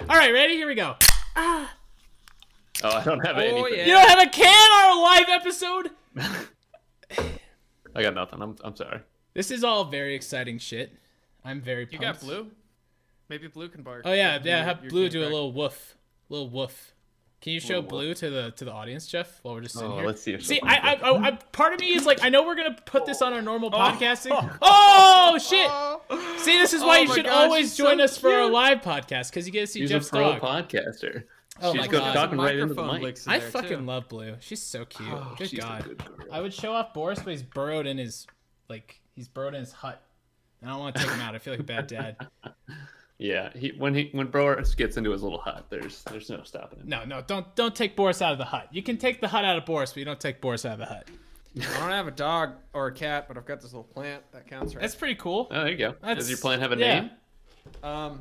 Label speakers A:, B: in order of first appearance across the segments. A: All right, ready? Here we go.
B: Oh, I don't have anything.
A: You don't have a can on a live episode?
B: I got nothing. I'm, I'm sorry.
A: This is all very exciting shit. I'm very
C: You
A: pumped.
C: got blue? Maybe blue can bark.
A: Oh yeah,
C: Give
A: yeah.
C: your-
A: Have
C: your
A: blue
C: can
A: do a
C: back.
A: little woof, little woof. Can you show
B: Little woof.
A: blue to the to the audience, Jeff? While we're just sitting
B: Oh,
A: here.
B: let's see if
A: See,
B: she'll-
A: I, I, I, I, part of me is like, I know we're gonna put this on our normal podcasting. Oh shit! See, this is why
C: Oh
A: you
C: my
A: should
C: gosh,
A: always
C: she's so
A: join us for our
C: cute.
A: live podcast because you get to see
B: She's
A: Jeff's
B: a pro
A: dog.
B: podcaster.
A: Oh
B: She's
A: my
B: go-
A: God.
B: talking right into the
C: Microphone
B: mic.
C: licks in
A: I
C: there,
A: fucking
C: too.
A: love Blue. She's so cute.
B: Oh,
A: good
B: she's a
A: God.
B: good girl.
A: I would show off Boris, but he's burrowed in his like he's burrowed in his hut. And I don't want to take him out. I feel like a bad dad.
B: Yeah, he when he when Boris gets into his little hut, there's there's no stopping him.
A: No, no, don't don't take Boris out of the hut. You can take the hut out of Boris, but you don't take Boris out of the hut.
C: I don't have a dog or a cat, but I've got this little plant that counts, right?
A: That's pretty cool.
B: Oh, there you go.
A: That's-
B: Does your plan have a
A: yeah.
C: um,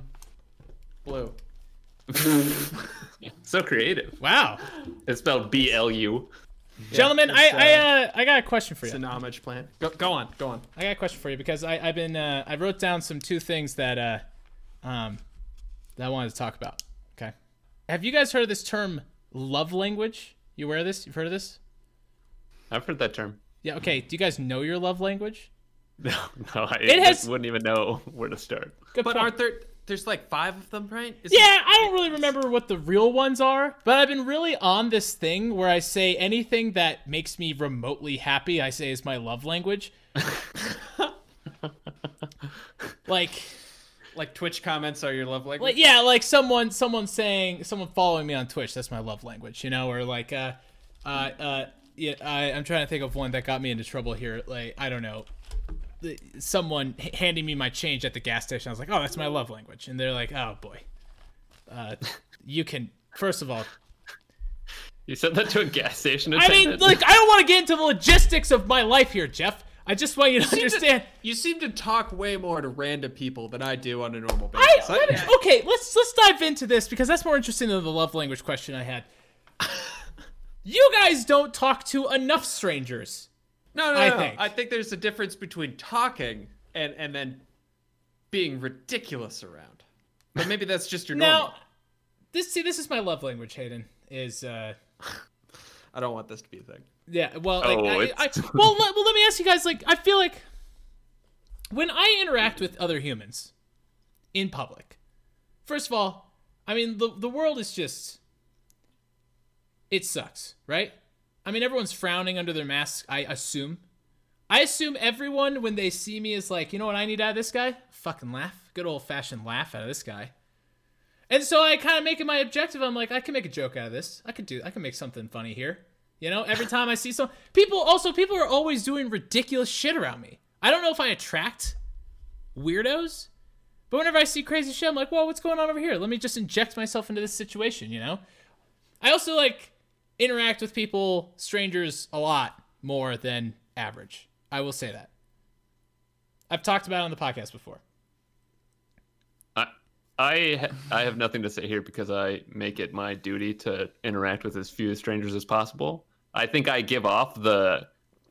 C: blue.
B: name? so creative.
A: Wow,
B: It's spelled B L U.
A: gentlemen, I
C: it's,
A: I uh, I got a question for you.
C: It's an homage plant. Go, go on, go on.
A: I got a question for you because I I've been uh, I wrote down some two things that uh um that I wanted to talk about. Okay, have you guys heard of this term love language? You aware of this? You've heard of this?
B: I've heard that term.
A: Yeah. Okay. Do you guys know your love language?
B: No, no, I
A: It has-
B: just wouldn't even know where to start.
A: Good
C: But
A: point.
C: aren't there? There's like five of them, right? Is
A: Yeah, I don't really remember what the real ones are, but I've been really on this thing where I say anything that makes me remotely happy, I say is my love language. like
C: Like Twitch comments are your love language.
A: like yeah, like someone someone saying someone following me on Twitch, that's my love language, you know, or like uh uh uh yeah, I, I'm trying to think of one that got me into trouble here. Like, I don't know, the- someone h- handing me my change at the gas station. I was like, "Oh, that's my love language," and they're like, "Oh boy, uh, you can." First of all,
B: You said that to a gas station
A: I mean,
B: attendant.
A: like, I don't want to get into the logistics of my life here, Jeff. I just want you to
C: You seem to-
A: understand.
C: you seem to talk way more to random people than I do on a normal
A: I,
C: basis.
A: let- okay, let's let's dive into this because that's more interesting than the love language question I had. you guys don't talk to enough strangers.
C: no, no,
A: I
C: no.
A: think.
C: I think there's a difference between talking and and then being ridiculous around. But maybe that's just your normal.
A: Now, this see, this is my love language, Hayden. Is uh,
C: I don't want this to be a thing.
A: Yeah, well, like,
B: Oh,
A: I, I,
B: it's-
A: well, let, well, let me ask you guys. Like, I feel like when I interact with other humans in public, first of all, I mean, the the world is just it sucks, right? I mean, everyone's frowning under their mask. I assume, I assume everyone when they see me is like, you know what I need out of this guy? Fucking laugh, good old fashioned laugh out of this guy. And so I kind of make it my objective. I'm like, I can make a joke out of this. I could do. I can make something funny here. You know, every time I see some people, also people are always doing ridiculous shit around me. I don't know if I attract weirdos, but whenever I see crazy shit, I'm like, well, what's going on over here? Let me just inject myself into this situation. You know, I also like interact with people, strangers, a lot more than average. I will say that. I've talked about it on the podcast before.
B: I, I ha- I have nothing to say here because I make it my duty to interact with as few strangers as possible. I think I give off the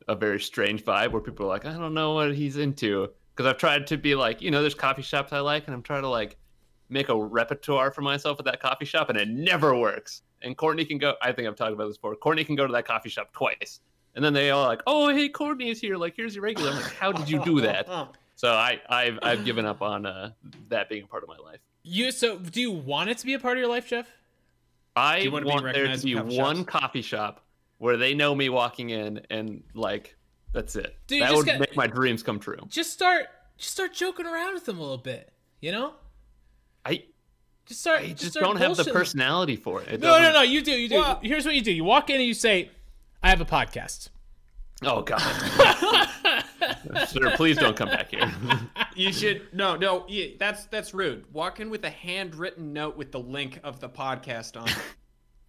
B: a very strange vibe where people are like, I don't know what he's into. Because I've tried to be like, you know, there's coffee shops I like, and I'm trying to like make a repertoire for myself at that coffee shop, and it never works. And Courtney can go. I think I've talked about this before. Courtney can go to that coffee shop twice, and then they all like, oh hey, Courtney is here. Like here's your regular. I'm like, how did you do that? So I I've I've given up on uh, that being a part of my life.
A: You so do you want it to be a part of your life, Jeff?
B: I
C: you wanna
B: want,
C: be
B: there to
C: recognized
B: be
C: in coffee
B: one
C: shops?
B: coffee shop where they know me walking in and like that's it.
A: Dude, you
B: that
A: just
B: would
A: got-
B: make my dreams come true.
A: just start just start joking around with them a little bit. You know,
B: I,
A: just start.
B: I just
A: start
B: don't have the
A: bullshitting.
B: personality for it. It
A: No, no,
B: doesn't-
A: no. You do. You do.
C: Well-
A: Here's what you do. You walk in and you say, "I have a podcast."
B: Oh god. Sir, please don't come back here.
C: You should no no yeah, that's that's rude. Walk in with a handwritten note with the link of the podcast on it,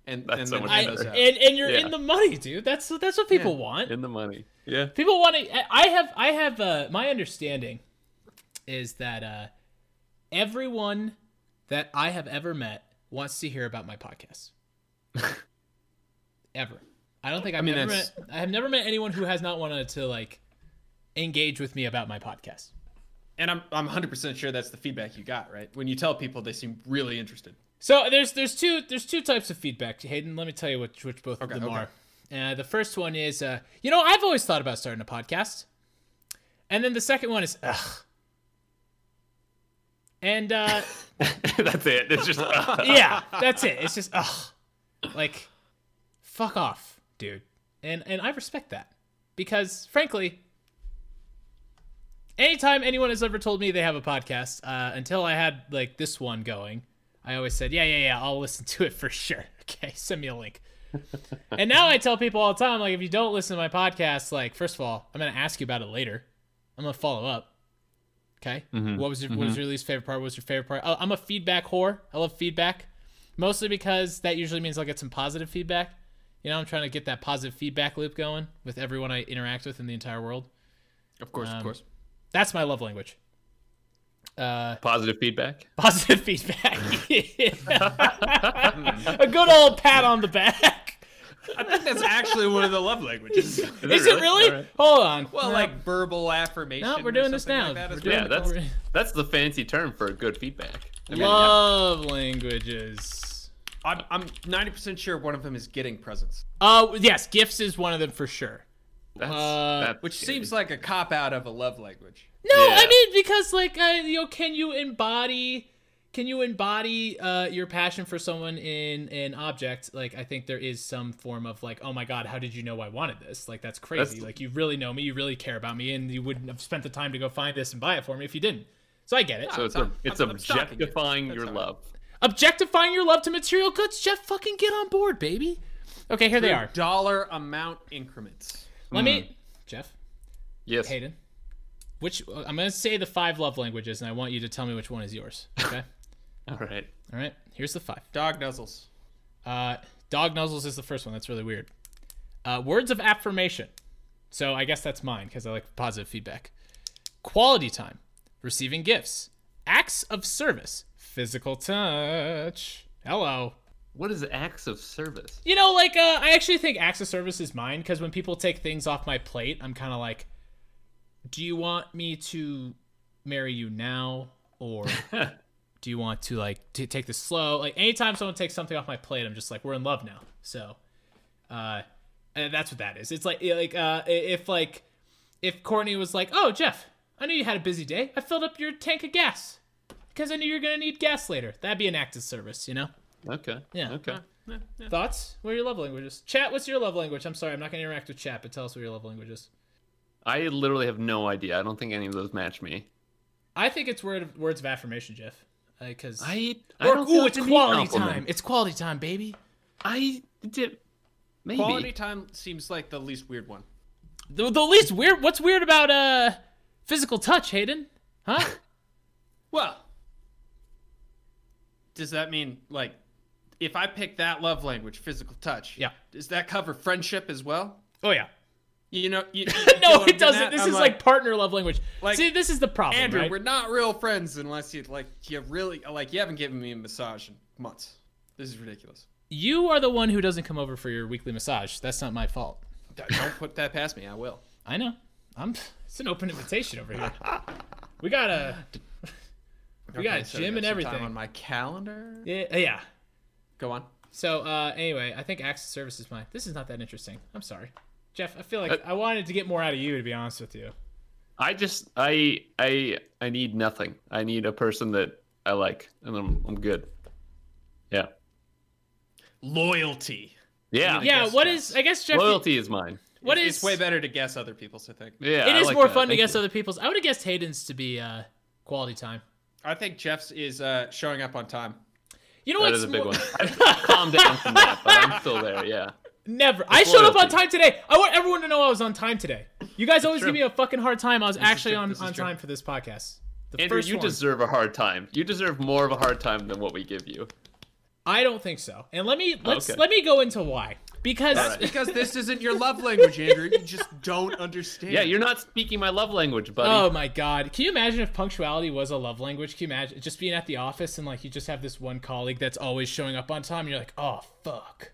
C: and
B: That's
C: and
B: so
C: then
B: much
A: I,
C: hand
B: better.
C: those out.
A: and and you're
B: Yeah.
A: in the money, dude. That's that's what people
C: Yeah.
A: want.
B: in the money. Yeah.
A: people want to i have i have uh my understanding is that uh everyone that i have ever met wants to hear about my podcast ever i don't think i've
C: mean,
A: never met,
C: that's-
A: i have never met anyone who has not wanted to like engage with me about my podcast
C: And I'm I'm 100 percent sure that's the feedback you got right when you tell people they seem really interested.
A: So there's there's two there's two types of feedback, Hayden. Let me tell you which which both
C: Okay,
A: of them
C: okay.
A: are. Uh, the first one is, uh, you know, I've always thought about starting a podcast, and then the second one is, ugh. And uh,
B: That's it. It's just uh,
A: yeah, that's it. It's just ugh, like, fuck off, dude. And and I respect that because frankly, anytime anyone has ever told me they have a podcast, uh, until I had like this one going, I always said, yeah, yeah, yeah, I'll listen to it for sure. Okay, send me a link. and now I tell people all the time, like, if you don't listen to my podcast, like, first of all, I'm gonna ask you about it later. I'm gonna follow up. Okay. What was your what was your least favorite part? What was your favorite part? Oh, I'm a feedback whore. I love feedback, mostly because that usually means I'll get some positive feedback. You know, I'm trying to get that positive feedback loop going with everyone I interact with in the entire world. Um,
C: Of course, of course.
A: That's my love language. Uh,
B: positive feedback.
A: positive feedback. a good old pat on the back.
C: I think that's actually one of the love languages.
A: Is it really?
B: All right.
A: Hold on.
C: Well,
A: No.
C: like verbal affirmation.
A: No, we're
C: or
A: doing this
C: something
A: now.
C: Like that
A: We're
C: as
A: doing
B: Yeah,
C: well.
A: it.
B: that's that's the fancy term for good feedback. I mean,
A: love languages.
C: I'm, I'm 90% sure one of them is getting presents,
A: Uh, yes, gifts is one of them for sure.
B: that's,
A: Uh,
B: that's
C: which
B: good.
C: seems like a cop out of a love language.
A: No, I
B: Yeah.
A: mean because like I, you know, can you embody can you embody uh, your passion for someone in an object? Like I think there is some form of like, oh my god, how did you know I wanted this? Like that's crazy.
B: That's-
A: like you really know me, you really care about me, and you wouldn't have spent the time to go find this and buy it for me if you didn't. So I get it.
B: so. It's,
C: I'm-
B: ob- it's
C: I'm- I'm stalking you.
B: objectifying
C: That's
B: your
C: all right.
B: love.
A: Objectifying your love to material goods, Jeff, fucking get on board, baby. Okay, here they are.
C: Dollar amount increments.
A: Let
B: Hmm.
A: me, Jeff,
B: Yes.
A: Hayden. Which uh, I'm gonna say the five love languages, and I want you to tell me which one is yours. Okay.
B: All right.
A: All right. Here's the five.
C: Dog nuzzles.
A: Uh, dog nuzzles is the first one. That's really weird. Uh, words of affirmation. So I guess that's mine because I like positive feedback. Quality time, receiving gifts, acts of service, physical touch. Hello.
B: What is acts of service?
A: You know, like uh, I actually think acts of service is mine because when people take things off my plate, I'm kind of like, do you want me to marry you now or do you want to like t- take this slow? Like anytime someone takes something off my plate, I'm just like, we're in love now. So, uh, and that's what that is. It's like like uh, i- if like if Courtney was like, oh Jeff, I knew you had a busy day. I filled up your tank of gas because I knew you were gonna need gas later. That'd be an act of service, you know.
B: Okay.
A: Yeah.
B: Okay.
A: Thoughts? What are your love languages? Chat, what's your love language? I'm sorry, I'm not going to interact with chat, but tell us what your love language is.
B: I literally have no idea. I don't think any of those match me.
A: I think it's word of, words of affirmation, Jeff. Because
B: I. I
A: or
B: don't feel
A: ooh,
B: like
A: it's
B: I need
A: quality
B: compliment.
A: time. It's quality time, baby.
B: I did. Maybe.
C: Quality time seems like the least weird one.
A: The, the least weird. What's weird about uh physical touch, Hayden? Huh?
C: Well, does that mean like if I pick that love language, physical touch?
A: Yeah.
C: Does that cover friendship as well?
A: oh yeah.
C: You know, you,
A: No, it doesn't. This is like, partner love language.
C: Like,
A: See, this is the problem,
C: Andrew,
A: right?
C: we're not real friends unless you like you really like you haven't given me a massage in months. This is ridiculous.
A: You are the one who doesn't come over for your weekly massage. That's not my fault.
C: D- Don't put that past me. I will.
A: I know. I'm. It's an open invitation over here. We got a. We got
C: so
A: gym
C: I
A: and
C: some
A: everything.
C: time on my calendar.
A: Yeah. uh, yeah.
C: Go on.
A: So uh, anyway, I think access service is mine. This is not that interesting. I'm sorry, Jeff. I feel like
B: Uh,
A: I wanted to get more out of you, to be honest with you.
B: I just. I. I. I need nothing. I need a person that I like, and I'm. I'm good. Yeah.
C: Loyalty.
B: Yeah.
C: I
A: Yeah.
C: guess
A: What
C: yes.
A: is? I guess Jeff.
B: Loyalty is mine.
A: What
C: It's-
A: is?
C: It's way better to guess other people's. I think.
B: Yeah.
A: It
B: I
A: is
B: like
A: more
B: that.
A: fun to
B: Thank
A: guess
B: you.
A: other people's. I would have guessed Hayden's to be uh, quality time.
C: I think Jeff's is uh, showing up on time.
A: You know
B: That
A: what's
B: is a big
A: more-
B: one. I've calmed down from that, but I'm still there. Yeah.
A: Never. I showed up on
B: loyalty.
A: time today. I want everyone to know I was on time today. You guys always
B: true.
A: give me a fucking hard time. I was actually
C: true.
A: on,
C: This is
A: on
C: true.
A: time for this podcast. The
B: Andrew,
A: first
B: you
A: one.
B: deserve a hard time. You deserve more of a hard time than what we give you.
A: I don't think so. And let me let's
B: Okay.
A: let me go into why because
C: That's because this isn't your love language, Andrew. You just don't understand.
B: Yeah, you're not speaking my love language, buddy.
A: Oh my god. Can you imagine if punctuality was a love language? Can you imagine just being at the office and like you just have this one colleague that's always showing up on time and you're like, oh fuck.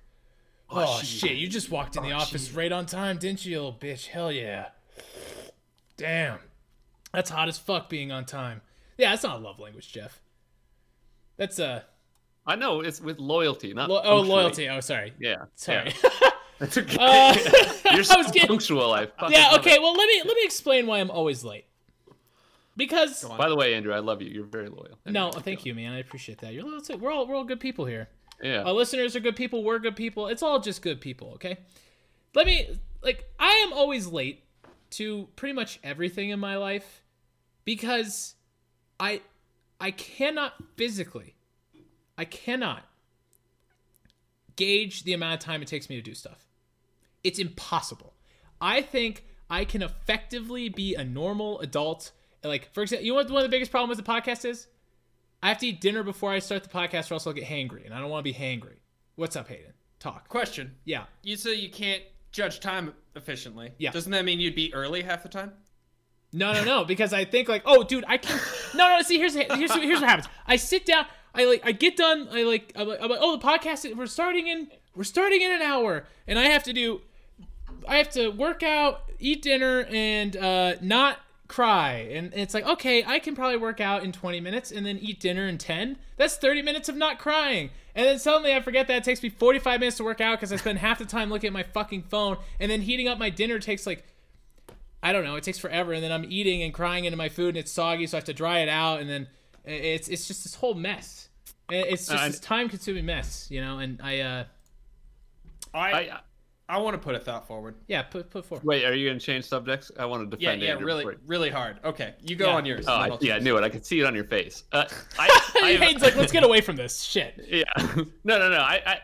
A: Oh, shit, you just walked
B: Oh,
A: in the office right on time, didn't you, little bitch? Hell yeah. Damn. That's hot as fuck being on time. Yeah, that's not a love language, Jeff. That's uh
B: I know it's with loyalty, not
A: Lo- oh,
B: punctuate.
A: loyalty. Oh, sorry.
B: Yeah,
A: Sorry.
B: That's okay.
A: Uh,
B: You're so
A: I was getting-
B: punctual. I fucking
A: yeah.
B: love
A: Okay.
B: it.
A: Well, let me let me explain why I'm always late. Because
C: Go on.
B: By the way, Andrew, I love you. You're very loyal.
A: no, thank you, man. I appreciate that. You're that's it. we're all we're all good people here.
B: Yeah.
A: Our listeners are good people. We're good people. It's all just good people. Okay. Let me like I am always late to pretty much everything in my life because I I cannot physically I cannot gauge the amount of time it takes me to do stuff. It's impossible. I think I can effectively be a normal adult. Like, for example, you know what one of the biggest problems with the podcast is? I have to eat dinner before I start the podcast or else I'll get hangry, and I don't want to be hangry. What's up, Hayden? Talk.
C: Question:
A: Yeah.
C: You say you can't judge time efficiently.
A: Yeah.
C: Doesn't that mean you'd be early half the time?
A: No, no, no, because I think like, oh, dude, I can. No, no, see, here's here's here's what happens. I sit down, I like, I get done, I like, I'm like, I'm like oh, the podcast, is- we're starting in, we're starting in an hour, and I have to do, I have to work out, eat dinner, and uh, not cry, and it's like, okay, I can probably work out in 20 minutes, and then eat dinner in 10. That's 30 minutes of not crying, and then suddenly I forget that it takes me 45 minutes to work out because I spend half the time looking at my fucking phone, and then heating up my dinner takes like I don't know. It takes forever, and then I'm eating and crying into my food, and it's soggy, so I have to dry it out, and then it's it's just this whole mess. It- It's just
B: Uh, I-
A: this time-consuming mess, you know. And I, uh,
C: I I,
B: I,
C: want to put a thought forward.
A: yeah, put put forward.
B: wait, are you gonna change subjects? I want to
C: Yeah,
B: defend
C: yeah,
B: Andrew
C: really,
B: before you-
C: really hard. Okay, you go
A: Yeah.
C: on yours.
B: Oh,
C: and then
B: I,
C: I'll
B: yeah, I
C: choose.
B: knew it. I could see it on your face. Uh, I, I have-
A: Hayden's like, let's get away from this shit.
B: Yeah. No, no, no. I, I, I-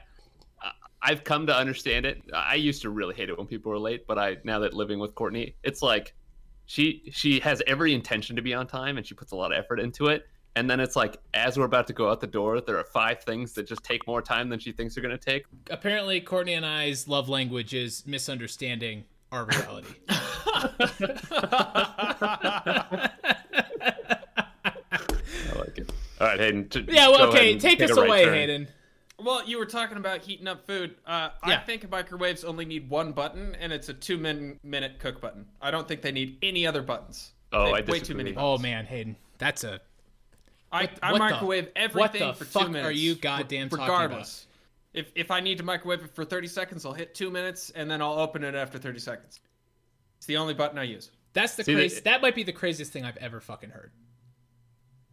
B: I've come to understand it. I used to really hate it when people were late, but I now that living with Courtney, it's like she she has every intention to be on time and she puts a lot of effort into it. And then it's like as we're about to go out the door, there are five things that just take more time than she thinks they're gonna take.
A: Apparently, Courtney and I's love language is misunderstanding our reality.
B: I like it. All right, Hayden. t-
A: yeah. Well,
B: go ahead
A: okay.
B: and
A: Take,
B: a
A: us
B: right
A: away,
B: turn.
A: Hayden.
C: Well, you were talking about heating up food. Uh, I
A: Yeah.
C: think microwaves only need one button, and it's a two-minute cook button. I don't think they need any other buttons.
B: Oh,
C: They-
B: I
C: way too many.
B: disagree.
C: Buttons.
A: Oh man, Hayden, that's a
C: I, I
A: what the-
C: microwave
A: what
C: everything
A: the
C: for
A: fuck
C: two minutes.
A: are you
C: re-
A: goddamn talking about?
C: regardless. If if I need to microwave it for thirty seconds, I'll hit two minutes, and then I'll open it after thirty seconds. It's the only button I use.
A: that's the
B: See, they-
A: crazy. That might be the craziest thing I've ever fucking heard.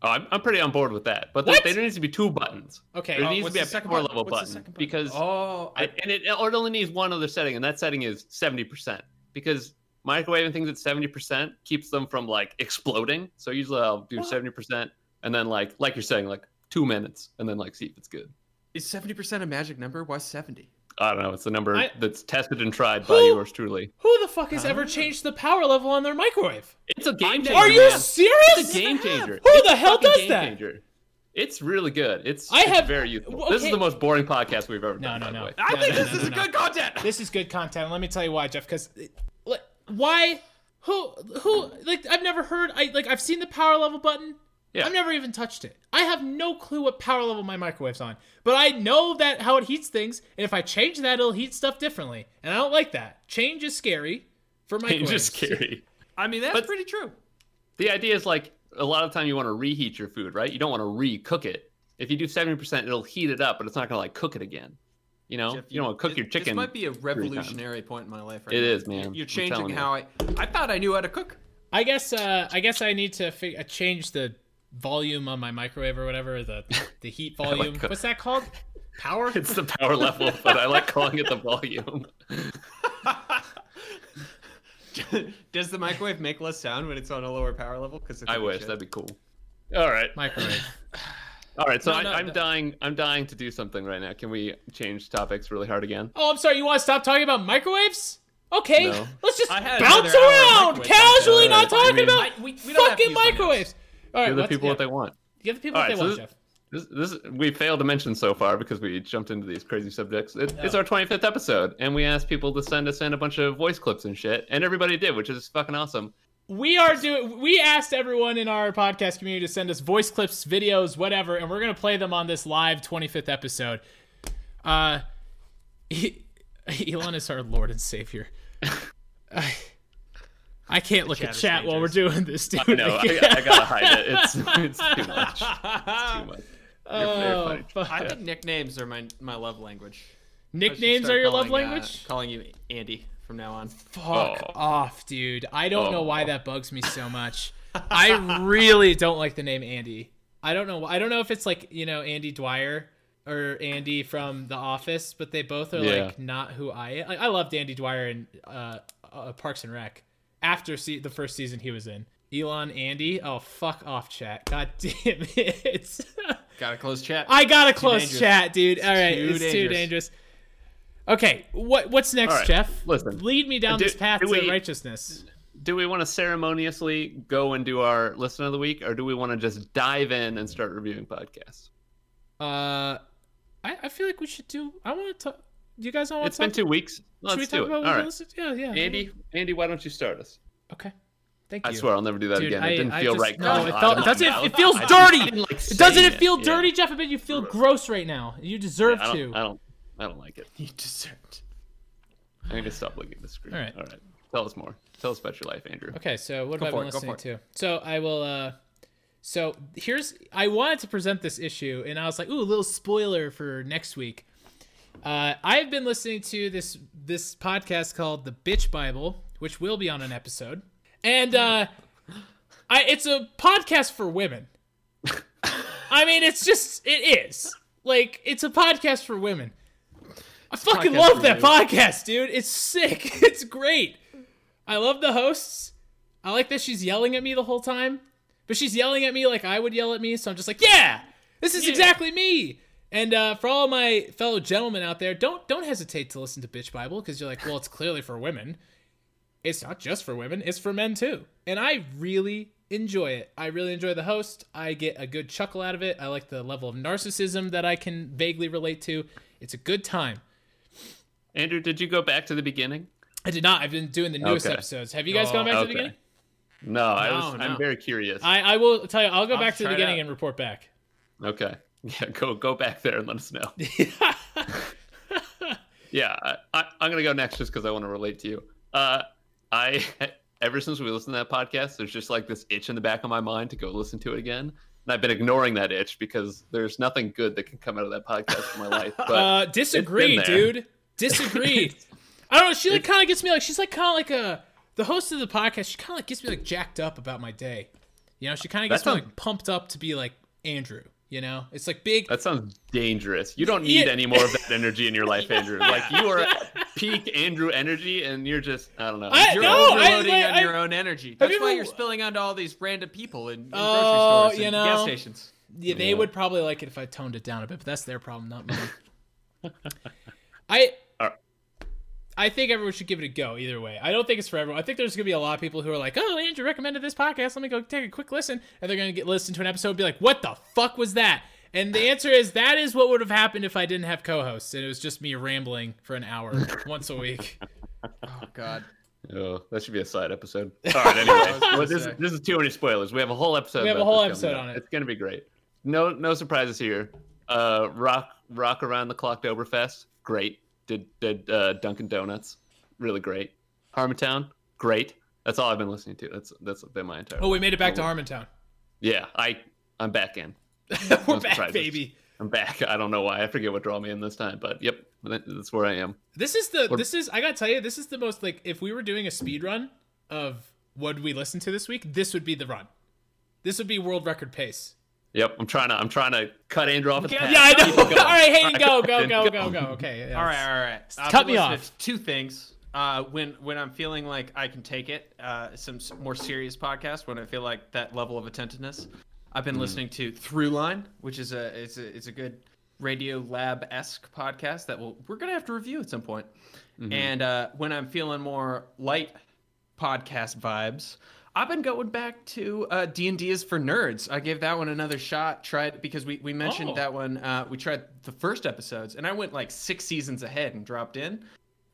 B: Oh, I'm, I'm pretty on board with that. But there,
A: What?
B: there needs to be two buttons.
A: Okay.
B: There
A: Oh,
B: needs
C: what's
B: to be
C: the
B: a
C: second
B: power
C: button?
B: level
C: What's the
B: button,
C: second button?
B: because
C: Oh, I,
B: I, and it, or it only needs one other setting, and that setting is seventy percent. Because microwaving things at seventy percent keeps them from like exploding. So usually I'll do
A: What?
B: seventy percent, and then like like you're saying, like two minutes, and then like see if it's good.
C: is seventy percent a magic number? Why seventy?
B: I don't know. It's the number
A: I-
B: that's tested and tried by
A: Who?
B: yours truly.
A: Who the fuck
B: Uh-huh.
A: has ever changed the power level on their microwave?
B: It's a game changer.
A: Are you
B: man.
A: serious?
B: It's a game changer.
A: Who
B: It's
A: the
B: a
A: hell
B: fucking
A: does
B: game
A: that?
B: changer. It's really good. It's,
A: I
B: it's
A: have-
B: very useful.
A: w-
B: This is
A: okay.
B: the most boring podcast we've ever done.
A: no,
B: by the
A: no.
B: way.
C: I
A: No,
C: think
A: no,
C: this
A: no,
C: is
A: no,
C: a
A: no.
C: good content.
A: This is good content. Let me tell you why, Jeff. Because why? Who? Who? Like I've never heard. I like I've seen the power level button.
B: Yeah.
A: I've never even touched it. I have no clue what power level my microwave's on, but I know that how it heats things, and if I change that, it'll heat stuff differently, and I don't like that. Change is scary for microwaves.
B: Just scary.
C: I mean, that's
B: But-
C: pretty true.
B: the idea is like a lot of time you want to reheat your food, right? You don't want to re-cook it. If you do seventy percent, it'll heat it up, but it's not gonna like cook it again. You know,
C: Jeff,
B: you don't want to cook
C: thi-
B: your chicken.
C: This might be a
B: times.
C: revolutionary point in my life. Right
B: It
C: now.
B: is, man.
C: You're, you're
B: I'm telling
C: changing
B: you.
C: how I. I thought I knew how to cook.
A: I guess uh, I guess I need to fig- uh, change the volume on my microwave or whatever the the heat volume.
B: God.
A: What's that called? Power.
B: It's the power level, but I like calling it the volume.
C: Does the microwave make less sound when it's on a lower power level? Because
B: I wish that'd be cool. All right,
A: microwave.
B: all right. So
C: No,
B: I,
C: no,
B: I'm
C: no.
B: dying. I'm dying to do something right now. Can we change topics really hard again?
A: Oh, I'm sorry. You want to stop talking about microwaves? Okay,
B: No.
A: let's just
C: I had
A: bounce
C: another hour of
A: around
C: microwave
A: casually,
B: content.
A: not
B: All right, I
A: talking
B: mean-
A: about
C: I- we- we don't have to
A: fucking
C: use microwaves.
A: microwaves. All right,
B: Give the
A: what's-
B: people
A: yeah.
B: what they want.
A: give the people what
B: All right,
A: they
B: so
A: want,
B: this-
A: Jeff.
B: This, this we failed to mention so far because we jumped into these crazy subjects. It, It's our 25th episode, and we asked people to send us in a bunch of voice clips and shit, and everybody did, which is fucking awesome.
A: We are doing. We asked everyone in our podcast community to send us voice clips, videos, whatever, and we're gonna play them on this live 25th episode. Uh, E- Elon is our Lord and Savior. I, I can't look at
C: is
A: chat while we're doing this, dude.
B: No, I, I gotta hide it. It's, it's too much. It's too much. very
A: Oh,
B: funny.
A: fuck.
C: I think nicknames are my my love language. I should
A: Nicknames
C: start
A: are your love
C: calling, uh,
A: language?
C: calling you Andy from now on.
A: Fuck
B: Oh.
A: off, dude. I don't know why
B: Oh.
A: that bugs me so much. I really don't like the name Andy. I don't know. wh- I don't know if it's like you know Andy Dwyer or Andy from The Office, but they both are
B: Yeah.
A: like not who I. Like, I loved Andy Dwyer in uh, uh, Parks and Rec after se- the first season he was in. Elon Andy. Oh fuck off, chat. God damn it.
C: Gotta close chat.
A: I got to close
C: dangerous.
A: chat, dude. All right,
C: too
A: it's too
C: dangerous.
A: dangerous. Okay, what what's next,
B: All right,
A: Jeff?
B: listen.
A: lead me down
B: Do-
A: this path
B: do
A: to
B: we-
A: righteousness.
B: Do we want to ceremoniously go and do our listen of the week, or do we want to just dive in and start reviewing podcasts?
A: Uh, I, I feel like we should do. I want to. You guys don't want
B: It's
A: to talk.
B: been two weeks. Let's
A: should we
B: do
A: talk
B: it.
A: about
B: All
A: what we
B: right,
A: listened? Yeah, yeah.
B: Andy. Andy, why don't you start us?
A: Okay. Thank you.
B: I swear I'll never do that
A: Dude,
B: again.
A: I,
B: It didn't
A: I
B: feel
A: just,
B: right.
A: No,
B: coming
A: it
B: out
A: felt.
B: of my
A: Doesn't it,
B: mouth.
A: it feels
B: I didn't- I
A: dirty?
B: didn't like
A: doesn't
B: saying
A: it feel
B: Yeah.
A: dirty, Jeff? I bet you feel gross right now. You deserve
B: I
A: to.
B: don't, I don't. I don't like it.
C: you deserved.
B: I need to stop looking at the screen.
A: All right.
B: All right. Tell us more. Tell us about your life, Andrew.
A: Okay, so what
C: Go
A: have I
C: for
A: been
C: it, go
A: listening
C: for
A: to? So I will. uh So here's I wanted to present this issue, and I was like, ooh, a little spoiler for next week. Uh, I've been listening to this this podcast called The Bitch Bible, which will be on an episode, and uh, I it's a podcast for women. I mean, it's just it is like it's a podcast for women. I fucking
C: podcast
A: love
C: for
A: that
C: you.
A: podcast, dude. It's sick. It's great. I love the hosts. I like that she's yelling at me the whole time, but she's yelling at me like I would yell at me. So I'm just like, yeah, this is exactly me. And uh, for all my fellow gentlemen out there, don't don't hesitate to listen to Bitch Bible because you're like, well, it's clearly for women. It's not just for women; it's for men too. And I really enjoy it. I really enjoy the host. I get a good chuckle out of it. I like the level of narcissism that I can vaguely relate to. It's a good time.
B: Andrew, did you go back to the beginning?
A: I did not. I've been doing the newest
B: Okay.
A: episodes. Have you guys
C: Oh,
A: gone back to the
B: okay.
A: beginning?
B: No, I was.
C: No, no.
B: I'm very curious.
A: I, I will tell you. I'll go
C: I'll
A: back to the
C: try it
A: beginning
C: out.
A: and report back.
B: Okay. Yeah. Go. Go back there and let us know. yeah. I, I, I'm gonna go next just because I want to relate to you. Uh, I ever since we listened to that podcast, there's just like this itch in the back of my mind to go listen to it again, and I've been ignoring that itch because there's nothing good that can come out of that podcast for my life. But
A: uh, disagree,
B: it's been there.
A: dude. Disagree. I don't know. She like kind of gets me like she's like kind of like a the host of the podcast. She kind of like gets me like jacked up about my day. You know, she kind of gets
B: That
A: me
B: sounds-
A: like pumped up to be like Andrew. You know, it's like big.
B: That sounds dangerous. You don't need
A: Yeah.
B: any more of that energy in your life, Andrew. Like you are at peak Andrew energy, and you're just I don't know.
A: I-
B: You're-
C: You're
A: No, I-
C: overloading
A: I-
C: on
A: I-
C: your own energy. That's
A: you
C: why
A: ever-
C: you're spilling onto all these random people in, in
A: Oh,
C: grocery stores
A: you
C: and
A: know.
C: gas stations.
A: Yeah, they would probably like it if I toned it down a bit, but that's their problem, not mine. I
B: Alright.
A: I think everyone should give it a go either way. I don't think it's for everyone. I think there's gonna be a lot of people who are like, "Oh, Andrew recommended this podcast. Let me go take a quick listen," and they're gonna get listen to an episode and be like, "What the fuck was that?" And the answer is that is what would have happened if I didn't have co-hosts and it was just me rambling for an hour once a week.
C: Oh God.
B: Oh, that should be a side episode. All right, anyway.
C: gonna
B: well, this,
C: say.
B: this is too many spoilers. We have a whole episode.
A: We have a
B: about
A: whole
B: this
A: episode
B: coming up.
A: on it.
B: It's gonna be great. No, no surprises here. Uh, rock, rock around the clock. Doberfest, great. Did did uh, Dunkin' Donuts, really great. Harmontown, great. That's all I've been listening to. That's that's been my entire.
A: Oh, we made it back to Harmontown.
B: Yeah, I I'm back in.
A: We're
B: No
A: back,
B: surprises.
A: baby.
B: I'm back. I don't know why. I forget what draw me in this time, but yep, that- that's where I am.
A: This is the
B: Or-
A: this is I gotta tell you this is the most like if we were doing a speed run of what we listened to this week this would be the run. This would be world record pace.
B: Yep, I'm trying to. I'm trying to cut Andrew off. at the
C: Yeah,
B: pass.
A: Yeah, I know.
B: Keep it
A: All
B: going.
A: right, hey, go,
B: All
A: go,
B: right,
A: go, go, go. Okay. yeah.
C: All right, all right. I've
A: cut
C: been
A: me
C: listening
A: off.
C: to Two things. Uh, when when I'm feeling like I can take it, uh, some s- more serious podcasts. When I feel like that level of attentiveness, I've
A: Hmm.
C: been listening to Throughline, which is a it's a it's a good radio lab esque podcast that will we're gonna have to review at some point. And uh, when I'm feeling more light podcast vibes. I've been going back to uh, D and D is for nerds. I gave that one another shot. Tried because we, we mentioned
A: Oh.
C: that one. Uh, we tried the first episodes, and I went like six seasons ahead and dropped in,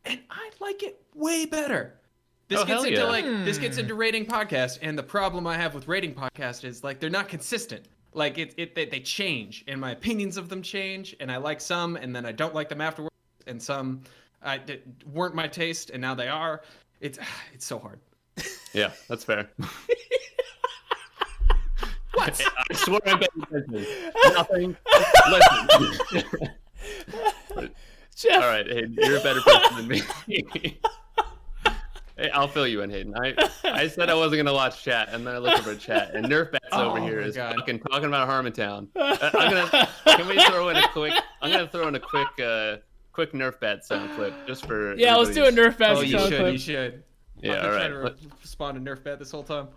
C: and I like it way better. This
B: Oh,
C: gets
B: hell
C: into
B: yeah.
C: like this gets into
A: Hmm.
C: rating podcasts, and the problem I have with rating podcasts is like they're not consistent. Like it, it they, they change, and my opinions of them change, and I like some, and then I don't like them afterwards, and some I d- weren't my taste, and now they are. It's it's so hard.
B: Yeah, that's fair.
C: What?
B: I swear I'm paying attention. Nothing. Listen.
A: Jeff,
B: All right, Hayden, you're a better person than me. Hey, I'll fill you in, Hayden. I, I said I wasn't gonna watch chat, and then I looked over at chat, and Nerf Bats over
C: Oh
B: here
C: my
B: is
C: God.
B: fucking talking about Harmontown. Uh, I'm gonna can we throw in a quick? I'm gonna throw in a quick, uh, quick Nerf Bat sound clip just for
A: yeah, let's do a
B: everybody's-
A: Nerf Bass
C: Oh, you
A: sound
C: should.
A: clip.
C: You should. I've
B: Yeah,
C: been
B: all
C: trying
B: right,
C: to
B: let-
C: re- respond to Nerf bat this whole time.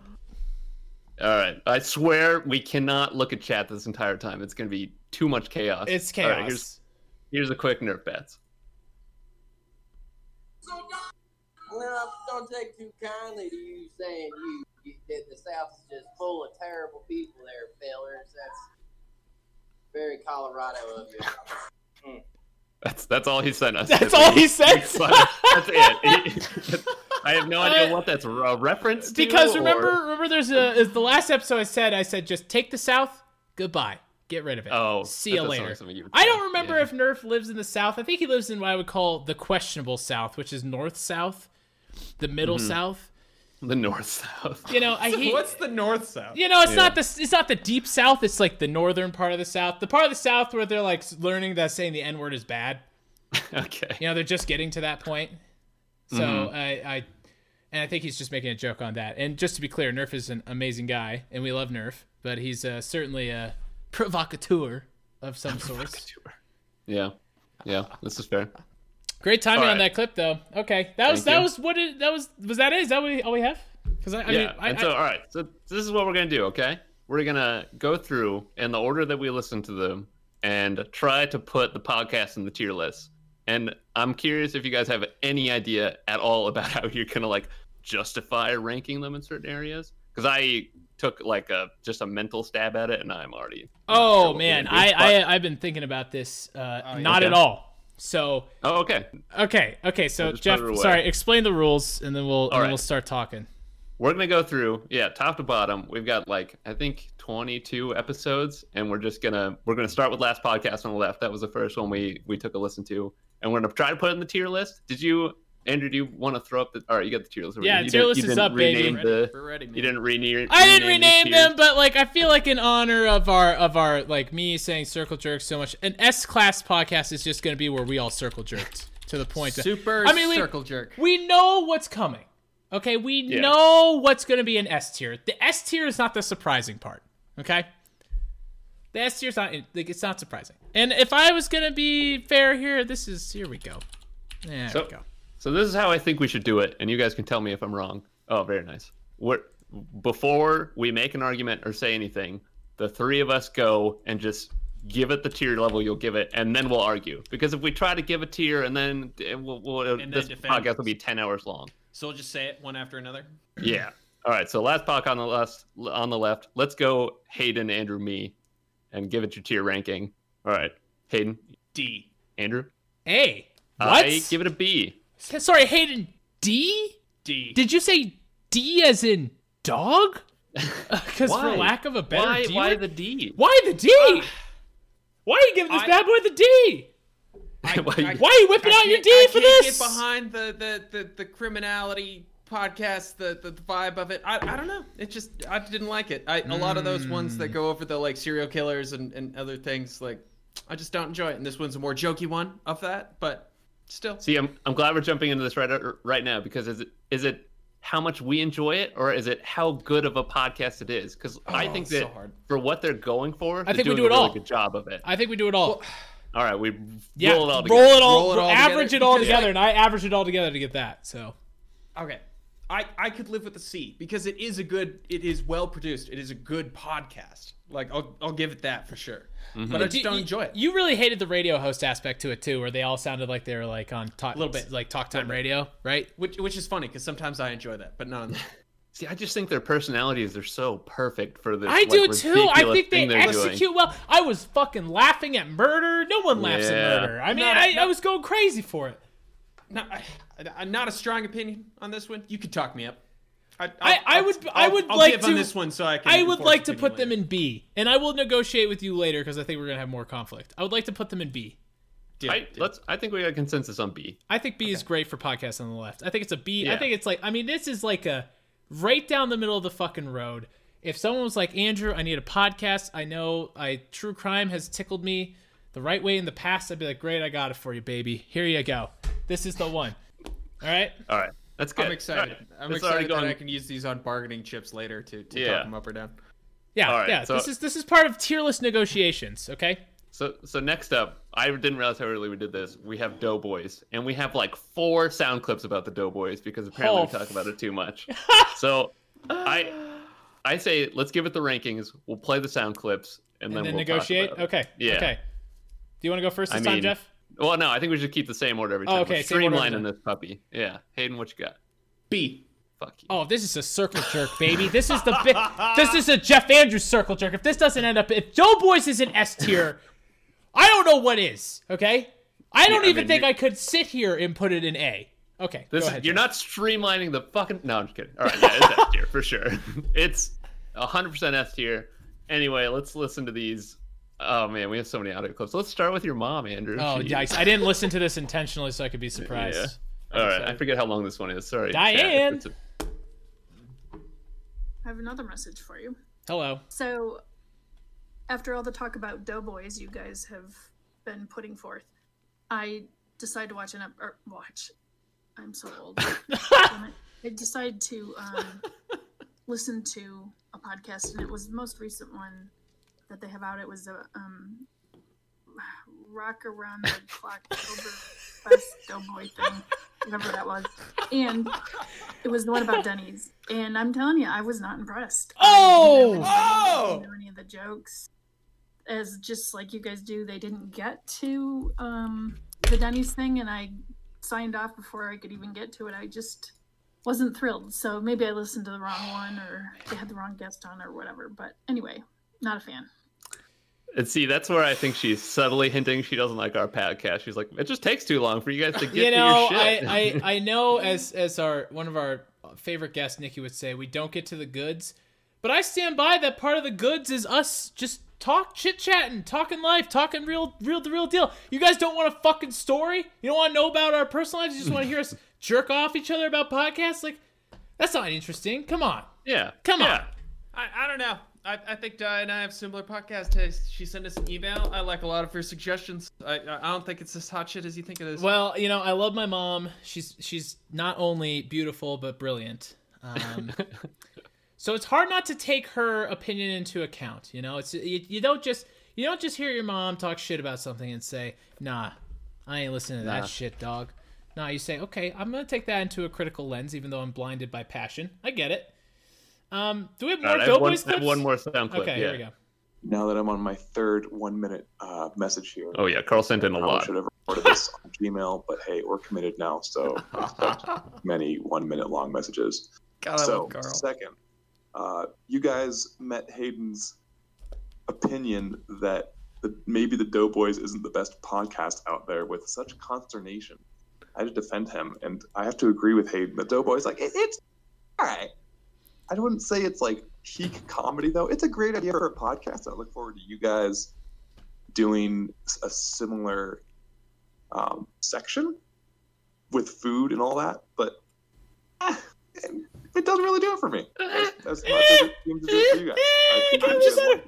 B: all right. I swear we cannot look at chat this entire time. It's gonna be too much chaos.
A: It's
B: All
A: chaos.
B: right, here's here's a quick Nerf Bats.
D: Well, I don't take too kindly to you saying you, you that the South is just full of terrible people there, fellers. That's very Colorado of you.
B: That's that's all he sent us.
A: That's all he sent?
B: That's it. He- I have no idea what that's a reference to.
A: because
B: or-
A: remember, remember, there's a is the last episode I said I said just take the South, goodbye, get rid of it.
B: oh,
A: see you
B: that does sound
A: later.
B: like something you would
A: I
B: say.
A: don't remember
B: Yeah.
A: if Nerf lives in the South. I think he lives in what I would call the questionable South, which is North South, the Middle
B: Mm-hmm.
A: South.
B: the north south.
A: You know, I hate.
C: What's the North South?
A: You know, it's
B: Yeah.
A: not the it's not the deep South. It's like the northern part of the South, the part of the South where they're like learning that saying the N word is bad.
B: okay. Mm-hmm.
A: You know, they're just getting to that point. So I, I, and I think he's just making a joke on that. And just to be clear, Nerf is an amazing guy, and we love Nerf, but he's uh, certainly a provocateur of some sort.
B: Yeah. Yeah. This is fair.
A: Great timing
B: All
A: on
B: right.
A: that clip, though. Okay, that was
B: Thank
A: that
B: you.
A: was what it that was was that it? Is that what we, all we have? Because I, I
B: yeah.
A: mean, I,
B: and so, all right. So this is what we're gonna do. Okay. We're gonna go through in the order that we listen to them and try to put the podcast in the tier list. And I'm curious if you guys have any idea at all about how you're gonna like justify ranking them in certain areas. Because I took like a just a mental stab at it, and I'm already.
A: I-
B: not sure
A: oh
B: what we're
A: man,
B: gonna
A: I,
B: do. But-
A: I I've been thinking about this uh,
C: Oh, yeah.
A: not at
B: Okay.
A: all. So
B: oh okay.
A: okay, okay.
B: I'll
A: So
B: just put
A: Jeff,
B: it away.
A: sorry, explain the rules, and then we'll and
B: All
A: then
B: right.
A: we'll start talking.
B: We're gonna go through, yeah, top to bottom. We've got like I think 22 episodes, and we're just gonna we're gonna start with last podcast on the left. That was the first one we we took a listen to, and we're gonna try to put it in the tier list. Did you, Andrew? Do you want to throw up the? All right, you got the tier list.
A: Yeah,
B: you
A: tier
B: didn't-
A: list
B: you
A: is
B: didn't
A: up, baby.
B: rename
C: Ready?
B: The,
C: We're ready, man.
B: you didn't rene-
A: I didn't
B: these
A: rename
B: tiers.
A: them, but like I feel like in honor of our of our like me saying circle jerks so much, an S class podcast is just going to be where we all circle jerked to the point. that-
C: Super
A: I mean, we-
C: circle jerk.
A: We know what's coming. Okay, we know what's going to be an S tier. The S tier is not the surprising part. Okay, the S tier is not like it's not surprising. And if I was going to be fair here, this is here we go. There
B: So-
A: we go.
B: So this is how I think we should do it, and you guys can tell me if I'm wrong. Oh, very nice. We're, before we make an argument or say anything, the three of us go and just give it the tier level you'll give it, and then we'll argue. Because if we try to give a tier and then it will- will-
C: then
B: this
C: defend.
B: podcast will be ten hours long.
C: So we'll just say it one after another.
B: Yeah. All right. So last podcast on the left, on the left. Let's go Hayden, Andrew, me, and give it your tier ranking. All right, Hayden,
C: D.
B: Andrew.
A: Hey, what?
B: I give it a B.
A: Sorry, Hayden. D?
C: D.
A: Did you say D as in dog? Because for
B: Why?
A: lack of a better
B: Why?
A: D,
B: Why
A: word-
B: the D?
A: why the D? why are you giving this
C: Uh, I-
A: bad boy the D?
B: Why-
C: I-
A: Why are you whipping
C: I
A: out your
C: can't-
A: D
C: I
A: for
C: can't
A: this?
C: Get behind the the, the, the criminality podcast, the, the the vibe of it. I, I don't know. It just I didn't like it. I, a lot of those ones that go over the like serial killers and, and other things like I just don't enjoy it. And this one's a more jokey one of that, but still.
B: See, I'm, I'm glad we're jumping into this right uh, right now because is it is it how much we enjoy it or is it how good of a podcast it is? Because I
C: Oh,
B: think
C: it's so
B: that
C: hard.
B: for what they're going for,
A: I
B: they're
A: think we
B: doing
A: do it
B: a really
A: all.
B: good job of it.
A: I think we do it all.
B: all right, we
A: yeah,
B: roll it all together.
A: roll it all,
C: Roll it all
A: average
C: together.
A: it all
C: Because,
A: together, and I averaged it all together to get that. So
C: Okay. I, I could live with a C because it is a good it is well produced. It is a good podcast. Like I'll I'll give it that for sure. But I just
A: You-
C: don't
A: you-
C: enjoy Mm-hmm. it.
A: You really hated the radio host aspect to it too, where they all sounded like they were like on talk,
C: Little bit.
A: like talk time radio, right?
C: Which which is funny because sometimes I enjoy that, but not on this.
B: See, I just think their personalities are so perfect for this.
A: I
B: like,
A: do too. I
B: ridiculous
A: think they
B: thing they're doing.
A: execute well. I was fucking laughing at murder. No one laughs
B: Yeah.
A: at murder. I mean,
C: Not-
A: I, I
C: not-
A: was going crazy for it.
C: not, I, I- not a strong opinion on this one. You could talk me up. I,
A: I- I
C: I'll-
A: would-
C: I'll-
A: I would
C: I'll
A: like
C: give
A: to-
C: on this one so I can.
A: I would like to put them in B, and I will negotiate with you later because I think we're gonna have more conflict. I would like to put them in B.
B: I, let's. I think we got consensus on B.
A: I think B is great for podcasts on the left. I think it's a B. I
B: Yeah.
A: think it's like I mean this is like a right down the middle of the fucking road. If someone was like, Andrew, I need a podcast. I know I true crime has tickled me the right way in the past, I'd be like, Great, I got it for you, baby. Here you go. This is the one. All right.
B: All right, that's good.
C: I'm excited.
B: All right.
C: I'm
B: It's already
C: excited that
B: going-
C: I can use these on bargaining chips later to, to
B: Yeah.
C: talk them up or down.
A: Yeah,
B: All right,
A: yeah.
B: so-
A: this is this is part of tier list negotiations, okay?
B: So so next up, I didn't realize how early we did this. We have Doughboys, and we have like four sound clips about the Doughboys because apparently
A: Oh,
B: we talk about it too much. so I I say let's give it the rankings. We'll play the sound clips, and,
A: And,
B: then,
A: then
B: we'll talk
A: negotiate.
B: about it.
A: Okay.
B: Yeah.
A: Okay. Do you want to go first
B: I
A: this time,
B: mean,
A: Jeff?
B: Well, no, I think we should keep the same order every
A: Oh,
B: time.
A: okay,
B: We're
A: same order every
B: streamlining
A: time.
B: this puppy. Yeah, Hayden, what you got?
C: B.
B: Fuck you.
A: Oh, this is a circle jerk, baby. This is the bit. This is a Jeff Andrews circle jerk. If this doesn't end up, if Doughboys is an S tier, I don't know what is. Okay, I don't
B: I
A: even
B: mean,
A: think
B: you-
A: I could sit here and put it in A. Okay,
B: This
A: go
B: is,
A: ahead,
B: you're
A: Jeff.
B: not streamlining the fucking. No, I'm just kidding. All right, yeah, it's S tier for sure. It's 100% S tier. Anyway, let's listen to these. Oh man, we have so many audio clips. Let's start with your mom, Andrew.
A: Oh
B: Jeez.
A: yikes! I didn't listen to this intentionally, so I could be surprised.
B: Yeah. All right, I forget how long this one is. Sorry, chat,
A: Diane!
B: if it's
E: I have another message for you.
A: Hello.
E: So, after all the talk about Doughboys you guys have been putting forth, I decide to watch an ep- or watch. I'm so old. Damn it. I decide to um, listen to a podcast, and it was the most recent one that they have out. It was a um, rock around the clock over best Doughboy thing, whatever that was, and it was the one about Denny's. And I'm telling you, I was not impressed.
A: Oh!
E: I didn't know any of the jokes as just like you guys do. They didn't get to um, the Denny's thing, and I signed off before I could even get to it. I just wasn't thrilled. So maybe I listened to the wrong one, or they had the wrong guest on, or whatever. But anyway, not a fan.
B: And see, that's where I think she's subtly hinting she doesn't like our podcast. She's like, it just takes too long for you guys to get
A: you know,
B: to your shit.
A: I, I I know as as our one of our favorite guests, Nikki would say, we don't get to the goods, but I stand by that. Part of the goods is us just talk chit chatting, talking life, talking real real the real deal. You guys don't want a fucking story. You don't want to know about our personal lives. You just want to hear us jerk off each other about podcasts. Like that's not interesting. Come on,
B: yeah,
A: come
B: yeah.
A: on.
C: I, I don't know. I, I think Di and I have similar podcast tastes. She sent us an email. I like a lot of her suggestions. I I I don't think it's as hot shit as you think it is.
A: Well, you know, I love my mom. She's she's not only beautiful but brilliant. Um, so it's hard not to take her opinion into account. You know, it's you, you don't just you don't just hear your mom talk shit about something and say, "Nah, I ain't listening to
B: Nah.
A: that shit, dog." Nah, you say, "Okay, I'm gonna take that into a critical lens, even though I'm blinded by passion." I get it. Um, do we have
B: All
A: more
B: right, I have one,
A: Doughboys
B: I have
A: clips?
B: one more sound clip.
A: Okay,
B: yeah.
A: here we go.
F: now that I'm on my third one minute uh, message here.
B: Oh yeah, Carl sent in a
F: I
B: lot.
F: should have recorded this on Gmail, but hey, we're committed now, so expect many one minute long messages.
C: God, I
F: so,
C: love Carl.
F: second, uh, you guys met Hayden's opinion that the, maybe the Doughboys isn't the best podcast out there with such consternation. I had to defend him, and I have to agree with Hayden. The Doughboys, like, it, it's all right. I wouldn't say it's like peak comedy, though. It's a great idea for a podcast. I look forward to you guys doing s- a similar um, section with food and all that, but eh, it doesn't really do it for me. As, as much as it seems to do for you guys. I appreciate
A: just
F: you guys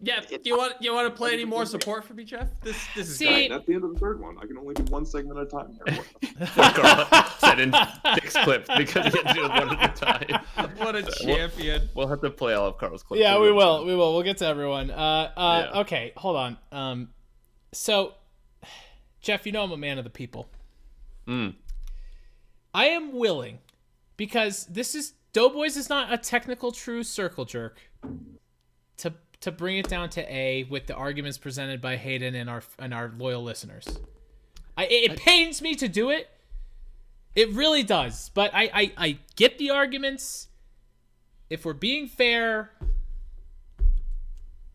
C: Yeah, do you want you want to play any more support for me, Jeff? This this is
A: See-
C: great.
F: Right, that's the end of the third one. I can only do one segment at a time here.
B: Carl sent in six clips because he had to do it one at a time.
C: What a champion!
B: We'll have to play all of Carl's clips.
A: Yeah, we will. We will. We'll get to everyone. Uh, uh,
B: Yeah.
A: Okay, hold on. Um, so, Jeff, you know I'm a man of the people.
B: Mm.
A: I am willing, because this is Doughboys is not a technical true circle jerk. To to bring it down to A with the arguments presented by Hayden and our and our loyal listeners, I, it it pains me to do it. It really does, but I, I I get the arguments. If we're being fair,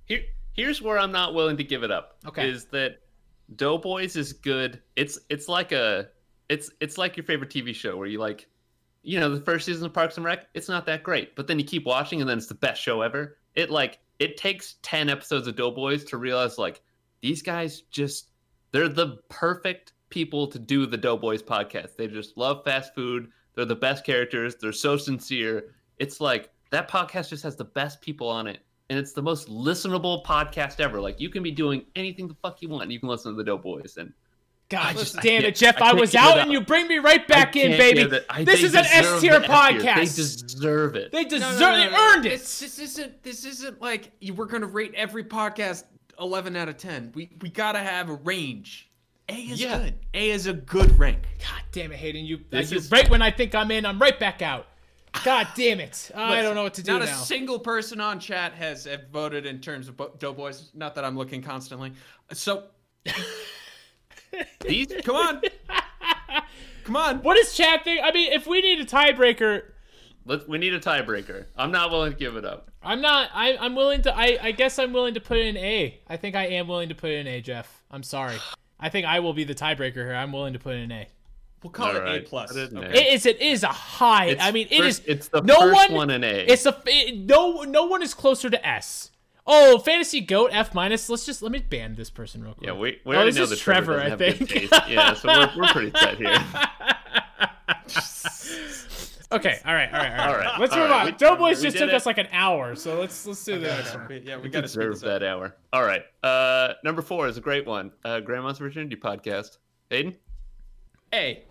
B: Here, here's where I'm not willing to give it up.
A: Okay.
B: Is that Doughboys is good. It's it's like a it's it's like your favorite TV show where you like, you know, the first season of Parks and Rec, it's not that great, but then you keep watching and then it's the best show ever. It like it takes ten episodes of Doughboys to realize like these guys just they're the perfect people to do the Doughboys podcast. They just love fast food. They're the best characters. They're so sincere. It's like That podcast just has the best people on it, and it's the most listenable podcast ever. Like you can be doing anything the fuck you want, and you can listen to the Doughboys. And
A: God,
B: Listen,
A: just
B: I
A: damn it,
B: can't-
A: Jeff!
B: I
A: I,
B: can't
A: was
B: give it
A: out,
B: up.
A: and you bring me right back
B: I
A: in,
B: can't
A: baby.
B: give it- I-
A: this
B: they
A: is an
B: deserve
A: S tier
B: the F tier.
A: podcast.
B: They deserve it.
A: They deserve.
C: no,
A: They
C: no.
A: earned it.
C: This, this isn't. This isn't like you- we're gonna rate every podcast eleven out of ten. We we gotta have a range. A is
B: Yeah.
C: good. A is a good rank.
A: God damn it, Hayden! You, uh,
B: This
A: you
B: is-
A: right when I think I'm in, I'm right back out. God damn it! I don't know what to do
C: Not a
A: now.
C: single person on chat has uh, voted in terms of bo- Doughboys. Not that I'm looking constantly. So
B: These
C: come on, come on.
A: what is chat think? I mean, if we need a tiebreaker,
B: Let's, we need a tiebreaker. I'm not willing to give it up.
A: I'm not. I, I'm willing to. I, I guess I'm willing to put in A. I think I am willing to put in A, Jeff. I'm sorry. I think I will be the tiebreaker here. I'm willing to put in A.
C: We'll call it
B: Alright,
C: A plus.
B: I didn't
C: Okay.
B: know.
A: It is. It is a high.
B: It's
A: I mean, it is.
B: first- It's the
A: no
B: first
A: one-
B: one, in A.
A: It's a it, no. No one is closer to S. Oh, fantasy goat F minus. Let's just let me ban this person real quick.
B: yeah, we, we
A: Oh,
B: already
A: this
B: know
A: is
B: that Trevor,
A: Trevor,
B: doesn't
A: I
B: have good
A: think.
B: taste. Yeah, so we're, we're pretty set here.
A: okay. All right. All right. All right.
B: All right,
A: Let's
B: all
A: move
B: right,
A: on.
B: we-
A: Doughboys
B: we
A: just
B: did
A: took
B: it.
A: us like an hour, so let's let's do the next one.
C: Yeah, we
B: We
C: gotta speed
B: deserve
C: this up.
B: that hour. All right. Uh, number four is a great one. Uh, Grandma's Virginity podcast. Aiden,
C: A.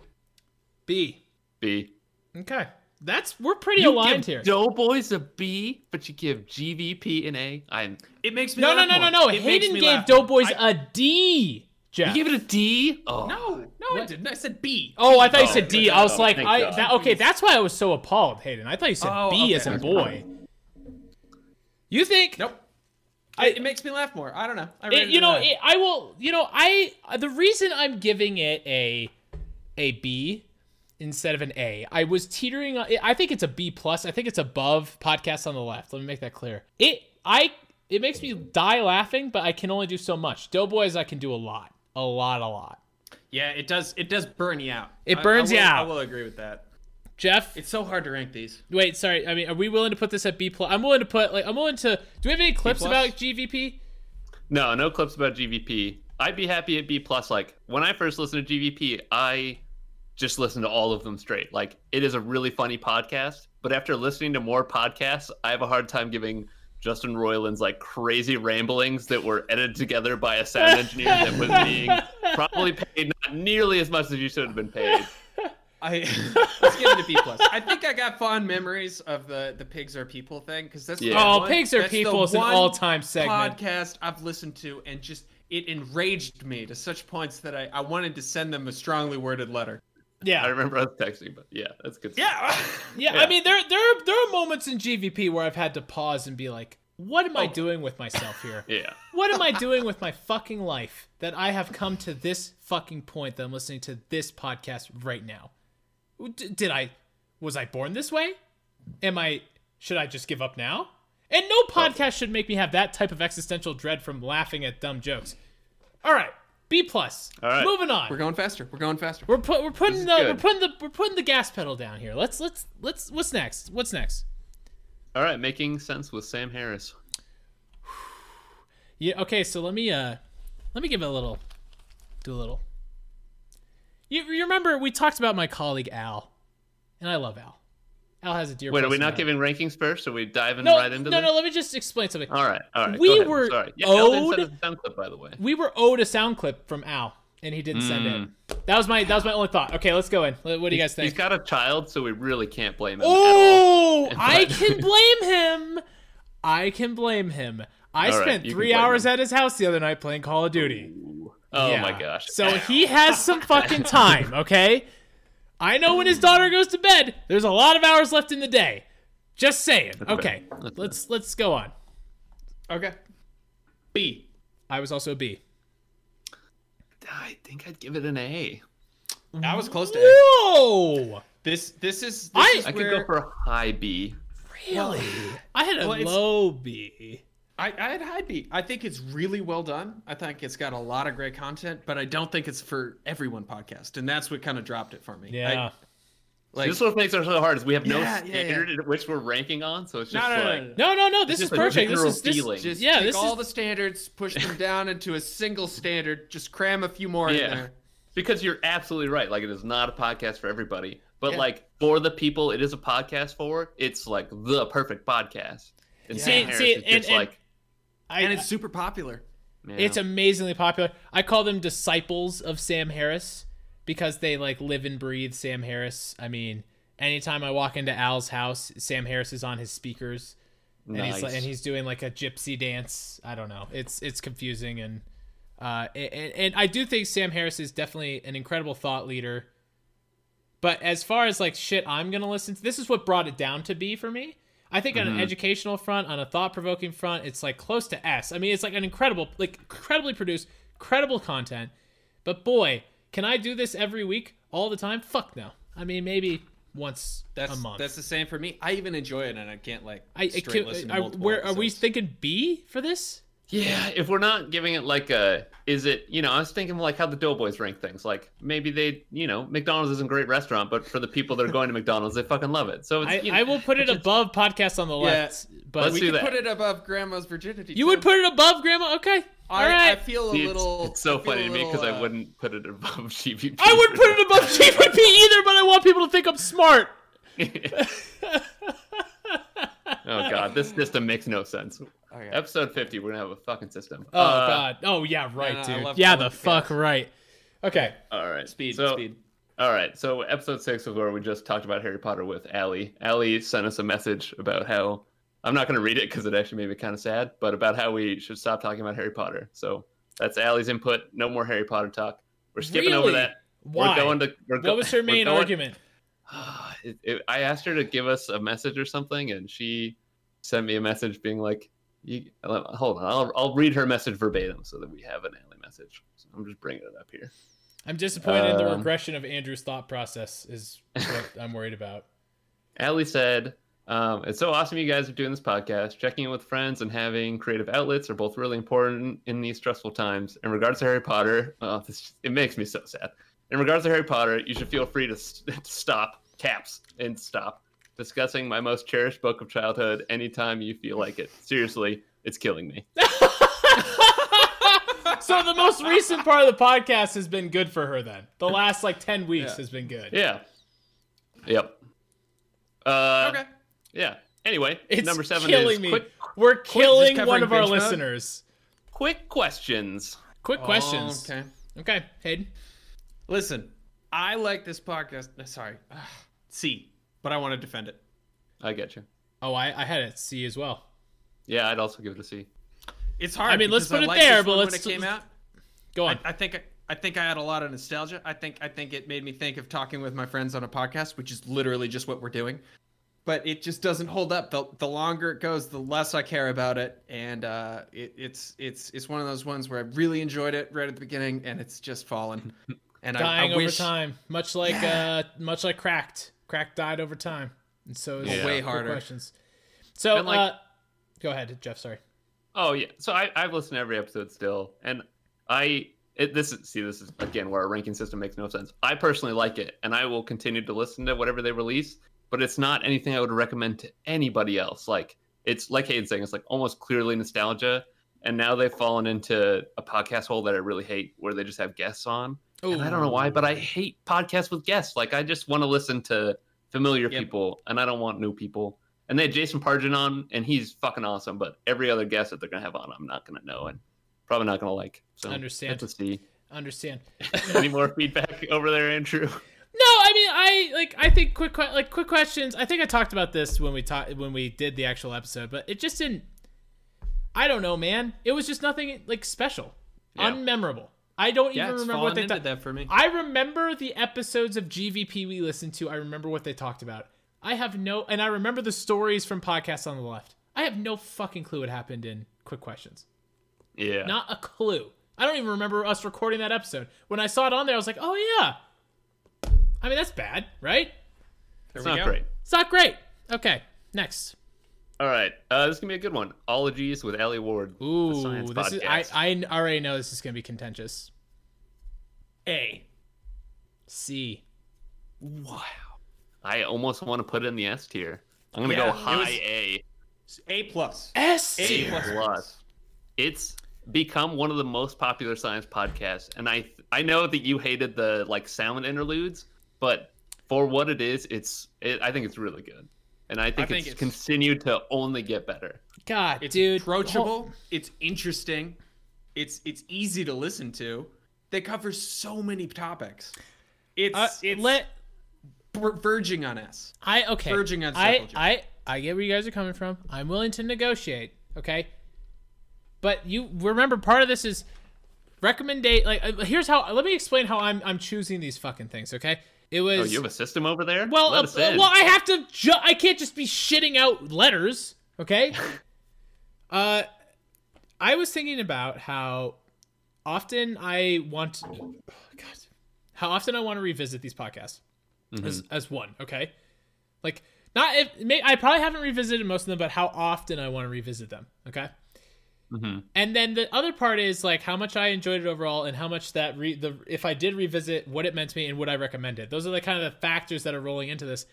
A: B.
B: B.
A: Okay. That's we're pretty aligned
B: give
A: here.
B: Doughboys a B, but you give GVP an A. I'm.
C: It makes me
A: No, no,
C: laugh
A: no, no,
C: more.
A: no.
C: It makes
A: Hayden
C: me
A: gave
C: laugh more.
A: Doughboys
C: I-
A: a D. Jeff.
B: You give it a D? Oh,
C: No, no, I
A: What?
C: didn't. I said B.
A: Oh, I thought you
B: Oh,
A: said D.
B: thank
A: I was
B: God.
A: like,
B: Thank
A: I
B: God.
A: that, okay. That's why I was so appalled, Hayden. I thought you said
C: Oh,
A: B
C: okay.
A: as a boy. You think?
C: Nope.
A: I-
C: it makes me laugh more. I don't know. I
A: It-
C: rated
A: you know,
C: high.
A: it, I will. You know, I the reason I'm giving it a a B instead of an A. I was teetering. on- I think it's a B plus. I think it's above podcasts on the left. Let me make that clear. It I it makes me die laughing, but I can only do so much. Doughboys, I can do a lot, a lot, a lot.
C: yeah, it does. It does burn you out.
A: It
C: I-
A: burns
C: I,
A: you
C: will-
A: out.
C: I will agree with that.
A: Jeff,
C: It's so hard to rank these.
A: wait, sorry. I mean, are we willing to put this at B plus? I'm willing to put like I'm willing to. Do we have any clips
C: plus?
A: about GVP?
B: No, no clips about GVP. I'd be happy at B plus. Like when I first listened to GVP, I just listened to all of them straight. Like it is a really funny podcast. But after listening to more podcasts, I have a hard time giving Justin Roiland's like crazy ramblings that were edited together by a sound engineer that was being probably paid not nearly as much as you should have been paid.
C: I let's give it a B plus. I think I got fond memories of the the pigs are people thing because that's the
B: Yeah.
A: Oh,
C: one-
A: pigs are
C: that's the
A: people is an
C: one
A: all-time segment.
C: podcast I've listened to and just it enraged me to such points that I, I wanted to send them a strongly worded letter.
A: Yeah,
B: I remember I was texting, but yeah, that's good. stuff.
C: Yeah,
A: Yeah, I
B: Yeah.
A: mean there there are, there are moments in GVP where I've had to pause and be like, what am I doing with myself here?
B: Oh. yeah.
A: what am I doing with my fucking life that I have come to this fucking point that I'm listening to this podcast right now? D- did I was I born this way? Am I should I just give up now? And no podcast should make me have that type of existential dread from laughing at dumb jokes. All right, B plus.
B: All right.
A: Moving on.
C: we're going faster. We're going faster.
A: We're put, we're putting
B: is
A: the we're
B: good.
A: putting the we're putting the gas pedal down here. Let's let's let's what's next? What's next?
B: All right, making sense with Sam Harris.
A: Yeah. Okay. So let me uh, let me give it a little, do a little. You, you remember we talked about my colleague Al, and I love Al. Al has a dear.
B: Wait, are
A: place
B: we
A: in my
B: not
A: heart.
B: giving rankings first? Are we diving
A: No,
B: right into
A: no,
B: this?
A: no. Let me just explain something.
B: All right, all right.
A: We
B: go ahead.
A: were
B: sorry. Yeah, Elden
A: owed-
B: sent us a sound clip, by the way.
A: We were owed a sound clip from Al, and he didn't send it. That was my that was my only thought. Okay, let's go in. What do you guys
B: Mm. He's
A: think?
B: got a child, so we really can't blame him.
A: Oh,
B: at all.
A: I can blame him. I can blame him. I
B: All right,
A: spent
B: you can
A: three
B: blame
A: hours
B: him.
A: at his house the other night playing Call of Duty.
B: Oh
A: Yeah.
B: my gosh.
A: So he has some fucking time, okay? I know when his daughter goes to bed, there's a lot of hours left in the day. Just saying. Okay.
B: fair. That's
A: Let's let's go on.
C: Okay. B.
A: I was also a B.
B: I think I'd give it an A.
C: I was close to A.
A: Whoa!
C: This this is this
A: I-
C: is
B: I could
C: where
B: go for a high B.
A: Really? I had a
C: Well, it's-
A: low B.
C: I, I had high B. I think it's really well done. I think it's got a lot of great content, but I don't think it's for everyone podcast, and that's what kind of dropped it for me.
A: Yeah.
C: I- like
B: this is what makes it so hard is we have no
C: Yeah, yeah, yeah.
B: standard at which we're ranking on, so it's
C: no,
B: just
C: no, no,
B: like
C: no, no.
A: no, no, no. This is
B: just a
A: perfect. This
B: general
A: is this,
B: feeling.
C: just
A: yeah.
C: take
A: This
C: all
A: is
C: the standards, push them down into a single standard, just cram a few more in
B: Yeah.
C: there.
B: because you're absolutely right. Like it is not a podcast for everybody. But
C: Yeah.
B: like for the people it is a podcast for, it's like the perfect podcast. And
A: Yeah.
B: Sam
A: See-
B: Harris
A: see,
B: is
A: and-
B: just
A: and-
B: like
A: I,
C: and it's super popular.
B: man,
A: It's amazingly popular. I call them disciples of Sam Harris because they like live and breathe Sam Harris. I mean, anytime I walk into Al's house, Sam Harris is on his speakers and he's like, and he's doing like a gypsy dance. I don't know. It's it's confusing and uh and, and I do think Sam Harris is definitely an incredible thought leader. But as far as like shit I'm going to listen to, this is what brought it down to be for me. I think on an
B: Mhm.
A: educational front, on a thought-provoking front, it's like close to S. I mean, it's like an incredible like incredibly produced, credible content. But boy, can I do this every week all the time? Fuck no. I mean, maybe once
C: That's
A: a month.
C: that's the same for me. I even enjoy it, and I can't like
A: I, I
C: straight
A: can't,
C: listen to
A: are,
C: multiple
A: where, are we
C: episodes.
A: thinking B for this?
B: Yeah, if we're not giving it like a is it you know, I was thinking like how the Doughboys rank things. Like maybe they you know, McDonald's isn't a great restaurant, but for the people that are going to McDonald's they fucking love it. So it's
A: I,
B: you
A: I will put it above podcast on the
C: Yeah,
A: left, but
B: let's
C: We
B: do
C: could
B: that.
C: put it above Grandma's virginity.
A: you would
C: too.
A: put it above Grandma. Okay, all
C: I, I
A: right.
C: feel a
B: See, it's-
C: little.
B: It's, so
C: I feel a
B: funny to me because
C: little,
B: I
C: uh,
B: wouldn't put it above GVP.
A: I, wouldn't put it above GVP either, but I want people to think I'm smart.
B: above. oh god, this system makes no sense.
C: okay.
B: Episode fifty, we're gonna have a fucking system.
A: Oh
B: Uh,
A: god. Oh yeah, right,
C: no, I
A: dude.
C: love-
A: yeah,
C: I
A: the
C: love
A: fuck
C: podcasts.
A: right. Okay.
B: All right,
C: Speed,
B: So,
C: speed.
B: All right, so episode six was where we just talked about Harry Potter with Allie. Allie sent us a message about how I'm not gonna read it because it actually made me kind of sad, but about how we should stop talking about Harry Potter. So that's Allie's input. No more Harry Potter talk. We're skipping over
A: Really?
B: that.
A: Why?
B: We're going to. We're go-
A: what was her
B: we're
A: main
B: going-
A: argument?
B: it, it, I asked her to give us a message or something, and she sent me a message being like, you, "Hold on, I'll, I'll read her message verbatim so that we have an alley message." So I'm just bringing it up here.
A: I'm disappointed in the
B: Um,
A: regression of Andrew's thought process is what I'm worried about.
B: Allie said, um, "It's so awesome you guys are doing this podcast. Checking in with friends and having creative outlets are both really important in these stressful times. In regards to Harry Potter, oh, this, it makes me so sad. In regards to Harry Potter, you should feel free to s- stop caps and stop discussing my most cherished book of childhood anytime you feel like it. Seriously, it's killing me.
A: so the most recent part of the podcast has been good for her then. The last like 10 weeks
C: Yeah.
A: has been good.
B: Yeah. Yep. Uh,
C: okay.
B: Yeah. Anyway,
A: It's
B: number seven
A: killing
B: is
A: me.
B: quick,
A: We're killing one
C: covering
A: of our
C: binge mode?
A: listeners.
B: quick questions.
A: Quick questions.
C: Okay.
A: Okay, Hayden.
C: Listen, I like this podcast. no, Sorry, C, but I want to defend it.
B: I get you.
A: Oh, I, I had it C as well.
B: Yeah, I'd also give it a C.
C: It's hard.
A: I mean, let's
C: because
A: put it
C: liked this
A: there, but
C: one when
A: let's-
C: it came out.
A: Go on.
C: I, I think I think I had a lot of nostalgia. I think I think it made me think of talking with my friends on a podcast, which is literally just what we're doing. But it just doesn't hold up. The, the longer it goes, the less I care about it, and uh, it, it's it's it's one of those ones where I really enjoyed it right at the beginning, and it's just fallen. And I-
A: Dying
C: I,
A: over
C: wish
A: time, much like
C: Yeah.
A: uh, much like cracked. Cracked died over time, and so is
B: Yeah.
C: Way
A: Quick
C: harder.
A: questions. So,
B: And, like-
A: uh, go ahead, Jeff. Sorry.
B: Oh yeah, so I, I've listened to every episode still, and I it, this is see this is again where our ranking system makes no sense. I personally like it, and I will continue to listen to whatever they release, but it's not anything I would recommend to anybody else. Like it's like Hayden's saying, it's like almost clearly nostalgia, and now they've fallen into a podcast hole that I really hate, where they just have guests on, and I don't know why, but I hate podcasts with guests. Like I just want to listen to familiar
C: Yep.
B: people, and I don't want new people. And they had Jason Pargin on, and he's fucking awesome. But every other guest that they're gonna have on, I'm not gonna know, and probably not gonna like. So
A: Understand.
B: Let's see.
A: Understand?
B: Any more feedback over there, Andrew?
A: No, I mean, I like. I think quick, que- like quick questions. I think I talked about this when we talked when we did the actual episode, but it just didn't. I don't know, man. It was just nothing like special,
B: Yeah.
A: unmemorable. I don't
C: Yeah,
A: even
C: it's
A: remember what
C: fallen
A: they
C: into
A: did.
C: that for me.
A: I remember the episodes of GVP we listened to. I remember what they talked about. I have no, and I remember the stories from podcasts on the left. I have no fucking clue what happened in Quick Questions.
B: Yeah.
A: Not a clue. I don't even remember us recording that episode. When I saw it on there, I was like, oh yeah. I mean, that's bad, right?
C: There
B: it's
C: we
B: not
C: go.
B: great.
A: It's not great. Okay, next.
B: All right, uh, this is gonna be a good one. Ologies with Ellie Ward. the
A: Ooh,
B: science
A: this is, I,
B: podcast.
A: I already know this is going to be contentious. A. C.
B: wow. I almost want to put in the S tier. I'm gonna
C: Yeah,
B: go
C: it
B: high
C: was-
B: A.
C: A plus.
A: S.
C: A
A: tier.
C: plus.
B: plus. It's become one of the most popular science podcasts, and I I know that you hated the like sound interludes, but for what it is, it's it, I think it's really good, and I think,
C: think
B: it's,
C: it's-
B: continued to only get better.
A: God,
C: It's
A: dude.
C: approachable. It's interesting. It's it's easy to listen to. They cover so many topics. It's
A: Uh,
C: it's
A: let
C: ver- verging on us.
A: I okay.
C: Verging on
A: I,
C: sepulture.
A: I I get where you guys are coming from. I'm willing to negotiate. Okay, but you remember part of this is recommendate. Like uh, here's how. Let me explain how I'm I'm choosing these fucking things. Okay, it was
B: Oh, you have a system over there?
A: well,
B: Let
A: uh,
B: us in.
A: well, I have to. Ju- I can't just be shitting out letters, okay? uh, I was thinking about how often I want, oh, God, how often I want to revisit these podcasts
B: Mm-hmm.
A: as as one, okay? Like, not if may, I probably haven't revisited most of them, but how often I want to revisit them, okay?
B: Mhm.
A: And then the other part is like how much I enjoyed it overall, and how much that re- the if I did revisit what it meant to me and would I recommend it. Those are the kind of the factors that are rolling into this.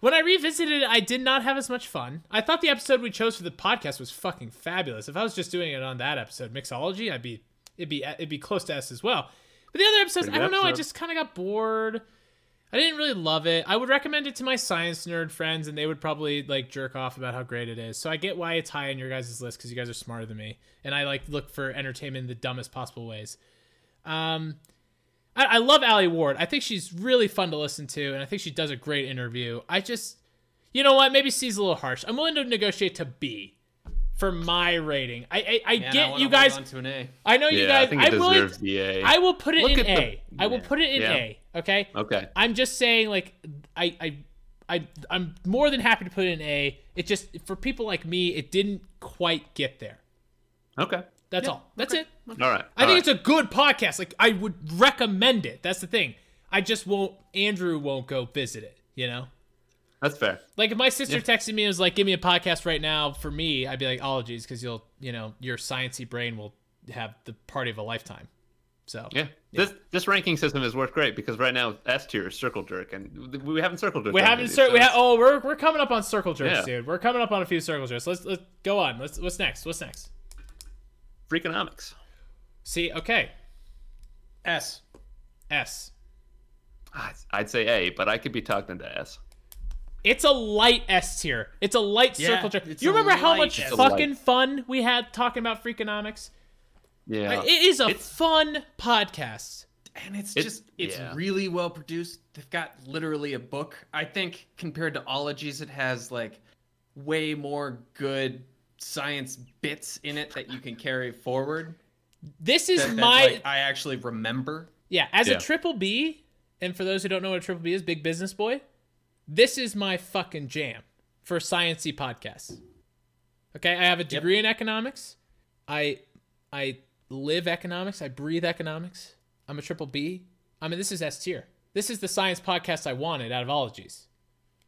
A: When I revisited it, I did not have as much fun. I thought the episode we chose for the podcast was fucking fabulous. If I was just doing it on that episode, mixology, I'd be it'd be it'd be close to S as well. But the other episodes,
B: Pretty
A: I don't know. I
B: episode.
A: just kind of got bored. I didn't really love it. I would recommend it to my science nerd friends, and they would probably like jerk off about how great it is. So I get why it's high on your guys' list because you guys are smarter than me, and I like look for entertainment in the dumbest possible ways. Um, I, I love Allie Ward. I think she's really fun to listen to, and I think she does a great interview. I just, you know what? Maybe C's a little harsh. I'm willing to negotiate to B for my rating. I I, I
C: Man, I
A: get
C: wanna
A: you
C: hold
A: guys.
C: on to an A.
A: I know you
B: yeah,
A: guys.
B: I think it
A: I'm willing-
B: deserves the A.
A: I will put it
B: Look
A: in
B: at the-
A: A. I will put it in
B: Yeah.
A: A. Okay.
B: Okay.
A: I'm just saying, like, I, I, I, I'm more than happy to put in A. It just for people like me, it didn't quite get there.
B: Okay.
A: That's all. That's it.
B: All right.
A: I think it's a good podcast. Like, I would recommend it. That's the thing. I just won't. Andrew won't go visit it. You know.
B: that's fair.
A: Like if my sister texted me and was like, "Give me a podcast right now," for me, I'd be like, "Ologies," because you'll, you know, your sciency brain will have the party of a lifetime. So
B: Yeah. This this ranking system has worked great because right now S tier is Circle Jerk, and we haven't Circle Jerk.
A: We haven't cir- we ha- oh we're we're coming up on circle jerks,
B: Yeah.
A: dude. We're coming up on a few circle jerks. Let's let's go on. Let's what's next? What's next?
B: Freakonomics.
A: See, okay.
C: S.
A: S.
B: I'd- I'd say A, but I could be talked into S.
A: It's a light S tier. It's a light
C: Yeah,
A: circle jerk.
C: it's
A: You
C: a
A: remember how
C: light
A: much
C: S.
B: It's a light.
A: fucking fun we had talking about Freakonomics?
B: Yeah.
A: It is a
B: It's-
A: fun podcast.
C: and it's,
B: It-
C: just it's
B: yeah.
C: really well produced they've got literally a book i think compared to ologies it has like way more good science bits in it that you can carry forward
A: This is
C: that, that,
A: my
C: like, i actually remember
A: Yeah, as
B: Yeah.
A: a triple B, and for those who don't know what a triple B is, big business boy, this is my fucking jam for sciency podcasts. Okay, I have a degree in economics. I I live economics. I breathe economics. I'm a triple B. I mean, this is S tier. This is the science podcast I wanted out of ologies.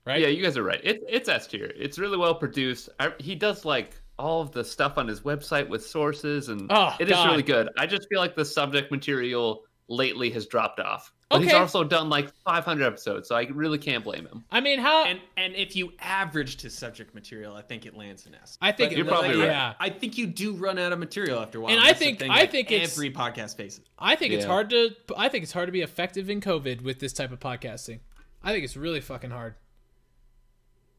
A: Right?
B: Yeah, you guys are right. It, it's S tier. It's really well produced. I, he does like all of the stuff on his website with sources, and
A: Oh,
B: it is
A: God.
B: really good. I just feel like the subject material lately has dropped off. But he's
A: Okay.
B: also done like 500 episodes, so I really can't blame him.
A: I mean, how?
C: and and if you averaged his subject material i think it lands in s
A: I think
C: But
A: it
B: You're probably
A: yeah.
B: right.
C: I think you do run out of material after a while.
A: And I
C: That's the
A: think-
C: thing
A: I
C: that
A: think it's-
C: every podcast faces.
A: I think it's
B: Yeah.
A: hard to. I think it's hard to be effective in COVID with this type of podcasting. I think it's really fucking hard.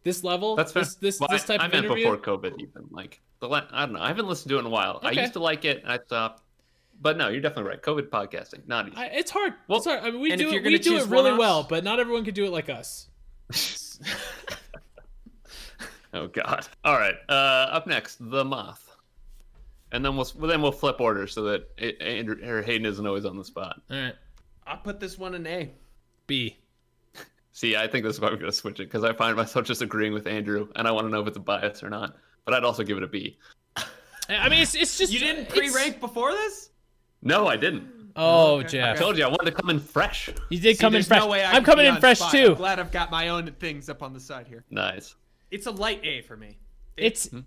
A: This level,
B: That's fair.
A: this this,
B: Well,
A: this type
B: I,
A: of
B: I meant
A: interview.
B: before COVID, even like the la- I don't know. I haven't listened to it in a while.
A: Okay.
B: I used to like it, and I stopped. But no, you're definitely right. COVID podcasting, not easy.
A: I, it's hard.
B: Well,
A: it's hard. I mean, we
C: and if
A: do
C: you're
A: it,
C: gonna
A: we do
C: choose
A: it really
C: one-offs-
A: well, but not everyone can do it like us.
B: Oh God! All right. Uh, up next, the moth, and then we'll well, then we'll flip order so that A- Andrew or Hayden isn't always on the spot.
A: All right,
C: I put this one in A.
A: B.
B: See, I think this is why we're gonna switch it because I find myself just agreeing with Andrew, and I want to know if it's a bias or not. But I'd also give it a B.
A: I I mean, it's it's just
C: You didn't
A: it's-
C: pre-rank before this?
B: No, I didn't.
A: Oh,
C: Okay,
A: Jeff,
B: I told you I wanted to come in fresh.
A: you did
C: See,
A: come in
C: there's
A: fresh.
C: no way I
A: I'm
C: could
A: coming
C: be
A: in
C: on
A: fresh
C: spot. I'm
A: too.
C: glad I've got my own things up on the side here.
B: Nice.
C: It's a light A for me.
A: It's
B: Hmm?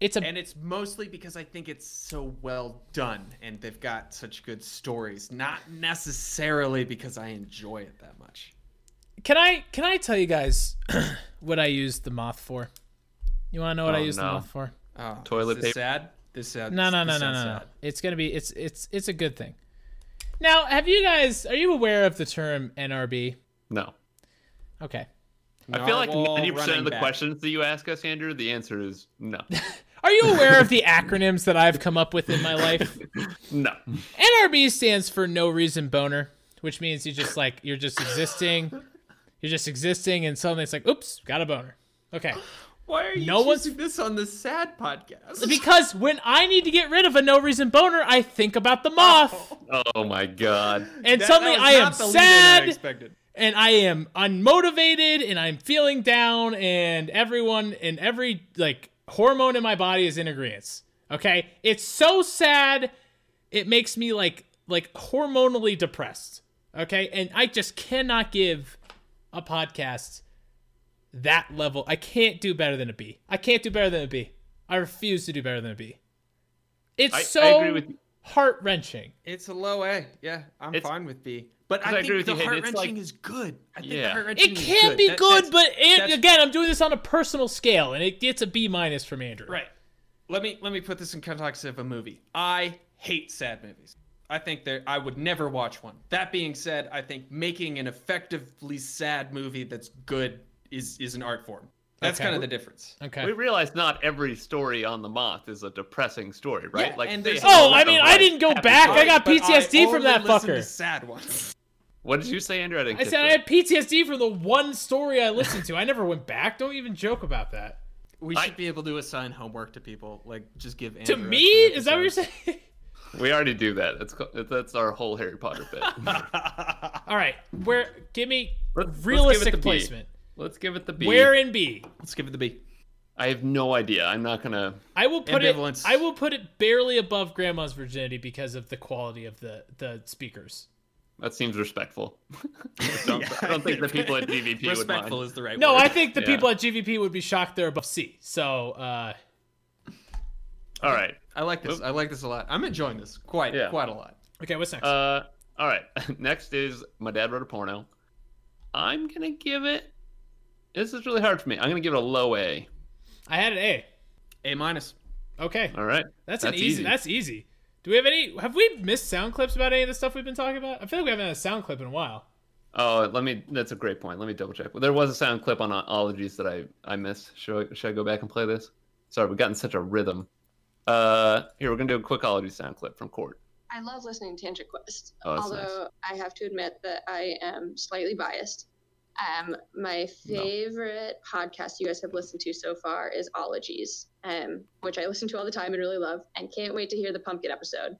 A: it's a
C: and it's mostly because I think it's so well done and they've got such good stories. Not necessarily because I enjoy it that much.
A: Can I can I tell you guys what I used the moth for? You want to know what I
B: Oh,
A: used the
B: no.
A: moth for?
C: Oh,
B: Toilet
C: is this
B: paper.
C: Sad. This sad.
A: No, no, no,
C: this
A: no,
C: sounds
A: no, no.
C: sad.
A: It's gonna be it's it's it's a good thing. Now, have you guys are you aware of the term NRB?
B: No.
A: Okay.
B: I feel like
C: Narwhal
B: 90% of
C: running
B: the
C: back.
B: questions that you ask us, Andrew, the answer is no.
A: Are you aware of the acronyms that I've come up with in my life?
B: no.
A: NRB stands for no reason boner, which means you just like you're just existing. You're just existing and suddenly it's like, oops, got a boner. Okay.
C: Why are you
A: No one's-
C: choosing this on the sad podcast?
A: Because when I need to get rid of a no reason boner, I think about the moth.
B: Oh my god.
A: And
C: That-
A: suddenly
C: that was
A: I am
C: not the lead in I
A: sad
C: expected.
A: and I am unmotivated and I'm feeling down and everyone and every like hormone in my body is in agreement. Okay? It's so sad it makes me like like hormonally depressed. Okay? And I just cannot give a podcast that level. I can't do better than a B. I can't do better than a B. I refuse to do better than a B. It's
B: I- I
A: so
B: agree with you.
A: heart wrenching.
C: It's a low A. Yeah, I'm
B: It's-
C: fine with B. But
B: I
C: I,
B: agree with
C: think the
B: you, Hayden.
C: heart
B: It's
C: wrenching
B: like-
C: is good. I think
B: Yeah.
C: the heart wrenching
A: It can be good, but and,
C: that's-
A: again, I'm doing this on a personal scale, and it gets a B minus from Andrew.
C: right. Let me let me put this in context of a movie. I hate sad movies. I think that I would never watch one. That being said, I think making an effectively sad movie that's good is is an art form. That's
A: Okay.
C: kind of the difference.
A: Okay.
B: We realize not every story on the moth is a depressing story, right?
C: Yeah,
B: like
C: and
B: they
C: there's-
B: have a
A: oh,
B: lot
A: I
B: of,
A: mean, I
B: like,
A: didn't go
B: happy
A: back. I
B: stories.
A: got
C: But
A: PTSD
C: I
A: from that
C: only listen to
A: fucker.
C: sad ones.
B: What did you say, Andrew? I didn't
A: I
B: catch
A: said I
B: that.
A: had PTSD from the one story I listened to. I never went back. Don't even joke about that.
C: We
B: I-
C: should be able to assign homework to people. Like, just give
A: To
C: Andrew
A: me,
C: extra
A: is that what you're
C: episodes.
A: saying?
B: We already do that. That's co- that's our whole Harry Potter bit.
A: All right, where give me
B: Let's- let's give
A: realistic
B: it the B.
A: placement.
B: Let's give it the B.
A: Where in B?
C: Let's give it the B.
B: I have no idea. I'm not gonna.
A: I will put
C: Ambivalence.
A: it. I will put it barely above Grandma's Virginity because of the quality of the the speakers.
B: That seems respectful. I don't, I don't think the people at DVP would mind.
C: Respectful is the right
A: No,
C: word.
A: I think the
B: Yeah.
A: people at GVP would be shocked they're above C. So, uh,
B: All right.
C: I like this. I like this a lot. I'm enjoying this quite
B: Yeah.
C: quite a lot.
A: okay, what's next?
B: Uh, all right. Next is my dad wrote a porno. I'm gonna give it. This is really hard for me. I'm gonna give it a low A.
A: I had an A.
C: A minus.
A: Okay,
B: All right.
A: that's, an easy, That's easy. Do we have any? Have we missed sound clips about any of the stuff we've been talking about? I feel like we haven't had a sound clip in a while.
B: Oh, let me. That's a great point. Let me double check. Well, there was a sound clip on Ologies that I I missed. Should I, should I go back and play this? Sorry, we got in such a rhythm. Uh, here we're gonna do a quick Ology sound clip from Court.
G: I love listening to Tantric Quest,
B: Oh, that's nice.
G: although I have to admit that I am slightly biased. Um, my favorite podcast you guys have listened to so far is Ologies, um, which I listen to all the time and really love, and can't wait to hear the pumpkin episode.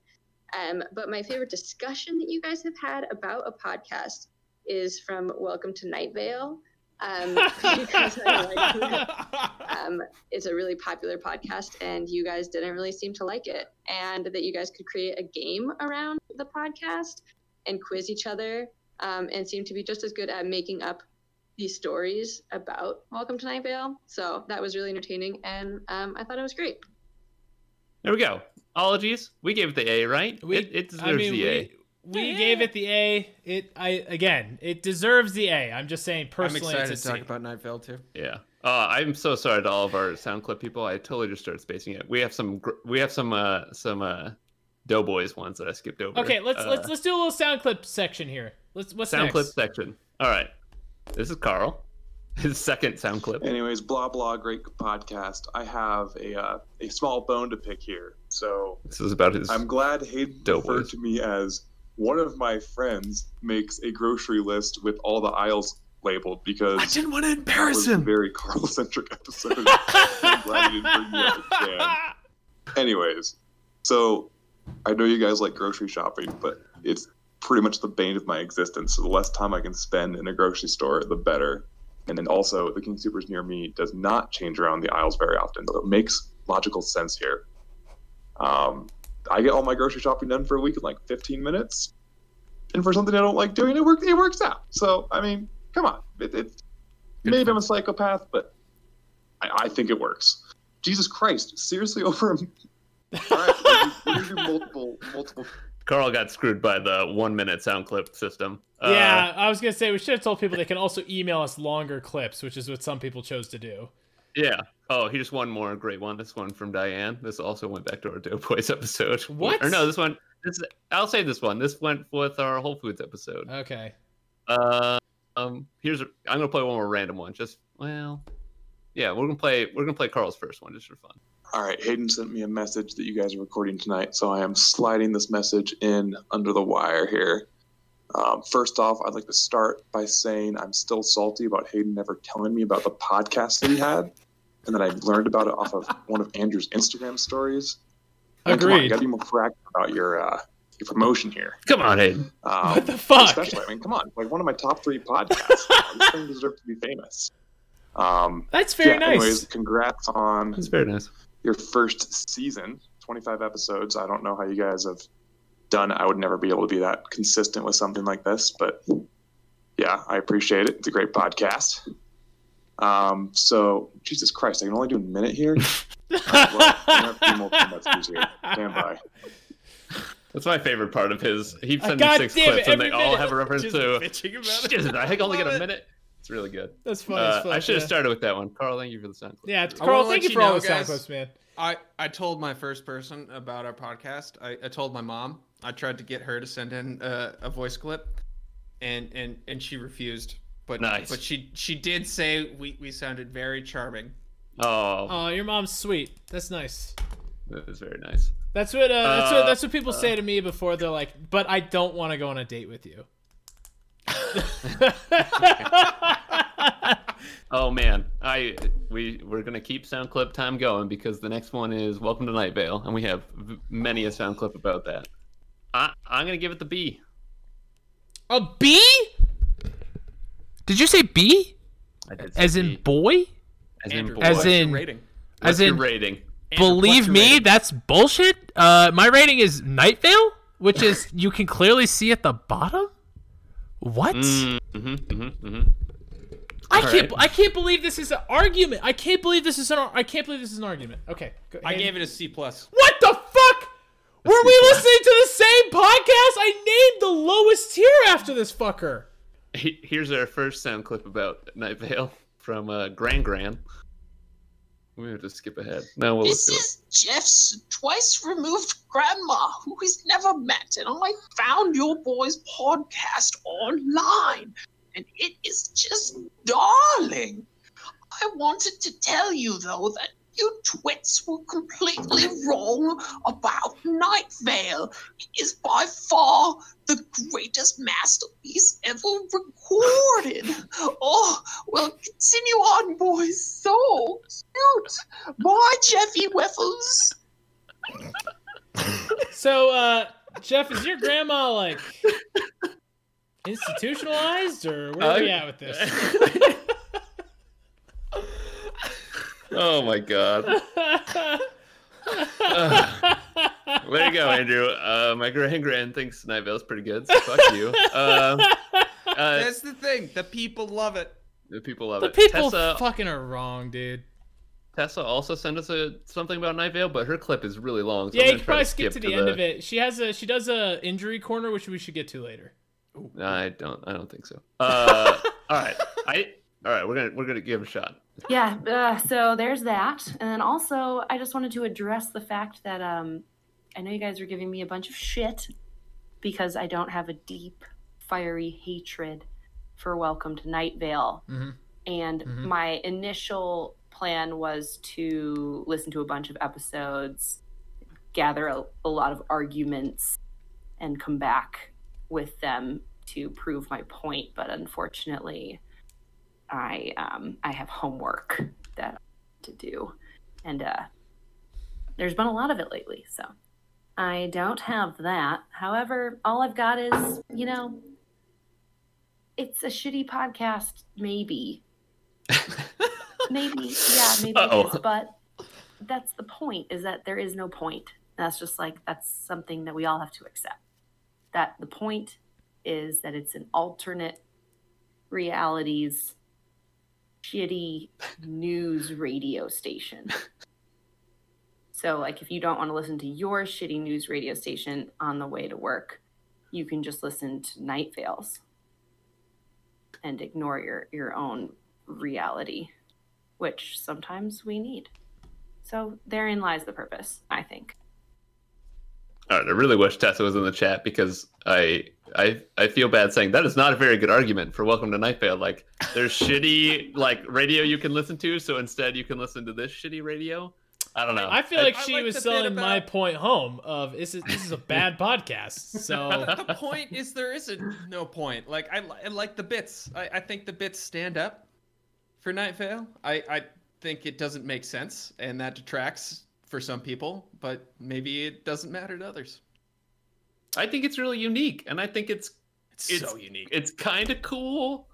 G: Um, but my favorite discussion that you guys have had about a podcast is from Welcome to Night Vale. Um, because I like that um, it's a really popular podcast and you guys didn't really seem to like it and that you guys could create a game around the podcast and quiz each other um, and seem to be just as good at making up these stories about welcome to night vale so that was really entertaining and um, i thought it was great
B: There we go. Ologies. We gave it the A, right? it, it deserves the A.
A: we, we gave it the A. It I again, it deserves the A. I'm just saying personally,
C: I'm excited
A: it's
C: to
A: a
C: talk
A: C.
C: about Night Vale too.
B: Yeah. Uh, I'm so sorry to all of our sound clip people. I totally just started spacing it. We have some. gr- We have some. Uh, some. Uh, Doughboys ones that I skipped over.
A: Okay, let's
B: Uh,
A: let's let's do a little sound clip section here. Let's what's
B: sound
A: next?
B: clip section. All right. This is Carl. His second sound clip.
F: Anyways, blah blah, great podcast. I have a uh, a small bone to pick here. So
B: This is about his.
F: I'm glad Hayden
B: Dope
F: referred
B: words.
F: to me as one of my friends makes a grocery list with all the aisles labeled because
C: want to
F: that was a very Carl centric episode. I'm glad you didn't bring me up again. Anyways, so I know you guys like grocery shopping, but it's pretty much the bane of my existence. So the less time I can spend in a grocery store, the better. And then also, the King Supers near me does not change around the aisles very often, so it makes logical sense here. Um, I get all my grocery shopping done for a week in like 15 minutes, and for something I don't like doing, it works. It works out. So I mean, come on, it, it, maybe I'm a psychopath, but I, I think it works. Jesus Christ, seriously, over a all right, we're gonna do multiple, multiple.
B: Carl got screwed by the one minute sound clip system. Uh,
A: Yeah, I was gonna say we should have told people they can also email us longer clips, which is what some people chose to do.
B: Yeah. Oh, here's one more great one. This one from Diane. This also went back to our Doughboys episode.
A: What?
B: Or no, this one. This I'll say this one. This went with our Whole Foods episode.
A: Okay.
B: Uh, Um, here's a, I'm gonna play one more random one. Just well, yeah, we're gonna play we're gonna play Carl's first one just for fun.
F: All right, Hayden sent me a message that you guys are recording tonight, so I am sliding this message in under the wire here. Um, first off, I'd like to start by saying I'm still salty about Hayden never telling me about the podcast that he had, and that I learned about it off of one of Andrew's Instagram stories. Man, Come on, you
A: Agreed.
F: gotta be more proactive about your uh, your promotion here.
B: Come on, Hayden.
F: Um,
A: What the fuck?
F: Especially, I mean, come on, like one of my top three podcasts. this thing deserves to be famous. Um,
A: That's very
F: yeah,
A: nice.
F: Anyways, congrats on
B: That's very nice.
F: your first season, 25 episodes. I don't know how you guys have done. it. I would never be able to be that consistent with something like this, but yeah, I appreciate it. It's a great podcast. Um, so Jesus Christ, I can only do a minute here. Well, I'm gonna have to do multiple messages here. Stand by.
B: That's my favorite part of his. He
A: Ah,
B: sends me
A: God
B: six
A: damn it,
B: clips, and
A: every
B: they all
A: minute.
B: have a reference
C: Just
B: to.
C: bitching about it.
B: Shit, I think I only got
C: Love
B: a
C: it.
B: minute. It's really good.
A: That's funny
B: Uh,
A: as fuck.
B: I should have
A: yeah.
B: started with that one. Carl, thank you for the sound. clip.
A: Yeah,
B: Really
A: Carl,
C: wanna
A: thank
C: let
A: you
C: you
A: for all
C: know,
A: the sound
C: guys.
A: clips, man.
C: I, I told my first person about our podcast. I, I told my mom. I tried to get her to send in uh, a voice clip, and and and she refused. But
B: Nice.
C: But she she did say we we sounded very charming.
B: good. Oh,
A: Oh, your mom's sweet. That's nice.
B: that was very nice.
A: That's what uh, that's what
B: Uh,
A: that's what people say to me before they're like, "But I don't want to go on a date with you."
B: Oh man, I we we're gonna keep sound clip time going because the next one is Welcome to Night Vale, and we have v- many a sound clip about that. I I'm gonna give it the B.
A: a B? Did you say B?
B: I did say
A: As
B: B.
A: in boy?
B: as
C: Andrew,
B: in
A: As
B: boy.
C: what's your
A: in-
C: rating.
B: What's
A: as in-
B: your rating.
C: Andrew, what's
A: Believe
C: your
A: me,
C: rating?
A: that's bullshit. Uh, my rating is Night Vale, which is you can clearly see at the bottom. What?
C: Mm,
B: Mm-hmm, mm-hmm, mm-hmm.
A: I
B: all
A: can't.
B: right.
A: I can't believe this is an argument. I can't believe this is an. ar- I can't believe this is an argument. Okay. Go,
C: I gave it a C plus.
A: What the fuck? Were we listening to the same podcast? I named the lowest tier after this fucker.
B: He- Here's our first sound clip about Night Vale from uh, Gran Gran. We have to skip ahead. No, we'll
H: This
B: do it.
H: is Jeff's twice removed grandma who he's never met, and I found your boy's podcast online, and it is just darling. I wanted to tell you though that you twits were completely wrong about Night Vale. It is by far the greatest masterpiece ever recorded. Oh, well, continue on, boys. So cute. Bye, Jeffy Wiffles.
A: So, uh, Jeff, is your grandma like institutionalized, or where are we
B: Uh,
A: at with this?
B: Oh my god. Way to go, Andrew. Uh, my grand grand thinks Night Vale's pretty good, so fuck you. Um, uh,
C: That's the thing. The people love it.
B: the people love
A: The
B: it.
A: people
B: Tessa,
A: fucking are wrong, dude.
B: Tessa also sent us a something about Night Vale, but her clip is really long. So
A: yeah,
B: I'm
A: you
B: gonna
A: can
B: try
A: probably
B: to
A: skip, to the, end of it. She has a she does a injury corner, which we should get to later.
B: I don't. I don't think so. Uh, all right. I. All right. We're gonna we're gonna give it a shot.
I: yeah uh, so there's that and then also i just wanted to address the fact that um i know you guys are giving me a bunch of shit because i don't have a deep fiery hatred for welcome to night vale
E: Mm-hmm.
A: Mhm.
I: and
A: Mhm.
I: my initial plan was to listen to a bunch of episodes gather a, a lot of arguments and come back with them to prove my point but unfortunately I um, I have homework that I need to do, and uh, there's been a lot of it lately, so I don't have that. However, all I've got is you know, it's a shitty podcast, maybe, maybe, yeah, maybe it
B: Uh-oh.
I: is, but that's the point. Is that there is no point. That's just like that's something that we all have to accept. That the point is that it's an alternate realities shitty news radio station. So, like, if you don't want to listen to your shitty news radio station on the way to work, you can just listen to Night Vales and ignore your, your own reality, which sometimes we need. So, therein lies the purpose, I think.
B: All right. I really wish Tessa was in the chat because I I I feel bad saying that is not a very good argument for Welcome to Night Vale. Like there's shitty like radio you can listen to, so instead you can listen to this shitty radio. I don't know.
A: I feel like she
C: like
A: was
C: the bit
A: selling my
C: about-
A: point home of this is this is a bad podcast. So
C: the point is there isn't no point. Like I, li- I like the bits. I, I think the bits stand up for Night Vale. I, I think it doesn't make sense, and that detracts for some people, but maybe it doesn't matter to others.
B: I think it's really unique, and I think it's
C: It's,
B: It's-
C: so unique.
B: it's kind of cool.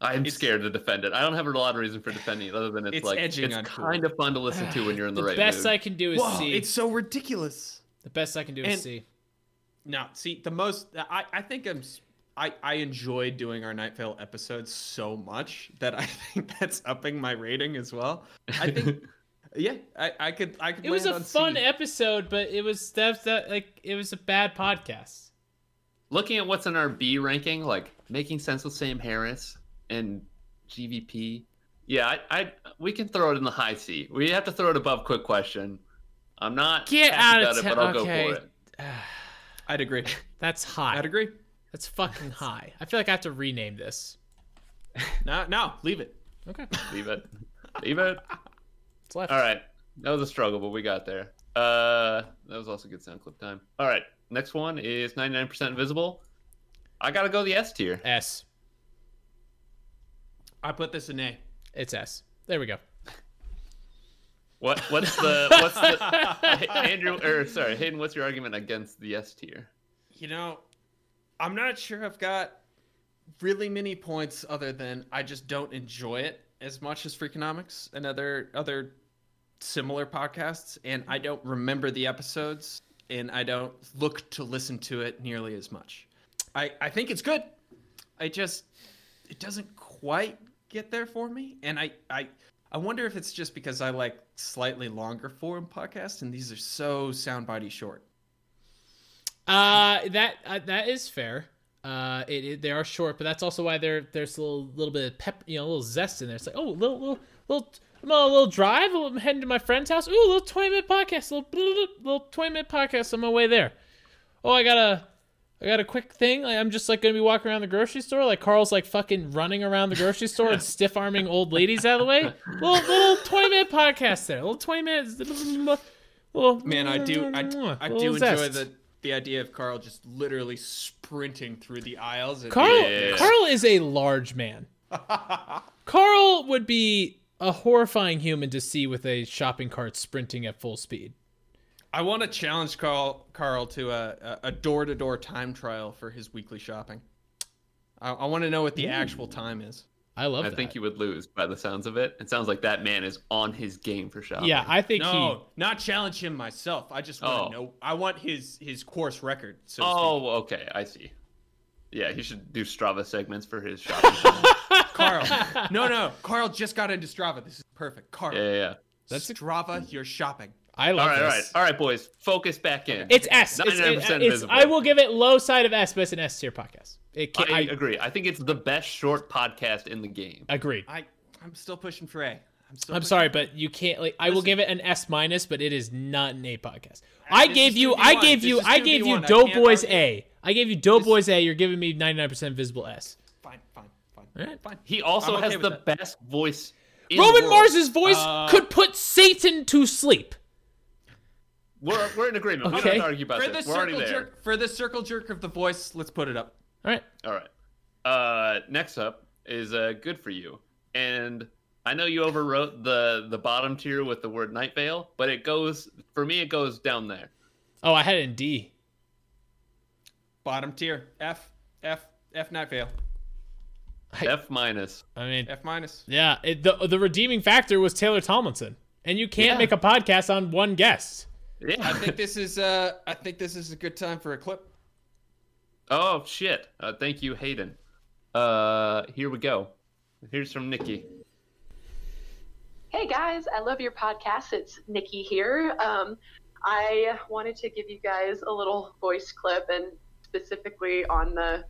B: I'm
C: It's-
B: scared to defend it. I don't have a lot of reason for defending it other than it's,
C: It's
B: like
C: edging
B: it's
C: on cool.
B: kind of fun to listen to when you're in the,
A: the
B: right
A: best
B: mood.
A: I can do is
C: Whoa,
A: see.
C: it's so ridiculous.
A: The best I can do
C: And-
A: is see.
C: No, see the most. I, I think I'm. s- I, I enjoy doing our Night Vale episodes so much that I think that's upping my rating as well. I think, yeah, I, I could I could.
A: It was
C: land
A: a
C: on
A: fun
C: C.
A: episode, but it was that, that like it was a bad podcast.
B: Looking at what's in our B ranking, like making sense with Sam Harris and GVP. Yeah, I, I we can throw it in the high C. We have to throw it above. Quick question. I'm not
A: Get
B: happy
A: out of
B: about it,
A: town.
B: but I'll
A: Okay.
B: go for it.
C: I'd agree.
A: That's
C: I'd
A: high.
C: agree.
A: That's fucking high. I feel like I have to rename this.
C: No, no, leave it.
A: Okay,
B: Leave it. Leave it.
A: it's left.
B: All right. That was a struggle, but we got there. Uh, that was also good sound clip time. All right. Next one is 99% invisible. I got to go the S tier.
A: S.
C: I put this in A.
A: It's S. There we go.
B: What what's the what's the Andrew or sorry, Hayden, what's your argument against the S tier?
C: You know, I'm not sure I've got really many points other than I just don't enjoy it as much as Freakonomics and other other similar podcasts, and I don't remember the episodes, and I don't look to listen to it nearly as much. I I think it's good. I just it doesn't quite get there for me, and I I. I wonder if it's just because I like slightly longer form podcasts, and these are so soundbitey short.
A: Uh, that uh, that is fair. Uh, it, it- they are short, but that's also why there there's a little little bit of pep, you know, a little zest in there. It's like oh, little little little. I'm on a little drive. I'm heading to my friend's house. Ooh, little twenty minute podcast. Little blah, blah, blah, little twenty minute podcast on my way there. Oh, I got a I got a quick thing. Like, I'm just like gonna be walking around the grocery store. Like Carl's like fucking running around the grocery store and stiff arming old ladies out of the way. Little little twenty minute podcast there. Little twenty minutes. Little,
C: Man, I do,
A: Mm-hmm.
C: I, I
A: little
C: do enjoy
A: zest.
C: the the idea of Carl just literally sprinting through the aisles. And
A: Carl
B: Yeah.
A: Carl is a large man. Carl would be a horrifying human to see with a shopping cart sprinting at full speed.
C: I want to challenge Carl Carl to a a door to door time trial for his weekly shopping. I, I want to know what the actual time is.
A: I love
B: I
A: that.
B: think you would lose by the sounds of it. It sounds like that man is on his game for shopping.
A: yeah, I think
C: No, not challenge him myself. I just want to
B: Oh.
C: know. I want his his course record. So to speak.
B: Oh, okay. I see. Yeah, he should do Strava segments for his shopping.
C: Carl, no, no, Carl just got into Strava. This is perfect. Carl,
B: yeah, yeah, yeah.
A: That's a-
C: Strava, you're shopping.
A: he. I
B: All
A: love
B: right, all right,
A: this.
B: all right, boys. Focus back in.
A: It's S. It's,
B: 99%
A: it's- it's-
B: visible.
A: I will give it low side of S, but it's an S tier podcast. It
B: I,
A: can, I,
B: agree. I think it's the best short podcast in the game.
A: agreed.
C: I I'm still pushing for A. I'm still.
A: I'm
C: pushing
A: sorry, but you can't. Like, I will give it an S minus, but it is not an A podcast. I
C: This
A: gave
C: is
A: you,
C: 2v1.
A: I gave
C: This
A: you,
C: is
A: I gave you
C: 2v1. I can't
A: Doughboys
C: argue.
A: A. I gave you Doughboys A. You're giving me 99% visible S.
C: Fine, fine, fine,
A: Alright.
C: fine.
B: He also
C: I'm okay
B: has
C: with
B: the
C: that.
B: best voice. In
A: Roman
B: the world.
A: Mars's voice
C: Uh,
A: could put Satan to sleep.
B: We're, we're in agreement. We don't
A: Okay.
B: have to argue about
C: For the
B: this. We're already
C: circle
B: there.
C: jerk, for the circle jerk of the voice, let's put it up.
A: All right.
B: All right. Uh, next up is uh, good for you, and I know you overwrote the the bottom tier with the word night veil, but it goes for me. It goes down there.
A: Oh, I had it in D.
C: Bottom tier, F, F, F night veil,
A: I-
B: F minus.
A: I mean,
C: F minus.
A: yeah. It, the the redeeming factor was Taylor Tomlinson, and you can't make a podcast on one guest.
B: Yeah.
C: I think this is uh, I think this is a good time for a clip.
B: oh shit. Uh, thank you, Hayden. Uh, here we go. Here's from Nikki.
J: Hey guys, I love your podcast. It's Nikki here. Um, I wanted to give you guys a little voice clip and specifically on the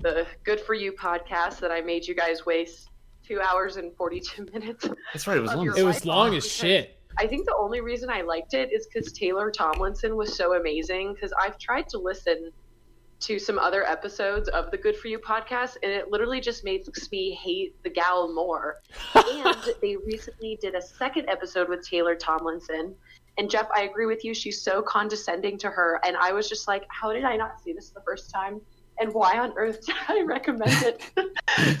J: the Good for You podcast that I made you guys waste two hours and forty two minutes.
B: That's right. It was
J: Of
B: long.
J: your
B: as-
A: It was long as shit.
J: I think the only reason I liked it is because Taylor Tomlinson was so amazing. Because I've tried to listen to some other episodes of the Good For You podcast, and it literally just makes me hate the gal more. and they recently did a second episode with Taylor Tomlinson. And Jeff, I agree with you. She's so condescending to her. And I was just like, how did I not see this the first time? And why on earth did I recommend it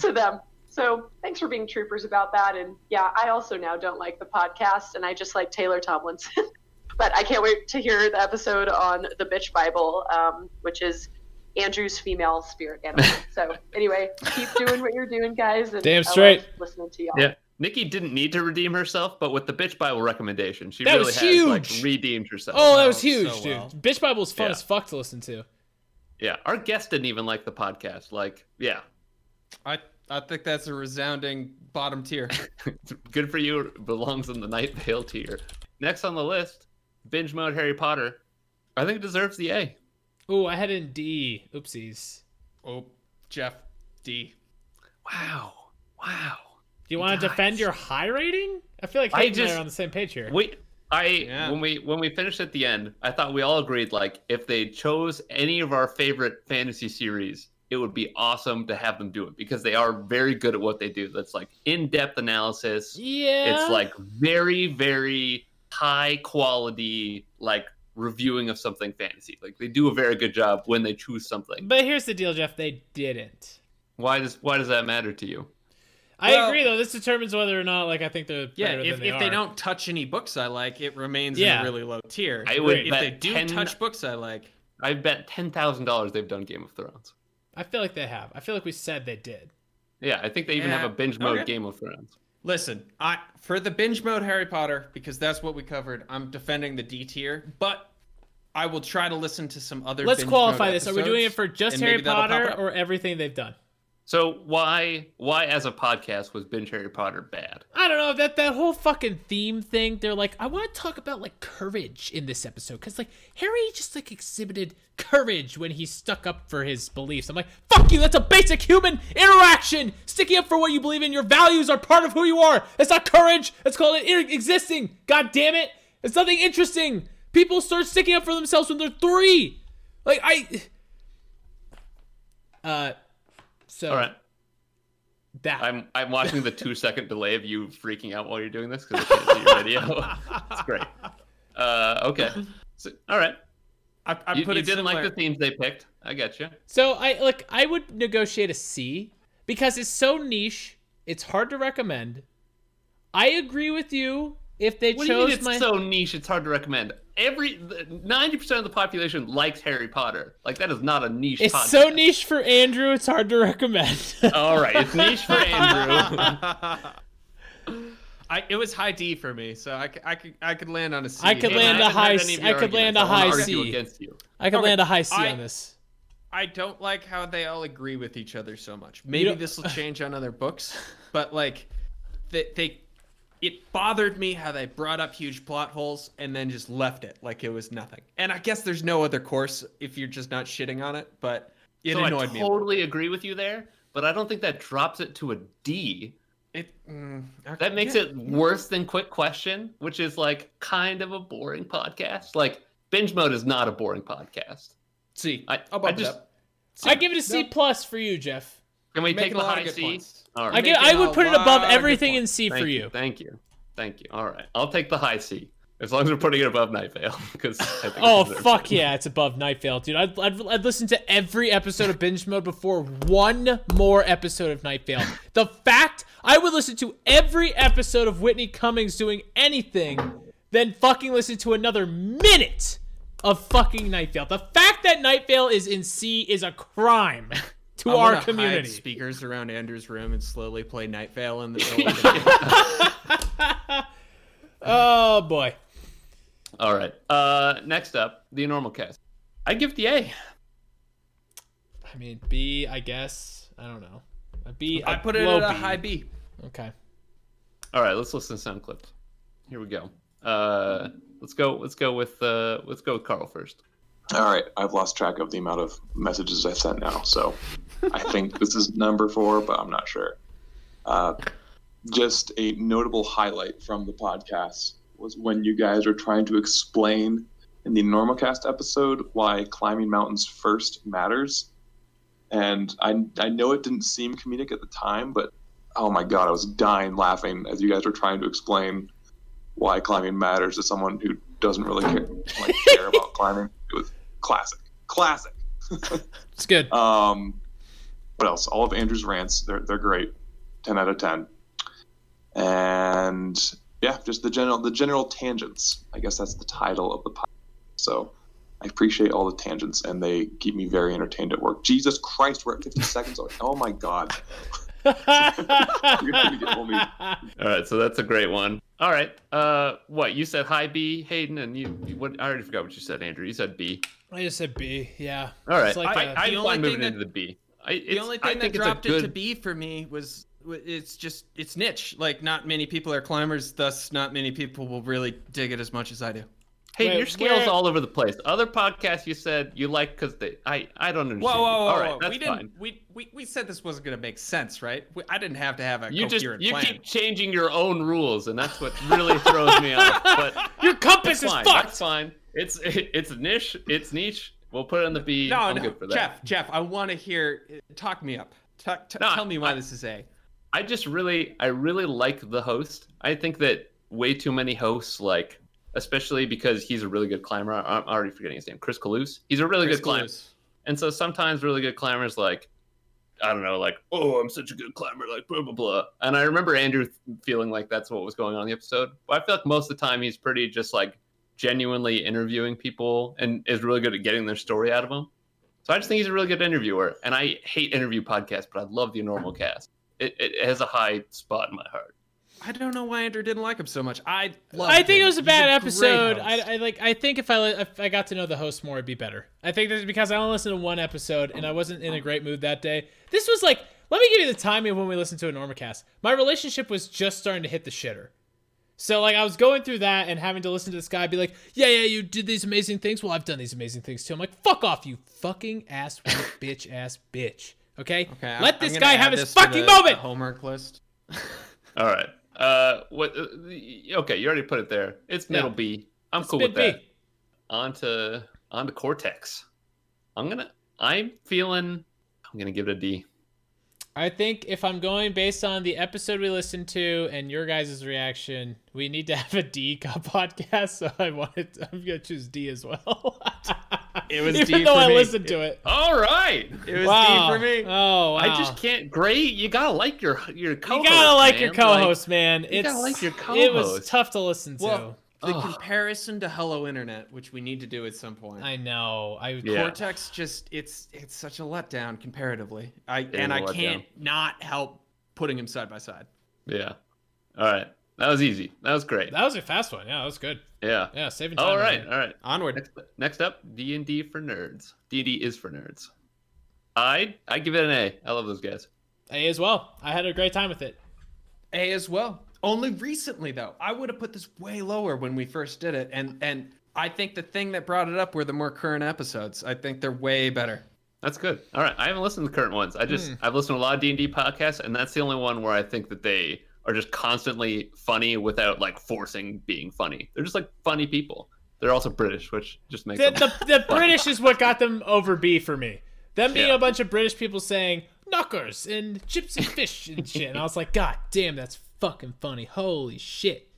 J: to them? So thanks for being troopers about that. And yeah, I also now don't like the podcast, and I just like Taylor Tomlinson. but I can't wait to hear the episode on the Bitch Bible, um, which is Andrew's female spirit animal. so anyway, keep doing what you're doing, guys. And
A: Damn
J: I love
A: straight.
J: listening to y'all.
B: Yeah. Nikki didn't need to redeem herself, but with the bitch Bible recommendation, she
A: That
B: really
A: was
B: has
A: huge.
B: like redeemed herself.
A: Oh, that was
C: so
A: huge, dude.
C: well.
A: Bitch Bible's fun
B: Yeah.
A: as fuck to listen to.
B: Yeah. Our guest didn't even like the podcast. Like, yeah.
C: I I think that's a resounding bottom tier.
B: Good for you belongs in the Night Vale tier. Next on the list, binge mode Harry Potter. I think it deserves the A.
A: Ooh, I had it in D. Oopsies.
C: Oh, Jeff D.
B: Wow. Wow.
A: Do you want to
B: Guys.
A: defend your high rating? I feel like
B: I
A: Hayden and I
B: just-
A: are on the same page here.
B: Wait, I
C: Yeah.
B: when we when we finished at the end, I thought we all agreed like if they chose any of our favorite fantasy series, it would be awesome to have them do it because they are very good at what they do. That's like in-depth analysis.
A: yeah.
B: It's like very very high quality like reviewing of something fantasy. Like they do a very good job when they choose something.
A: But here's the deal, Jeff. They didn't.
B: Why does why does that matter to you?
A: I
C: Well-
A: agree, though. This determines whether or not, like, I think they're
C: Yeah,
A: better
C: if,
A: than they
C: if they
A: are.
C: don't touch any books I like, it remains in
A: Yeah.
C: a really low tier.
B: I
A: Great.
B: would
C: if
B: bet
C: they do
B: 10
C: touch books I like,
B: I bet ten thousand dollars they've done Game of Thrones.
A: I feel like they have. I feel like we said they did.
B: Yeah, I think they even
C: Yeah,
B: have a binge mode
C: okay.
B: Game of Thrones.
C: Listen, I for the binge mode Harry Potter because that's what we covered. I'm defending the D tier, but I will try to listen to some other.
A: Let's
C: binge
A: qualify
C: mode
A: this. Are we
C: episodes,
A: doing it for just
C: and
A: Harry
C: maybe that'll pop
A: Potter
C: up.
A: or everything they've done?
B: So why why as a podcast was binge Harry Potter bad?
A: I don't know that that whole fucking theme thing. They're like, I want to talk about like courage in this episode because like Harry just like exhibited courage when he stuck up for his beliefs. I'm like, fuck you. That's a basic human interaction. Sticking up for what you believe in. Your values are part of who you are. That's not courage. That's called it inter- existing. God damn it. It's nothing interesting. People start sticking up for themselves when they're three. Like I. Uh, so
B: All right,
A: that
B: I'm I'm watching the two second delay of you freaking out while you're doing this because I can't see your video. it's great. Uh, okay, so, all right.
C: I, I
B: you
C: put
B: you
C: it
B: didn't like
C: similar.
B: the themes they picked. I got you.
A: So I like I would negotiate a C because it's so niche, it's hard to recommend. I agree with you if they
B: What do you
A: chose
B: mean it's
A: my
B: so niche? It's hard to recommend. Every ninety percent of the population likes Harry Potter. Like that is not a niche.
A: It's
B: podcast.
A: so niche for Andrew, it's hard to recommend.
B: All right, it's niche for Andrew.
C: I, it was high D for me, so I, c- I could I could land on a C.
A: I could
B: And
A: land
B: I
A: a
B: haven't
A: high
B: heard any
A: C-
B: of your
A: I could land a
B: arguments. I wanna
A: high
B: argue
A: C.
B: Against you.
A: I could
C: Okay,
A: land a high C
C: I-
A: on this.
C: I don't like how they all agree with each other so much. Maybe
A: don't-
C: this will change on other books, but like, they, they, it bothered me how they brought up huge plot holes and then just left it like it was nothing. And I guess there's no other course if you're just not shitting on it, but it
B: so
C: annoyed
B: I
C: me. a little.
B: totally agree with you there, but I don't think that drops it to a D.
C: It mm, okay,
B: That makes
C: yeah.
B: it worse than Quick Question, which is like kind of a boring podcast. Like Binge Mode is not a boring podcast.
C: C.
B: I,
C: I'll
B: I
C: bump it
B: just
C: up.
A: I give it a C plus for you, Jeff.
B: can we
C: You're
B: take
C: making
B: the
C: a lot
B: high
C: of good
B: C?
C: points.
B: All
A: I
B: right,
A: give I
C: making
A: would
C: a
A: put it
C: lot
A: above
C: of good
A: everything in
C: points.
A: C
B: thank
A: for you.
B: Thank you, thank you. All right, I'll take the high C as long as we're putting it above Night Vale because
A: Oh fuck yeah, it's above Night Vale, dude. I'd, I'd, I'd listened to every episode of Binge Mode before one more episode of Night Vale. The fact I would listen to every episode of Whitney Cummings doing anything, then fucking listen to another minute of fucking Night Vale. The fact that Night Vale is in C is a crime to
C: I wanna
A: our
C: hide
A: community.
C: speakers around Andrew's room and slowly play Night Vale in the middle. of the night.
A: Oh boy.
B: All right, uh, next up the normal cast. I give the A.
A: I mean B, I guess. I don't know.
C: Uh,
A: A B.
C: I put it
A: low
C: at a
A: B.
C: high B.
A: Okay.
B: All right, let's listen to some clips. Here we go. Uh, let's go. Let's go with uh, let's go with Carl first.
F: All right, I've lost track of the amount of messages I've sent now, so I think this is number four, but I'm not sure. Uh, just a notable highlight from the podcast was when you guys were trying to explain in the Normalcast episode why climbing mountains first matters. And I, I know it didn't seem comedic at the time, but oh my God, I was dying laughing as you guys were trying to explain why climbing matters to someone who doesn't really care, like, care about climbing. It was classic. Classic.
A: It's good.
F: Um, what else? All of Andrew's rants, they're, they're great. 10 out of 10. And yeah, just the general the general tangents. I guess that's the title of the podcast. So I appreciate all the tangents and they keep me very entertained at work. Jesus Christ, we're at 50 seconds. already. Oh my God. You're gonna get only-
B: All right, so that's a great one. All right, uh, what you said? Hi, B Hayden, and you. you- What I already forgot what you said, Andrew. You said B.
A: I just said B. Yeah.
B: All right,
A: It's like
B: I,
A: a-
B: I, I
C: The
B: don't
C: only
B: mind
C: thing
B: moving
C: that-
B: into the B. I,
C: The
B: it's-
C: only
B: I
C: thing that
B: think it's a
C: dropped it to
B: good-
C: B for me was it's just it's niche. Like not many people are climbers, thus not many people will really dig it as much as I do.
B: Hey,
A: Wait,
B: your scale's
A: where-
B: all over the place. Other podcasts you said you like because they. I I don't understand.
C: Whoa, whoa,
B: you.
C: whoa!
B: all right,
C: whoa.
B: that's
C: we didn't.
B: fine.
C: We, we we said this wasn't gonna make sense, right? We, I didn't have to have a
B: You just
C: coherent
B: you
C: plan.
B: keep changing your own rules, and that's what really throws me off. But
A: Your
B: it's
A: compass is
B: fine.
A: fucked.
B: That's fine. It's it's niche. It's niche. We'll put it on the B.
C: No,
B: I'm
C: no,
B: good for that.
C: Jeff, Jeff, I want to hear. Talk me up. Talk, Uh, t-
B: No,
C: tell me why this is A.
B: I just really I really like the host. I think that way too many hosts like especially because he's a really good climber. I- I'm already forgetting his name. Chris Calouse. He's a really good climber. And so sometimes really good climbers like I don't know, like, oh, I'm such a good climber, like blah blah blah. And I remember Andrew th- feeling like that's what was going on in the episode. But I feel like most of the time he's pretty just like genuinely interviewing people and is really good at getting their story out of them. So I just think he's a really good interviewer. And I hate interview podcasts, but I love the normal cast. It, it has a high spot in my heart.
C: I don't know why Andrew didn't like him so much. I loved
A: I think
C: him.
A: it was a
C: He's
A: bad
C: great
A: episode.
C: host.
A: I, I like. I think if I li- if I got to know the host more, it'd be better. I think that's because I only listened to one episode and I wasn't in a great mood that day. This was like. Let me give you the timing of when we listened to a Normacast. My relationship was just starting to hit the shitter. So like I was going through that and having to listen to this guy be like, "Yeah, yeah, you did these amazing things. Well, I've done these amazing things too." I'm like, "Fuck off, you fucking ass white bitch ass bitch." Okay?
C: Okay, I'm-
A: Let
C: I'm
A: this
C: gonna
A: guy
C: add
A: have his
C: this to
A: fucking
C: the-
A: moment.
C: The homework list.
B: All right. Uh, what? uh, the- Okay, you already put it there. It's
A: Yeah.
B: middle B. I'm cool
A: Big
B: with that.
A: B.
B: On to on to Cortex. I'm gonna. I'm feeling. I'm gonna give it a D.
A: I think if I'm going based on the episode we listened to and your guys' reaction, we need to have a D cup podcast. So I wanted, I'm gonna choose D as well.
C: It was
A: even
C: D
A: though
C: for
A: I
C: me.
A: listened to it.
B: All right.
C: It was
A: wow.
C: D for me.
A: Oh wow!
B: I just can't. Gray, you gotta like your your
A: you
B: co-host.
A: gotta like
B: man.
A: your co-host, man. It's
B: you gotta like your
A: it was
B: co-host.
A: tough to listen to.
C: Well, the
B: Ugh.
C: comparison to Hello Internet, which we need to do at some point.
A: I know. I
B: Yeah.
C: Cortex just it's it's such a letdown comparatively. I
B: is
C: and
B: a
C: I
B: letdown.
C: can't not help putting him side by side.
B: Like, yeah. All right. That was easy. That was great.
A: that was a fast one. Yeah, that was good.
B: Yeah.
A: Yeah, saving time.
B: All
A: right
B: right.
A: there.
B: All right.
C: Onward.
B: Next, next up, D and D for nerds. D and D is for nerds. I I give it an A. I love those guys.
A: A as well. I had a great time with it.
C: A as well. Only recently though. I would have put this way lower when we first did it and and I think the thing that brought it up were the more current episodes. I think they're way better.
B: That's good. All right, I haven't listened to the current ones. I
A: Hmm.
B: just I've listened to a lot of D and D podcasts, and that's the only one where I think that they are just constantly funny without like forcing being funny. They're just like funny people. They're also British, which just makes them-
A: the, the, the British is what got them over B for me. Them being
B: Yeah.
A: a bunch of British people saying knockers and chips and fish and shit. And I was like, God damn, that's fucking funny. Holy shit.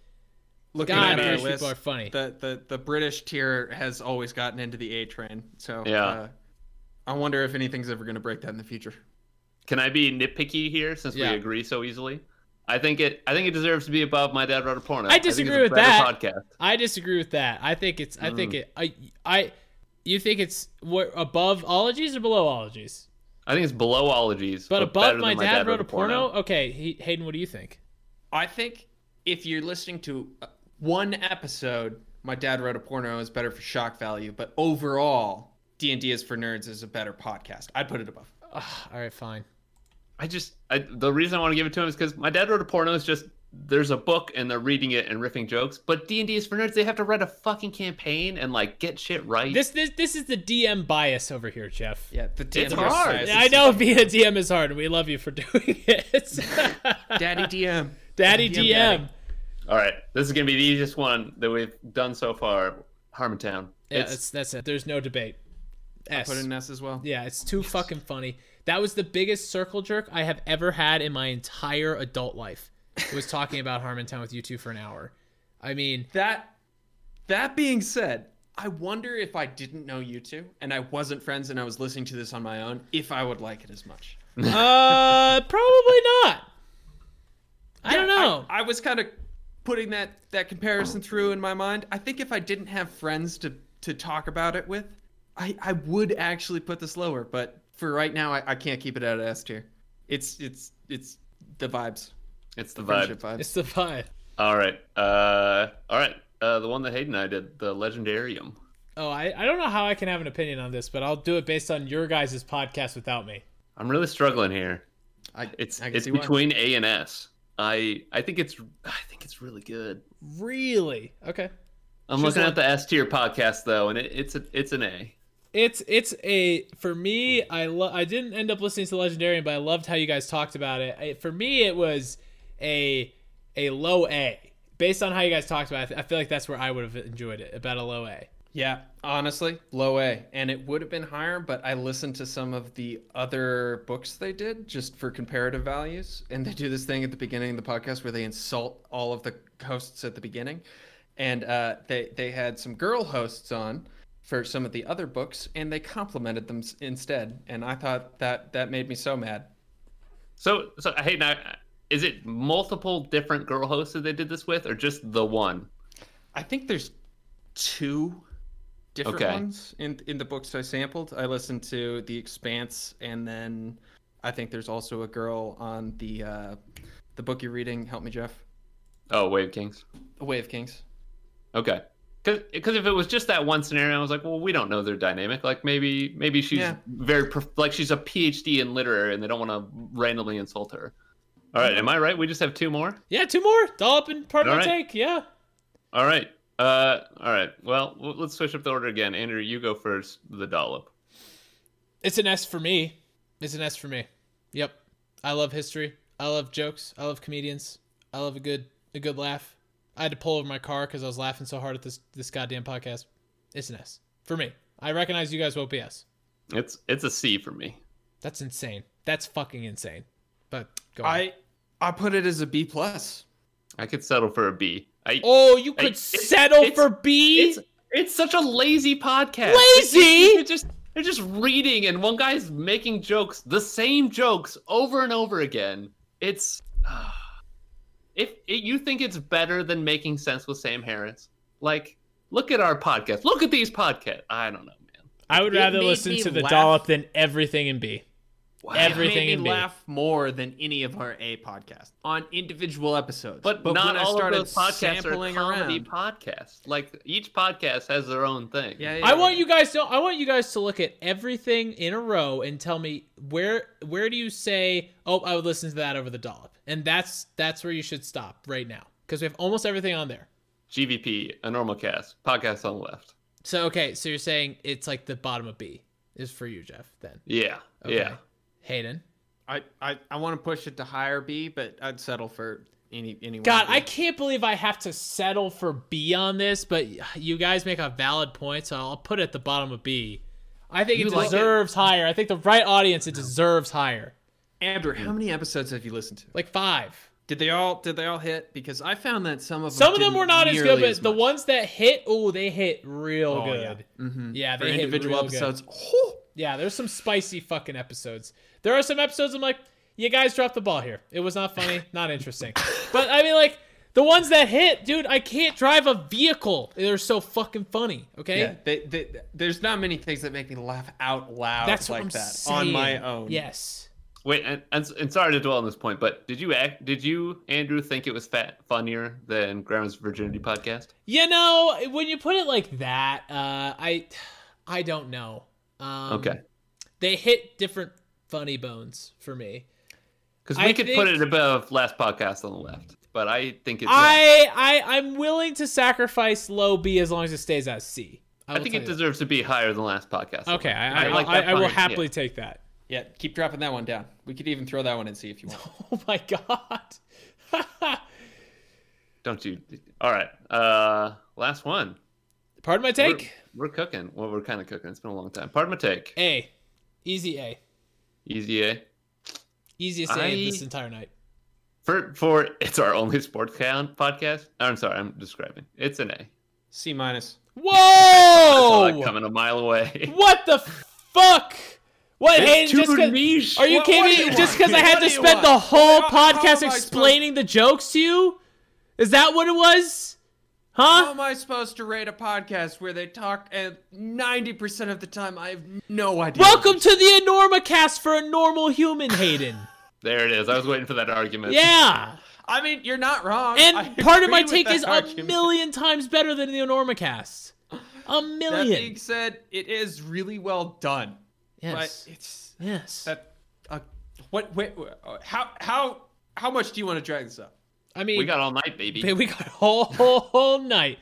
C: Looking
A: God,
C: at our
A: British
C: list,
A: people are funny.
C: The, the the British tier has always gotten into the A train. So
B: Yeah.
C: uh, I wonder if anything's ever going to break that in the future.
B: Can I be nitpicky here since
A: Yeah.
B: we agree so easily? I think it I think it deserves to be above my dad wrote a porno.
A: I
B: uh, think it's a
A: disagree with
B: better
A: that.
B: Podcast. Mm.
A: I disagree with that. I think it's, I think it, I, I, you think it's what, above ologies or below ologies?
B: I think it's below ologies,
A: But
B: better
A: above
B: than
A: my, dad, wrote a porno? Okay, he, Hayden, what do you think?
C: I think if you're listening to uh, one episode, my dad wrote a porno is better for shock value, but overall, D and D is for nerds is a better podcast. I'd put it above.
A: Ugh, all right, fine.
B: I just I, the reason I want to give it to him is because my dad wrote a porno. Is just there's a book and they're reading it and riffing jokes. But D and D is for nerds. They have to write a fucking campaign and like get shit right.
A: This, this, this is the DM bias over here, Jeff.
C: Yeah, the DM
B: It's
C: versus
B: hard.
C: size
A: Yeah,
C: is-
A: I know being a DM is hard, and we love you for doing it.
C: Daddy DM.
A: Daddy
C: DM,
A: DM.
B: All right, this is gonna be the easiest one that we've done so far. Harmontown.
A: Yeah,
B: It's-
A: that's that's it. There's no debate. S.
C: Put in an S as well.
A: Yeah, it's too fucking funny. That was the biggest circle jerk I have ever had in my entire adult life. Was talking about Harmontown with you two for an hour. I mean,
C: That that being said, I wonder if I didn't know you two and I wasn't friends and I was listening to this on my own, if I would like it as much.
A: uh, probably not. I don't
C: Yeah,
A: know.
C: I, was kind of putting that that comparison through in my mind. I think if I didn't have friends to to talk about it with, I I would actually put this lower. But for right now, I, I can't keep it out of S tier. It's it's it's the vibes,
B: It's the
C: friendship
B: vibe.
C: vibes.
A: it's the vibe.
B: All right. Uh, all right. Uh, the one that Hayden and I did, the Legendarium.
A: Oh, I, I don't know how I can have an opinion on this, but I'll do it based on your guys' podcast without me.
B: I'm really struggling here.
C: I,
B: It's
C: I can
B: it's
C: see why.
B: between A and S. I I think it's I think it's really good.
A: Really? Okay.
B: I'm
A: She's
B: looking
A: on-
B: at the S tier podcast though, and it, it's a it's an A.
A: It's it's a for me. I lo- I didn't end up listening to Legendarium, but I loved how you guys talked about it. I, for me, it was a a low A based on how you guys talked about it. I th- I feel like that's where I would have enjoyed it, about a low A.
C: Yeah, honestly, low A. And it would have been higher, but I listened to some of the other books they did just for comparative values. And they do this thing at the beginning of the podcast where they insult all of the hosts at the beginning. And uh, they, they had some girl hosts on for some of the other books and they complimented them s- instead. And I thought that that made me so mad.
B: So so Hayden, I, is it multiple different girl hosts that they did this with, or just the one?
C: I think there's two different
B: Okay.
C: ones in in the books I sampled. I listened to The Expanse, and then I think there's also a girl on the uh, the book you're reading. Help me, Jeff.
B: Oh, Wave Kings.
C: The Way of Kings.
B: Okay. Because if it was just that one scenario, I was like, well, we don't know their dynamic. Like maybe maybe she's
C: Yeah.
B: very prof- like she's a PhD in literary, and they don't want to randomly insult her. All right, am I right? We just have two more.
A: Yeah, two more dollop and part of
B: All
A: my
B: right.
A: take. Yeah.
B: All right. Uh, all right. Well, w- let's switch up the order again. Andrew, you go first. The dollop.
A: It's an S for me. It's an S for me. Yep. I love history. I love jokes. I love comedians. I love a good a good laugh. I had to pull over my car because I was laughing so hard at this this goddamn podcast. It's an S for me. I recognize you guys won't be S.
B: It's it's a C for me.
A: That's insane. That's fucking insane. But go on.
C: I I put it as a B plus.
B: I could settle for a B. I
A: oh, you could
B: it's-
A: settle
B: it's-
A: for B.
B: it's it's such a lazy podcast.
A: Lazy?
B: They're just they're just reading, and one guy's making jokes, the same jokes over and over again. It's if it, you think it's better than making sense with Sam Harris, like look at our podcast. Look at these podcasts. I don't know, man.
A: I would
C: it
A: rather
C: made
A: listen
C: me
A: to the
C: laugh.
A: dollop than everything in B.
B: Wow.
A: Everything
C: it made
A: in B.
C: me laugh more than any of our A podcasts on individual episodes.
B: But, not
C: when I
B: all
C: started
B: of those podcasts are
C: sampling
B: comedy
C: around-
B: podcasts. Like each podcast has their own thing.
C: Yeah, yeah,
A: I want
C: yeah.
A: you guys to I want you guys to look at everything in a row and tell me where where do you say, "Oh, I would listen to that over the dollop." And that's that's where you should stop right now because we have almost everything on there.
B: GVP, a normal cast, podcast on the left.
A: So okay, so you're saying it's like the bottom of B is for you, Jeff, then.
B: Yeah,
A: Okay.
B: yeah.
A: Hayden.
C: I, I, I want to push it to higher B, but I'd settle for any anyone.
A: God, I can't believe I have to settle for B on this, but you guys make a valid point, so I'll put it at the bottom of B. I think
B: You
A: it
B: like it?
A: deserves higher. I think the right audience it deserves higher.
C: Andrew, how many episodes have you listened to?
A: Like 5.
C: Did they all did they all hit? Because I found that some of them
A: Some of them were not as good, but the
C: one
A: ones that hit, oh, they hit real
C: Oh, yeah.
A: good. Yeah,
C: for
A: they hit
C: individual
A: real good.
C: episodes. whew,
A: Yeah, there's some spicy fucking episodes. There are some episodes I'm like, you guys dropped the ball here. It was not funny, not interesting. But I mean, like the ones that hit, dude, I can't drive a vehicle. They're so fucking funny. Okay.
C: yeah, they, they, there's not many things that make me laugh out loud
A: That's what
C: like
A: I'm
C: that
A: saying.
C: on my own.
A: Yes.
B: Wait, and, and, and sorry to dwell on this point, but did you act? Did you Andrew think it was fat, funnier than Grandma's Virginity podcast?
A: You know, when you put it like that, uh, I, I don't know. Um,
B: Okay.
A: They hit different funny bones for me.
B: Because
A: I
B: we could put
A: think-
B: it above last podcast on the left, but I think it's.
A: I, I, I'm willing to sacrifice low B as long as it stays as C.
B: I
A: will
B: think
A: tell
B: it
A: you that.
B: deserves to be higher than last podcast. on the
A: Okay,
B: left.
A: I, I,
B: like
A: I,
B: that
A: I will
B: funnier, yeah.
A: happily take that.
C: Yeah, keep dropping that one down. We could even throw that one in see if you want.
A: Oh my god.
B: Don't you? All right. Uh, last one.
A: Pardon my take.
B: We're, we're cooking. Well, we're kind of cooking. It's been a long time. Pardon my take.
A: A, easy A,
B: Easy A.
A: easiest A
B: I-
A: this entire night.
B: For for it's our only sports count podcast. I'm sorry, I'm describing. It's an A.
C: C minus.
B: Oh,
A: Whoa!
B: coming a mile away.
A: what the fuck? What? Hayden,
B: It's too
A: just 'cause-
B: niche.
A: are you
C: What- what
A: kidding
C: do
A: me?
C: you
A: Just
C: want?
A: because I had
C: What
A: to
C: do you
A: spend the
C: want?
A: whole
C: How- how am I
A: podcast
C: supposed-
A: explaining the jokes to you? Is that what it was? Huh?
C: How am I supposed to rate a podcast where they talk and 90% of the time I have no idea?
A: Welcome to the Enormacast for a normal human, Hayden.
B: There it is. I was waiting for that argument.
A: yeah.
C: I mean, you're not wrong. I
A: And part of my
C: agree
A: take
C: with that
A: is a
C: argument.
A: million times better than the Enormacast. A
C: That
A: million.
C: being said, it is really well done.
A: Yes.
C: But it's
A: Yes.
C: that uh, what wait, wait, uh, how how how much do you want to drag this up?
A: I mean,
B: We got all night, baby.
A: we got whole, whole, whole night.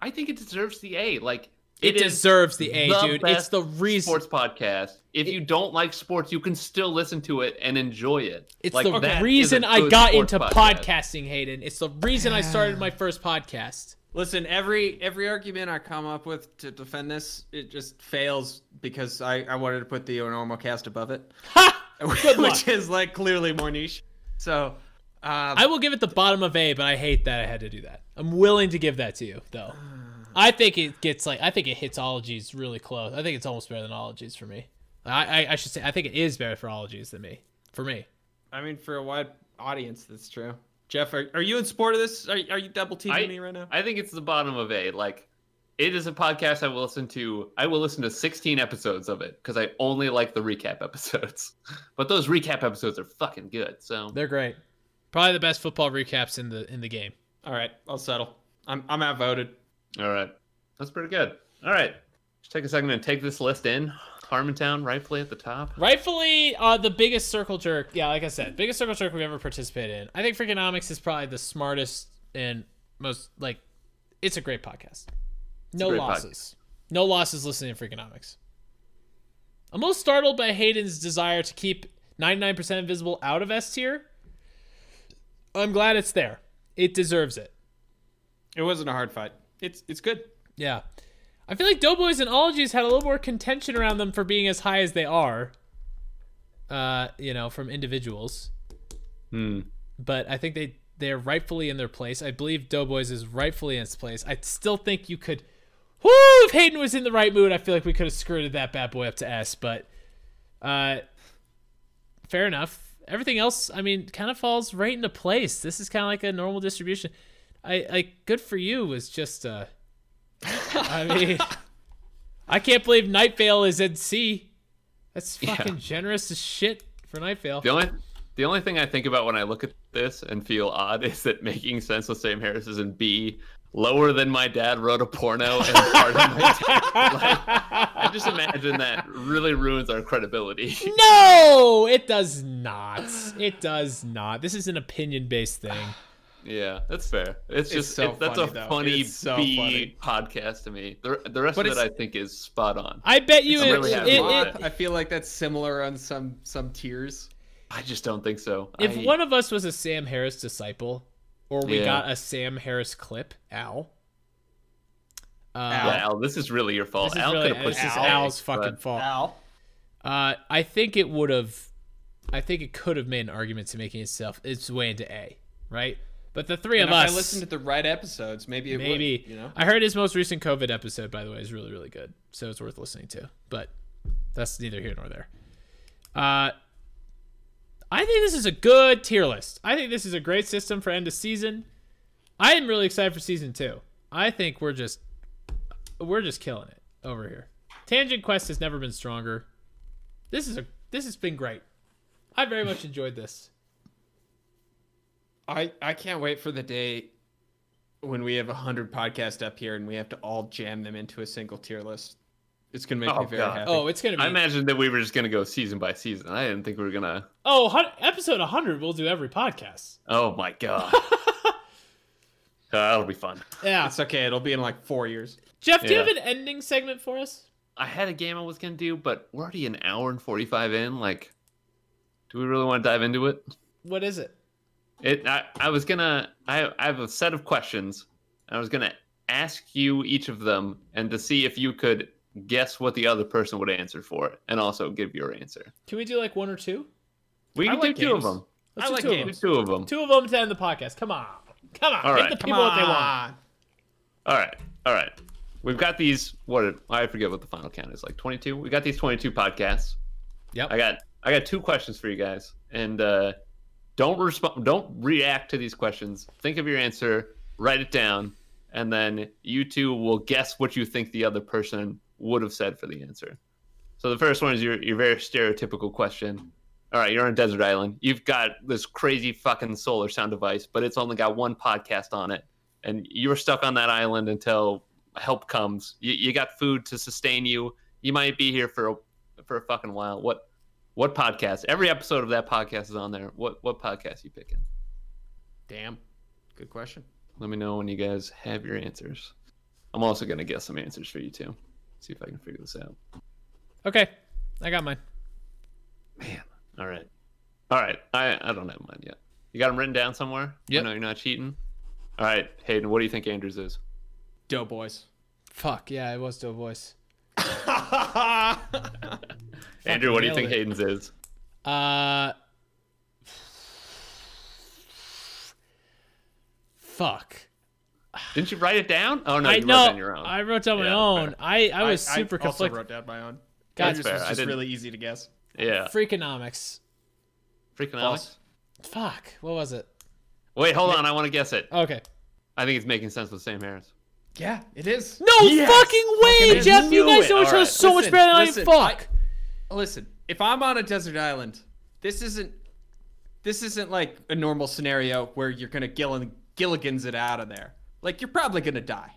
B: I think it deserves the A. Like
A: It,
B: is
A: deserves the A,
B: the
A: dude. It's
B: best
A: the reason.
B: sports podcast. If you don't like sports, you can still listen to it and enjoy it.
A: It's
B: Like, that
A: the
B: is
A: reason
B: a
A: I
B: good
A: got
B: sports
A: into
B: podcast.
A: podcasting, Hayden. It's the reason I started my first podcast.
C: Listen, every every argument I come up with to defend this, it just fails because I I wanted to put the normal cast above it,
A: Ha! Good luck.
C: which is like clearly more niche. So, um,
A: I will give it the bottom of A, but I hate that I had to do that. I'm willing to give that to you, though. I think it gets like I think it hits ologies really close. I think it's almost better than ologies for me. I, I, I should say I think it is better for ologies than me. For me,
C: I mean, for a wide audience, that's true. Jeff, are, are you in support of this? Are, are you double teaming
B: I-
C: me right now?
B: I think it's the bottom of A. Like, it is a podcast I will listen to. I will listen to 16 episodes of it because I only like the recap episodes. But those recap episodes are fucking good. So
A: they're great. Probably the best football recaps in the in the game.
C: All right, I'll settle. I'm I'm outvoted.
B: all right, that's pretty good. All right, just take a second and take this list in. Harmontown rightfully at the top.
A: Rightfully, uh, the biggest circle jerk. Yeah, like I said, biggest circle jerk we've ever participated in. I think Freakonomics is probably the smartest and most like. It's a great podcast. No
B: great
A: losses. No losses listening to Freakonomics. I'm most startled by Hayden's desire to keep 99% Invisible out of S tier. I'm glad it's there. It deserves it.
C: It wasn't a hard fight. It's it's good.
A: Yeah. I feel like Doughboys and Ologies had a little more contention around them for being as high as they are. Uh, you know, from individuals.
B: Hmm.
A: But I think they they're rightfully in their place. I believe Doughboys is rightfully in its place. I still think you could Whoo, if Hayden was in the right mood, I feel like we could have skirted that bad boy up to S, but uh fair enough. Everything else, I mean, kind of falls right into place. This is kind of like a normal distribution. I like good for you was just uh I mean, I can't believe Night Vale is in C. That's
B: Yeah.
A: fucking generous as shit for Night Vale.
B: The only the only thing I think about when I look at this and feel odd is that making sense with Sam Harris is in B, lower than my dad wrote a porno and part of my dad. Like, I just imagine that really ruins our credibility.
A: No, it does not. It does not. This is an opinion-based thing.
B: yeah, that's fair.
C: It's
B: It's, just
C: so
B: it- that's
C: funny,
B: a
C: though.
B: funny
C: It's so
B: B
C: funny.
B: podcast to me. The, the rest
C: But
B: of it
C: it's-
B: I think is spot on.
A: I bet you
B: I'm
A: it,
B: really
A: it,
B: happy with
A: it,
B: that.
C: I feel like that's similar on some some tiers.
B: I just don't think so.
A: if
B: I-
A: one of us was a Sam Harris disciple, or we
B: Yeah.
A: got a Sam Harris clip, Al. Uh,
B: yeah, Al, this is really your fault.
A: This is
B: Al
A: really,
B: could have pushed
A: this is
B: this A,
A: Al's
B: but-
A: fucking fault.
C: Ow.
A: Uh, I think it would have. I think it could have made an argument to making itself its way into A, right? But the three
C: And
A: of
C: if
A: us,
C: I listened to the right episodes, maybe it
A: maybe.
C: would, you know.
A: I heard his most recent COVID episode, by the way, is really really good, so it's worth listening to. But that's neither here nor there. Uh, I think this is a good tier list. I think this is a great system for end of season. I am really excited for season two. I think we're just we're just killing it over here. Tangent Quest has never been stronger. This is a this has been great. I very much enjoyed this.
C: I I can't wait for the day when we have a hundred podcasts up here and we have to all jam them into a single tier list. It's gonna make
B: Oh,
C: me very
B: God.
C: happy.
A: Oh, it's gonna be
B: I imagined that we were just gonna go season by season. I didn't think we were gonna.
A: oh hun- episode 100. We'll do every podcast.
B: Oh my god. Uh, that'll be fun.
A: Yeah,
C: it's okay. It'll be in like four years.
A: Jeff, do you
B: Yeah.
A: have an ending segment for us?
B: I had a game I was gonna do, but we're already an hour and forty-five in. Like, do we really want to dive into it?
A: What is it?
B: It. I, I was gonna. I, I have a set of questions. And I was gonna ask you each of them and to see if you could guess what the other person would answer for it and also give your answer.
A: Can we do like one or two?
B: We
A: I
B: can
A: like
B: do two of
A: games.
B: them.
A: Let's
C: I
A: do
C: like
A: two of
B: We can
A: them.
B: do two of them.
A: Two of them to end the podcast. Come on, come on.
B: All
A: Give
B: right.
A: the
C: Come
A: people what they want.
C: on.
B: All right. All right. We've got these what are- I forget what the final count is like 22. We got these 22 podcasts.
A: Yep.
B: I got I got two questions for you guys and uh don't respond don't react to these questions. Think of your answer, write it down, and then you two will guess what you think the other person would have said for the answer. So the first one is your your very stereotypical question. All right, you're on a desert island. You've got this crazy fucking solar sound device, but it's only got one podcast on it and you're stuck on that island until help comes. You, you got food to sustain you. You might be here for a, for a fucking while. What what podcast? Every episode of that podcast is on there. What what podcast you picking?
C: Damn. Good question.
B: Let me know when you guys have your answers. I'm also gonna guess some answers for you too. See if I can figure this out.
A: Okay, I got mine.
B: All right, all right. I I don't have mine yet. You got them written down somewhere?
A: Yep.
B: No, you're not cheating. All right, Hayden. What do you think Andrews is?
C: Doughboys.
A: Fuck yeah, it was Doughboys.
B: Andrew, what do you
A: nailed
B: think
A: it.
B: Hayden's is?
A: Uh, fuck.
B: Didn't you write it down? Oh no,
A: I
B: you
A: know.
B: wrote it on your own.
A: I wrote down my
B: Yeah,
A: own. I, I was
C: I-
A: super
C: I also
A: conflicted.
C: wrote down my own.
A: God,
C: Yours
B: fair.
C: was
B: I
C: just
B: didn't-
C: really easy to guess.
B: yeah.
A: Freakonomics.
B: Freaking
C: False.
B: out.
A: Fuck. What was it?
B: Wait, hold on. I want to guess it.
A: Okay.
B: I think it's making sense with Sam Harris.
C: Yeah, it is.
A: No fucking way,
B: I
A: Jeff. You
B: knew
A: guys
B: it.
A: know each other
B: Alright,
A: so much
C: listen,
A: better than
C: listen,
A: I fuck.
C: Listen, if I'm on a desert island, this isn't this isn't like a normal scenario where you're gonna gilli- gilligans it out of there. Like you're probably gonna die.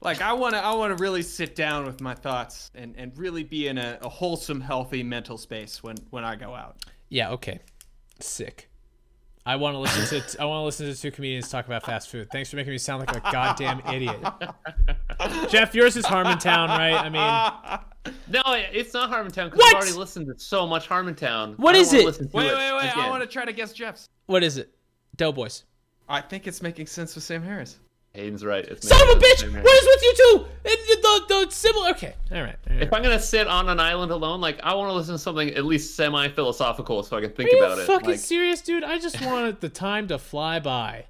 C: Like I wanna I wanna really sit down with my thoughts and, and really be in a, a wholesome, healthy mental space when, when I go out.
A: yeah. Okay. Sick. I want to listen to. I want to listen to two comedians talk about fast food. Thanks for making me sound like a goddamn idiot. Jeff, yours is Harmontown, right? I mean,
B: No, it's not Harmontown because
A: What?
B: I've already listened to so much Harmontown.
A: What
B: I don't
A: is
B: wanna
A: it?
B: listen to
C: Wait, wait,
B: it
C: wait, I
B: again.
C: wanna try to guess Jeff's.
A: what is it? Doughboys.
C: I think it's making sense with Sam Harris.
B: Hayden's right. It's
A: Son of a
B: making sense
A: bitch!
B: with Sam
A: What
B: Harris.
A: is with you two? It, the, the, the similar. Okay. All right. All right.
B: If I'm gonna sit on an island alone, like I want to listen to something at least semi-philosophical, so I can think
A: Are you
B: about it.
A: fucking
B: Like,
A: serious, dude? I just wanted the time to fly by.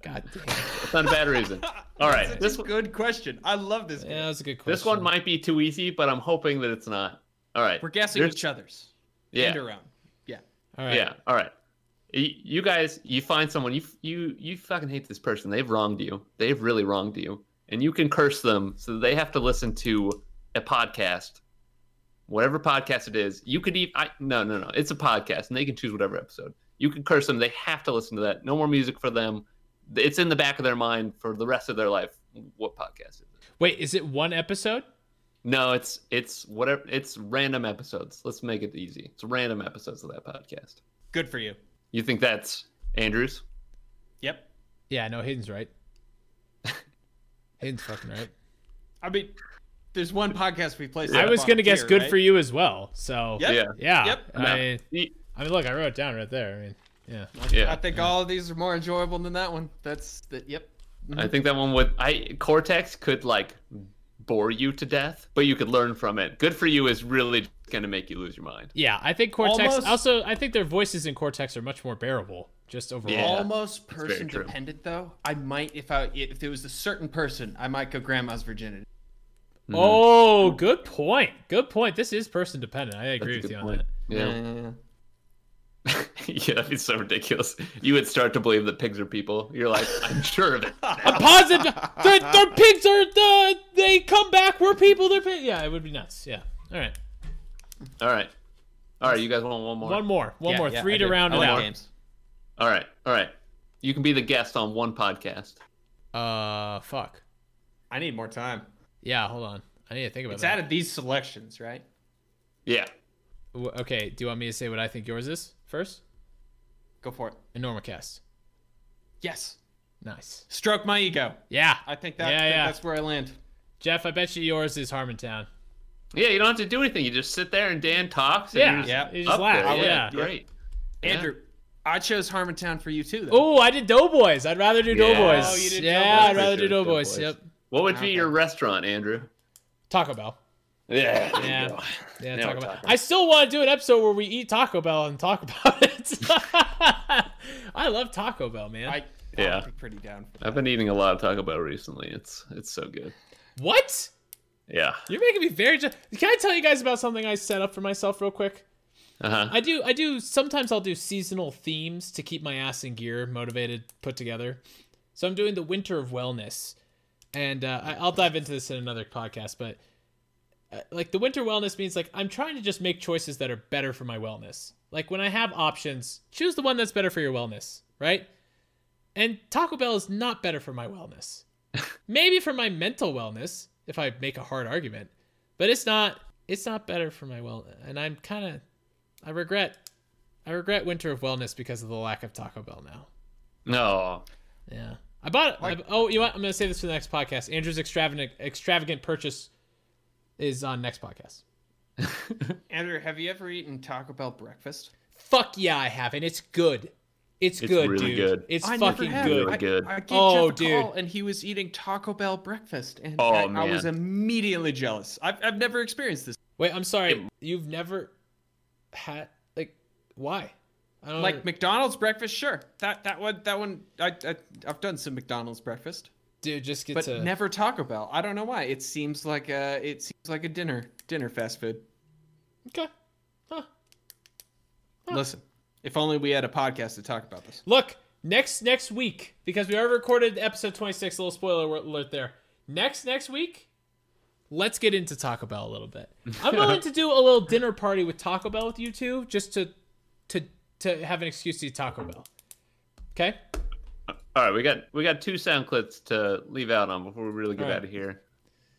A: God damn.
B: it's not a bad reason. All right, this
C: This
B: one,
C: good question. I love this.
A: Yeah, that was a good question.
B: this one might be too easy, but I'm hoping that it's not. All right,
C: We're guessing
B: There's-
C: each other's
B: yeah,
C: and our own. Yeah.
A: All right.
B: Yeah. All right. You you guys, you find someone you you you fucking hate this person. They've wronged you. They've really wronged you, and you can curse them so that they have to listen to a podcast, whatever podcast it is. You could even I, no no no. It's a podcast, and they can choose whatever episode. You can curse them. They have to listen to that. No more music for them. It's in the back of their mind for the rest of their life. What podcast is it?
A: Wait, is it one episode?
B: No, it's it's whatever. It's random episodes. Let's make it easy. It's random episodes of that podcast.
C: Good for you.
B: You think that's Andrews?
C: Yep.
A: Yeah, no, Hayden's right. Hayden's fucking right.
C: I mean, there's one podcast we play.
A: I was
C: going
A: gonna
C: to
A: guess good for you as well. So
C: Yep.
B: Yeah.
A: yeah,
C: Yep.
A: I, mean,
B: Ye-
A: I mean, look, I wrote it down right there. I mean, yeah.
B: Yeah.
C: I think all of these are more enjoyable than that one. That's that. Yep.
B: I think that one would. I Cortex could like bore you to death, but you could learn from it. Good for you is really gonna make you lose your mind.
A: Yeah, I think Cortex.
C: Almost-
A: Also, I think their voices in Cortex are much more bearable, just overall.
B: Yeah.
C: Almost
B: very
C: person
B: true.
C: dependent though. I might if I if it was a certain person, I might go grandma's virginity.
B: Mm-hmm.
A: Oh, good point. Good point. This is person dependent. I agree with you on that.
B: Yeah, yeah, that'd be so ridiculous. You would start to believe that pigs are people. You're like, I'm sure of it. now."
A: positive. their, their pigs are the. They come back. We're people. They're pigs. Yeah, it would be nuts. Yeah. All right.
B: all right, all right. You guys want one more?
A: One more. One
C: Yeah,
A: more.
C: yeah,
A: Three
C: I
A: to
C: do.
A: round
C: I
A: it
C: like
A: out.
C: games.
B: All right, all right. You can be the guest on one podcast.
A: Uh, fuck.
C: I need more time.
A: Yeah, hold on. I need to think about
C: It's
A: that.
C: out of these selections, right?
B: Yeah.
A: W- okay, do you want me to say what I think yours is first?
C: Go for it.
A: Enormacast.
C: Yes.
A: Nice.
C: Stroke my ego.
A: Yeah.
C: I think that,
A: Yeah,
C: that-
A: yeah.
C: that's where I land.
A: Jeff, I bet you yours is Harmontown.
B: Yeah, you don't have to do anything. You just sit there and Dan talks. And
A: Yeah.
B: you're just
A: Yeah. You
B: up
A: just laugh.
B: there.
A: Yeah.
B: great. Yeah.
C: Andrew, I chose Harmontown for you too, though.
A: Oh, I did Doughboys. I'd rather do Doughboys.
B: Yes. Oh, you did
A: yeah,
B: Doughboys.
A: I'd rather
B: Pretty
A: do
B: sure
A: Doughboys.
B: Doughboys.
A: Yep.
B: What would be your restaurant, Andrew?
A: Taco Bell.
B: Yeah. there you
A: Yeah.
B: go.
A: Yeah,
B: Now
A: Taco
B: we're
A: Bell.
B: talking.
A: I still want to do an episode where we eat Taco Bell and talk about it. I love Taco Bell, man.
C: I,
B: Yeah.
C: I'd be pretty down for that.
B: I've been eating a lot of Taco Bell recently. It's it's so good.
A: what?
B: Yeah.
A: You're making me very. Ju- Can I tell you guys about something I set up for myself real quick?
B: Uh huh.
A: I do. I do. Sometimes I'll do seasonal themes to keep my ass in gear, motivated, put together. So I'm doing the winter of wellness, and uh, I, I'll dive into this in another podcast. But uh, like the winter wellness means like I'm trying to just make choices that are better for my wellness. Like when I have options, choose the one that's better for your wellness, right? And Taco Bell is not better for my wellness. Maybe for my mental wellness, if I make a hard argument, but it's not. It's not better for my wellness, and I'm kind of I regret I regret Winter of Wellness because of the lack of Taco Bell now.
B: No.
A: Yeah. I bought I, oh, you know what? I'm going to say this for the next podcast. Andrew's extravagant extravagant purchase is on next podcast.
C: Andrew, have you ever eaten Taco Bell breakfast?
A: Fuck yeah, I have and it's good. It's,
B: It's
A: good,
B: really
A: dude.
B: good.
A: It's
C: I never
A: fucking
C: have.
A: good.
B: Really
C: I,
B: good.
C: I gave
A: Oh,
C: Jeff a call
A: dude.
C: and he was eating Taco Bell breakfast, and
B: Oh,
C: I, I was
B: man.
C: immediately jealous. I've, I've never experienced this.
A: Wait, I'm sorry. You've never had like why? I don't
C: Like
A: under-
C: McDonald's breakfast, sure. That that one that one I, I I've done some McDonald's breakfast,
A: dude just get
C: but
A: to
C: never Taco Bell. I don't know why. It seems like a it seems like a dinner dinner fast food.
A: Okay. Huh.
C: Listen, if only we had a podcast to talk about this.
A: Look, next next week because we already recorded episode 26. A little spoiler alert there. Next next week, let's get into Taco Bell a little bit. I'm willing to do a little dinner party with Taco Bell with you two, just to to to have an excuse to eat Taco Bell. Okay.
B: All right, we got we got two sound clips to leave out on before we really get
A: All right.
B: out of here.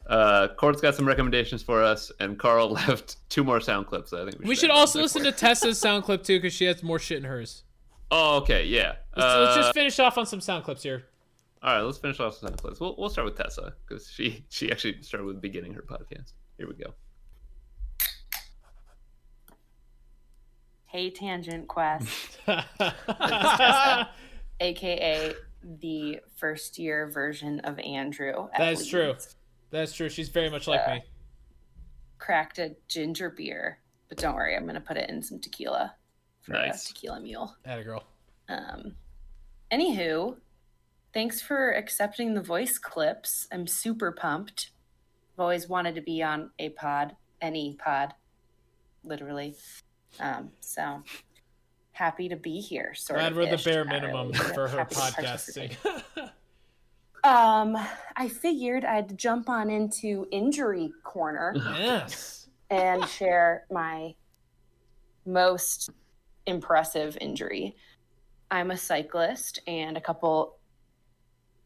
B: Uh, Court's got some recommendations for us, and Carl left two more sound clips. I think we,
A: We should
B: end
A: also
B: with.
A: listen to Tessa's sound clip too because she has more shit in hers.
B: Oh, okay, yeah.
A: Let's, let's
B: Uh,
A: just finish off on some sound clips here.
B: All right, let's finish off some sound clips. We'll we'll start with Tessa because she she actually started with beginning her podcast. Here we go.
I: Hey, Tangent Quest.
A: that
I: aka the first year version of Andrew. at
A: is true.
I: least.
A: That's true. She's very much like me.
I: Cracked a ginger beer, but don't worry, I'm gonna put it in some tequila for
B: Nice.
I: a tequila mule.
A: Atta girl.
I: Um, anywho, thanks for accepting the voice clips. I'm super pumped. I've always wanted to be on a pod, any pod, literally. Um, so happy to be here. Sort
A: Glad
I: of
A: we're the
I: ish,
A: bare
I: not
A: minimum
I: really, but
A: for her
I: happy to participate.
A: podcasting.
I: Um, I figured I'd jump on into injury corner
A: yes.
I: and share my most impressive injury. I'm a cyclist, and a couple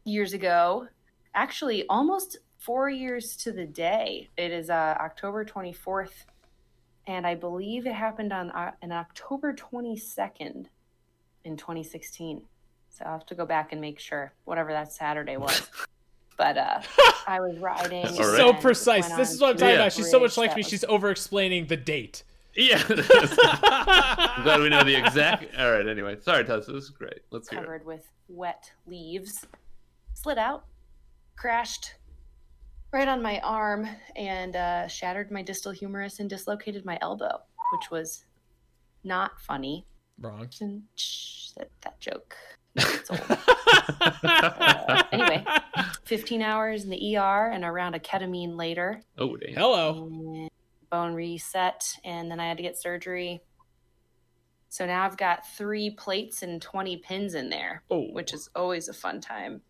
I: years ago, actually almost four years to the day, it is uh, October 24th, and I believe it happened on uh, an October 22nd in 2016. So I'll have to go back and make sure whatever that Saturday was. But uh, I was riding.
B: She's
A: She's
B: All
A: so
I: and
A: precise.
I: went
A: This
I: on
A: is what I'm
I: to
A: talking
B: Yeah.
I: a
A: about. She's so much
I: bridge
A: like me.
I: that
A: She's over explaining the date.
B: Yeah, I'm glad we know the exact. All right, anyway, sorry Tessa, this is great. Let's hear it.
I: covered with wet leaves. Slid out, crashed right on my arm, and uh, shattered my distal humerus and dislocated my elbow, which was not funny.
A: Wrong.
I: And shh, that, that joke. It's old. Uh, anyway. 15 hours in the ER and around a ketamine later.
B: Oh damn.
A: Hello.
I: And bone reset and then i had to get surgery so now i've got three plates and 20 pins in there
B: Oh.
I: which is always a fun time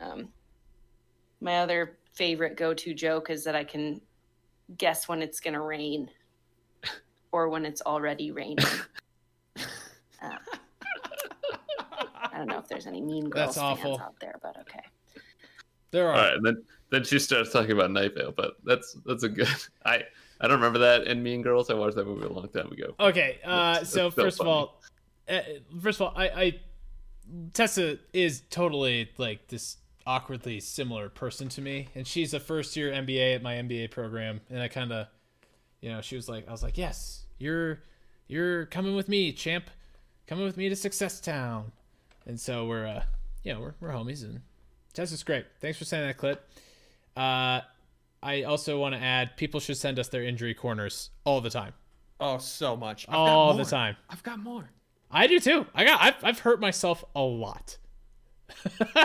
I: um, my other favorite go-to joke is that i can guess when it's going to rain or when it's already raining Uh, i don't know if there's any mean girls
A: That's awful.
I: fans out there but okay
A: There are.
B: All right, and then then she starts talking about Night Vale, but that's that's a good. I I don't remember that in Mean Girls. I watched that movie a long time ago.
A: Okay. Uh,
B: That's-
A: so
B: that's so
A: first of all, uh, first of all, I, I Tessa is totally like this awkwardly similar person to me, and she's a first year MBA at my MBA program, and I kind of, you know, she was like, I was like, yes, you're you're coming with me, champ, coming with me to Success Town. And so we're, uh, yeah, we're, we're homies. And Tess is great. Thanks for sending that clip. Uh, I also want to add people should send us their injury corners all the time.
C: Oh, so much. I've got
A: all the
C: more.
A: time.
C: I've got more.
A: I do too. I got. I've, I've hurt myself a lot.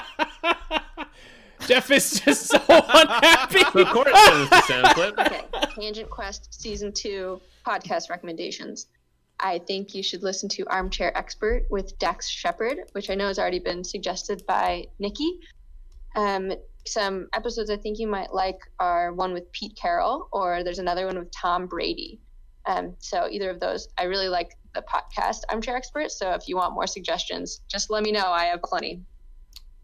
A: Jeff is just so
B: Of
A: unhappy.
B: course, that was the sound clip.
G: Okay, Tangent Quest Season 2 podcast recommendations. I think you should listen to Armchair Expert with Dax Shepard, which I know has already been suggested by Nikki. Um, some episodes I think you might like are one with Pete Carroll, or there's another one with Tom Brady. Um, so either of those, I really like the podcast Armchair Expert. So if you want more suggestions, just let me know. I have plenty.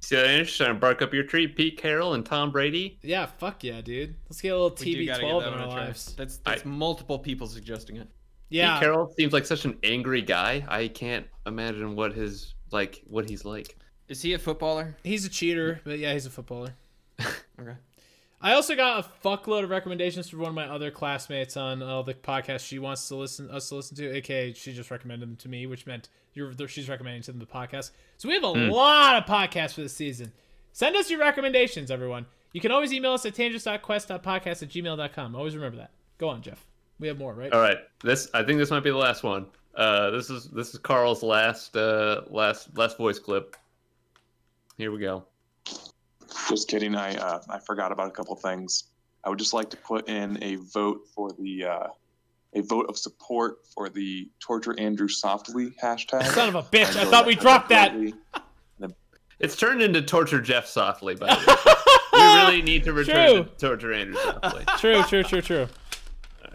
B: See that interesting? Bark up your tree, Pete Carroll and Tom Brady.
A: yeah, fuck yeah, dude. Let's get a little
C: We do
A: TB12
C: gotta
A: in
C: give that one
A: our
C: a try.
A: lives.
C: That's, that's multiple people suggesting it.
A: Yeah,
B: Pete Carroll seems like such an angry guy. I can't imagine what his like what he's like.
C: Is he a footballer?
A: he's a cheater, but yeah, he's a footballer.
C: Okay.
A: I also got a fuckload of recommendations from one of my other classmates on all the podcasts she wants to listen us to listen to. AKA, she just recommended them to me, which meant you're, she's recommending to them the podcast. So we have a
B: Hmm.
A: lot of podcasts for this season. Send us your recommendations, everyone. You can always email us at tangents.quest.podcast at gmail.com. Always remember that. Go on, Jeff. We have more, right?
B: All right, this I think this might be the last one. Uh, this is this is Carl's last uh, last last voice clip. Here we go.
F: Just kidding. I uh, I forgot about a couple things. I would just like to put in a vote for the uh, a vote of support for the torture Andrew softly hashtag.
A: Son of a bitch. I thought we dropped that.
B: It's turned into torture Jeff softly. By the way, we really need to return
A: True.
B: to torture Andrew softly. All
A: True, true, true, true.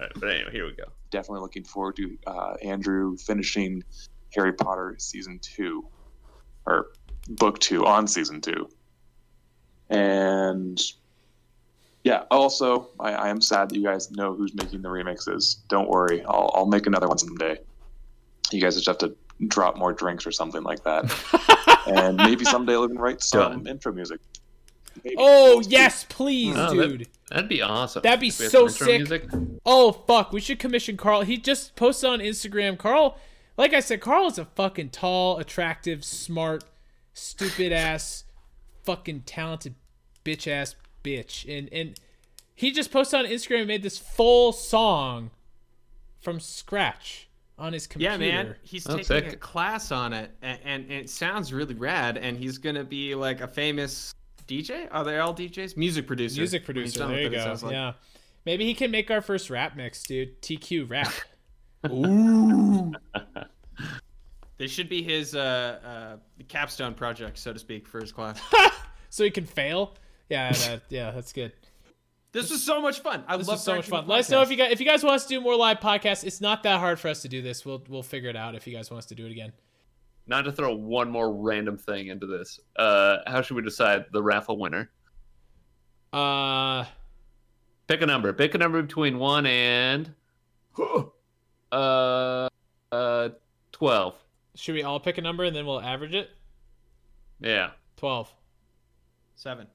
B: right, but anyway, here we go.
F: Definitely looking forward to uh, Andrew finishing Harry Potter season two or book two on season two. And yeah, also I, I am sad that you guys know who's making the remixes. Don't worry, I'll, I'll make another one someday. You guys just have to drop more drinks or something like that, and maybe someday I'll even write some intro music. Maybe.
A: Oh, yes, please,
B: Oh, that-
A: dude.
B: That'd be awesome.
A: That'd be
B: If we have
A: so
B: some intro
A: sick.
B: music.
A: Oh fuck, we should commission Carl. He just posted on Instagram. Carl, like I said, Carl is a fucking tall, attractive, smart, stupid ass, fucking talented bitch ass bitch. And and he just posted on Instagram and made this full song from scratch on his computer.
C: Yeah, man. He's
B: That's
C: taking a
B: Oh, sick.
C: class on it, and, and it sounds really rad. And he's gonna be like a famous DJ. Are they all DJs? Music producer.
A: Music
C: When he's
A: producer.
C: done
A: There you
C: with it, it
A: go.
C: sounds like.
A: Yeah. Maybe he can make our first rap mix, dude. TQ rap.
C: This should be his uh, uh, capstone project, so to speak, for his class.
A: so he can fail. Yeah, that, yeah, that's good.
C: this was so much fun. I
A: This
C: love
A: was so much
C: cracking the
A: fun. Let us know
C: podcast.
A: if you guys if you guys want us to do more live podcasts. It's not that hard for us to do this. We'll we'll figure it out if you guys want us to do it again.
B: Not to throw one more random thing into this. Uh, how should we decide the raffle winner?
A: Uh,
B: Pick a number. Pick a number between one and uh uh twelve.
A: should we all pick a number and then we'll average it?
B: Yeah.
A: Twelve.
C: Seven.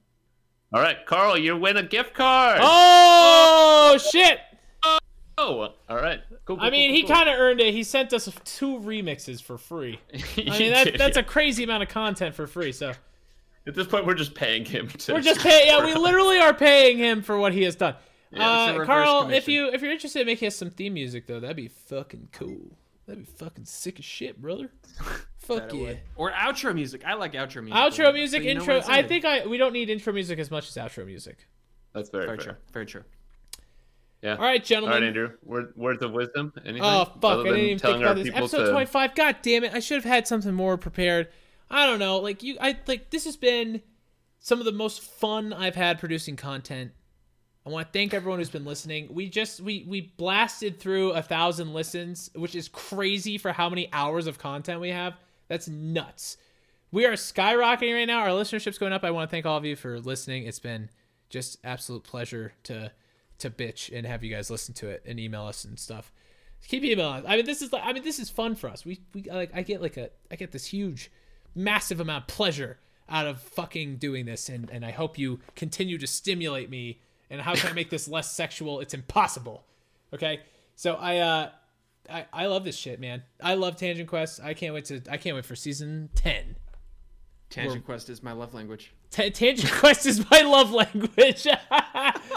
B: All right, Carl, you win a gift card.
A: Oh shit!
B: Oh, all right. Cool, cool,
A: I mean,
B: cool,
A: he
B: cool,
A: kind of earned it. He sent us two remixes for free.
B: cool.
A: I
B: He
A: mean, that,
B: did,
A: that's
B: yeah.
A: a crazy amount of content for free. So
B: At this point, we're just paying him. To...
A: we're just paying. Yeah, we literally are paying him for what he has done.
C: Yeah, it's a
A: uh,
C: reverse
A: Carl, if
C: commission.
A: you if you're interested in making us some theme music though, that'd be fucking cool. That'd be fucking sick as shit, brother. Fuck
C: That it
A: yeah.
C: would. Or outro music. I like outro music. a
A: Outro
C: lot,
A: music,
C: so you know
A: intro.
C: what's in
A: I
C: it.
A: think I we don't need intro music as much as outro music.
B: That's very,
C: Very
B: fair.
C: true. Very true.
B: Yeah.
A: All right,
B: All
A: gentlemen.
B: right, Andrew. Word, words of wisdom. Anything?
A: oh fuck!
B: Other
A: I
B: than
A: didn't even
B: telling
A: think
B: our
A: about this.
B: people
A: Episode
B: to-
A: twenty-five. God damn it! I should have had something more prepared. I don't know. Like you, I like this has been some of the most fun I've had producing content. I want to thank everyone who's been listening. We just we we blasted through a thousand listens, which is crazy for how many hours of content we have. That's nuts. We are skyrocketing right now. Our listenership's going up. I want to thank all of you for listening. It's been just absolute pleasure to to bitch and have you guys listen to it and email us and stuff. Keep emailing. us. I mean, this is like I mean, this is fun for us. We we like I get like a I get this huge, massive amount of pleasure out of fucking doing this, and and I hope you continue to stimulate me. And how can I make this less sexual? It's impossible. Okay, so I uh I, I love this shit, man. I love Tangent Quest. I can't wait to I can't wait for season ten.
C: Tangent Quest is my love language.
A: Ta- Tangent Quest is my love language.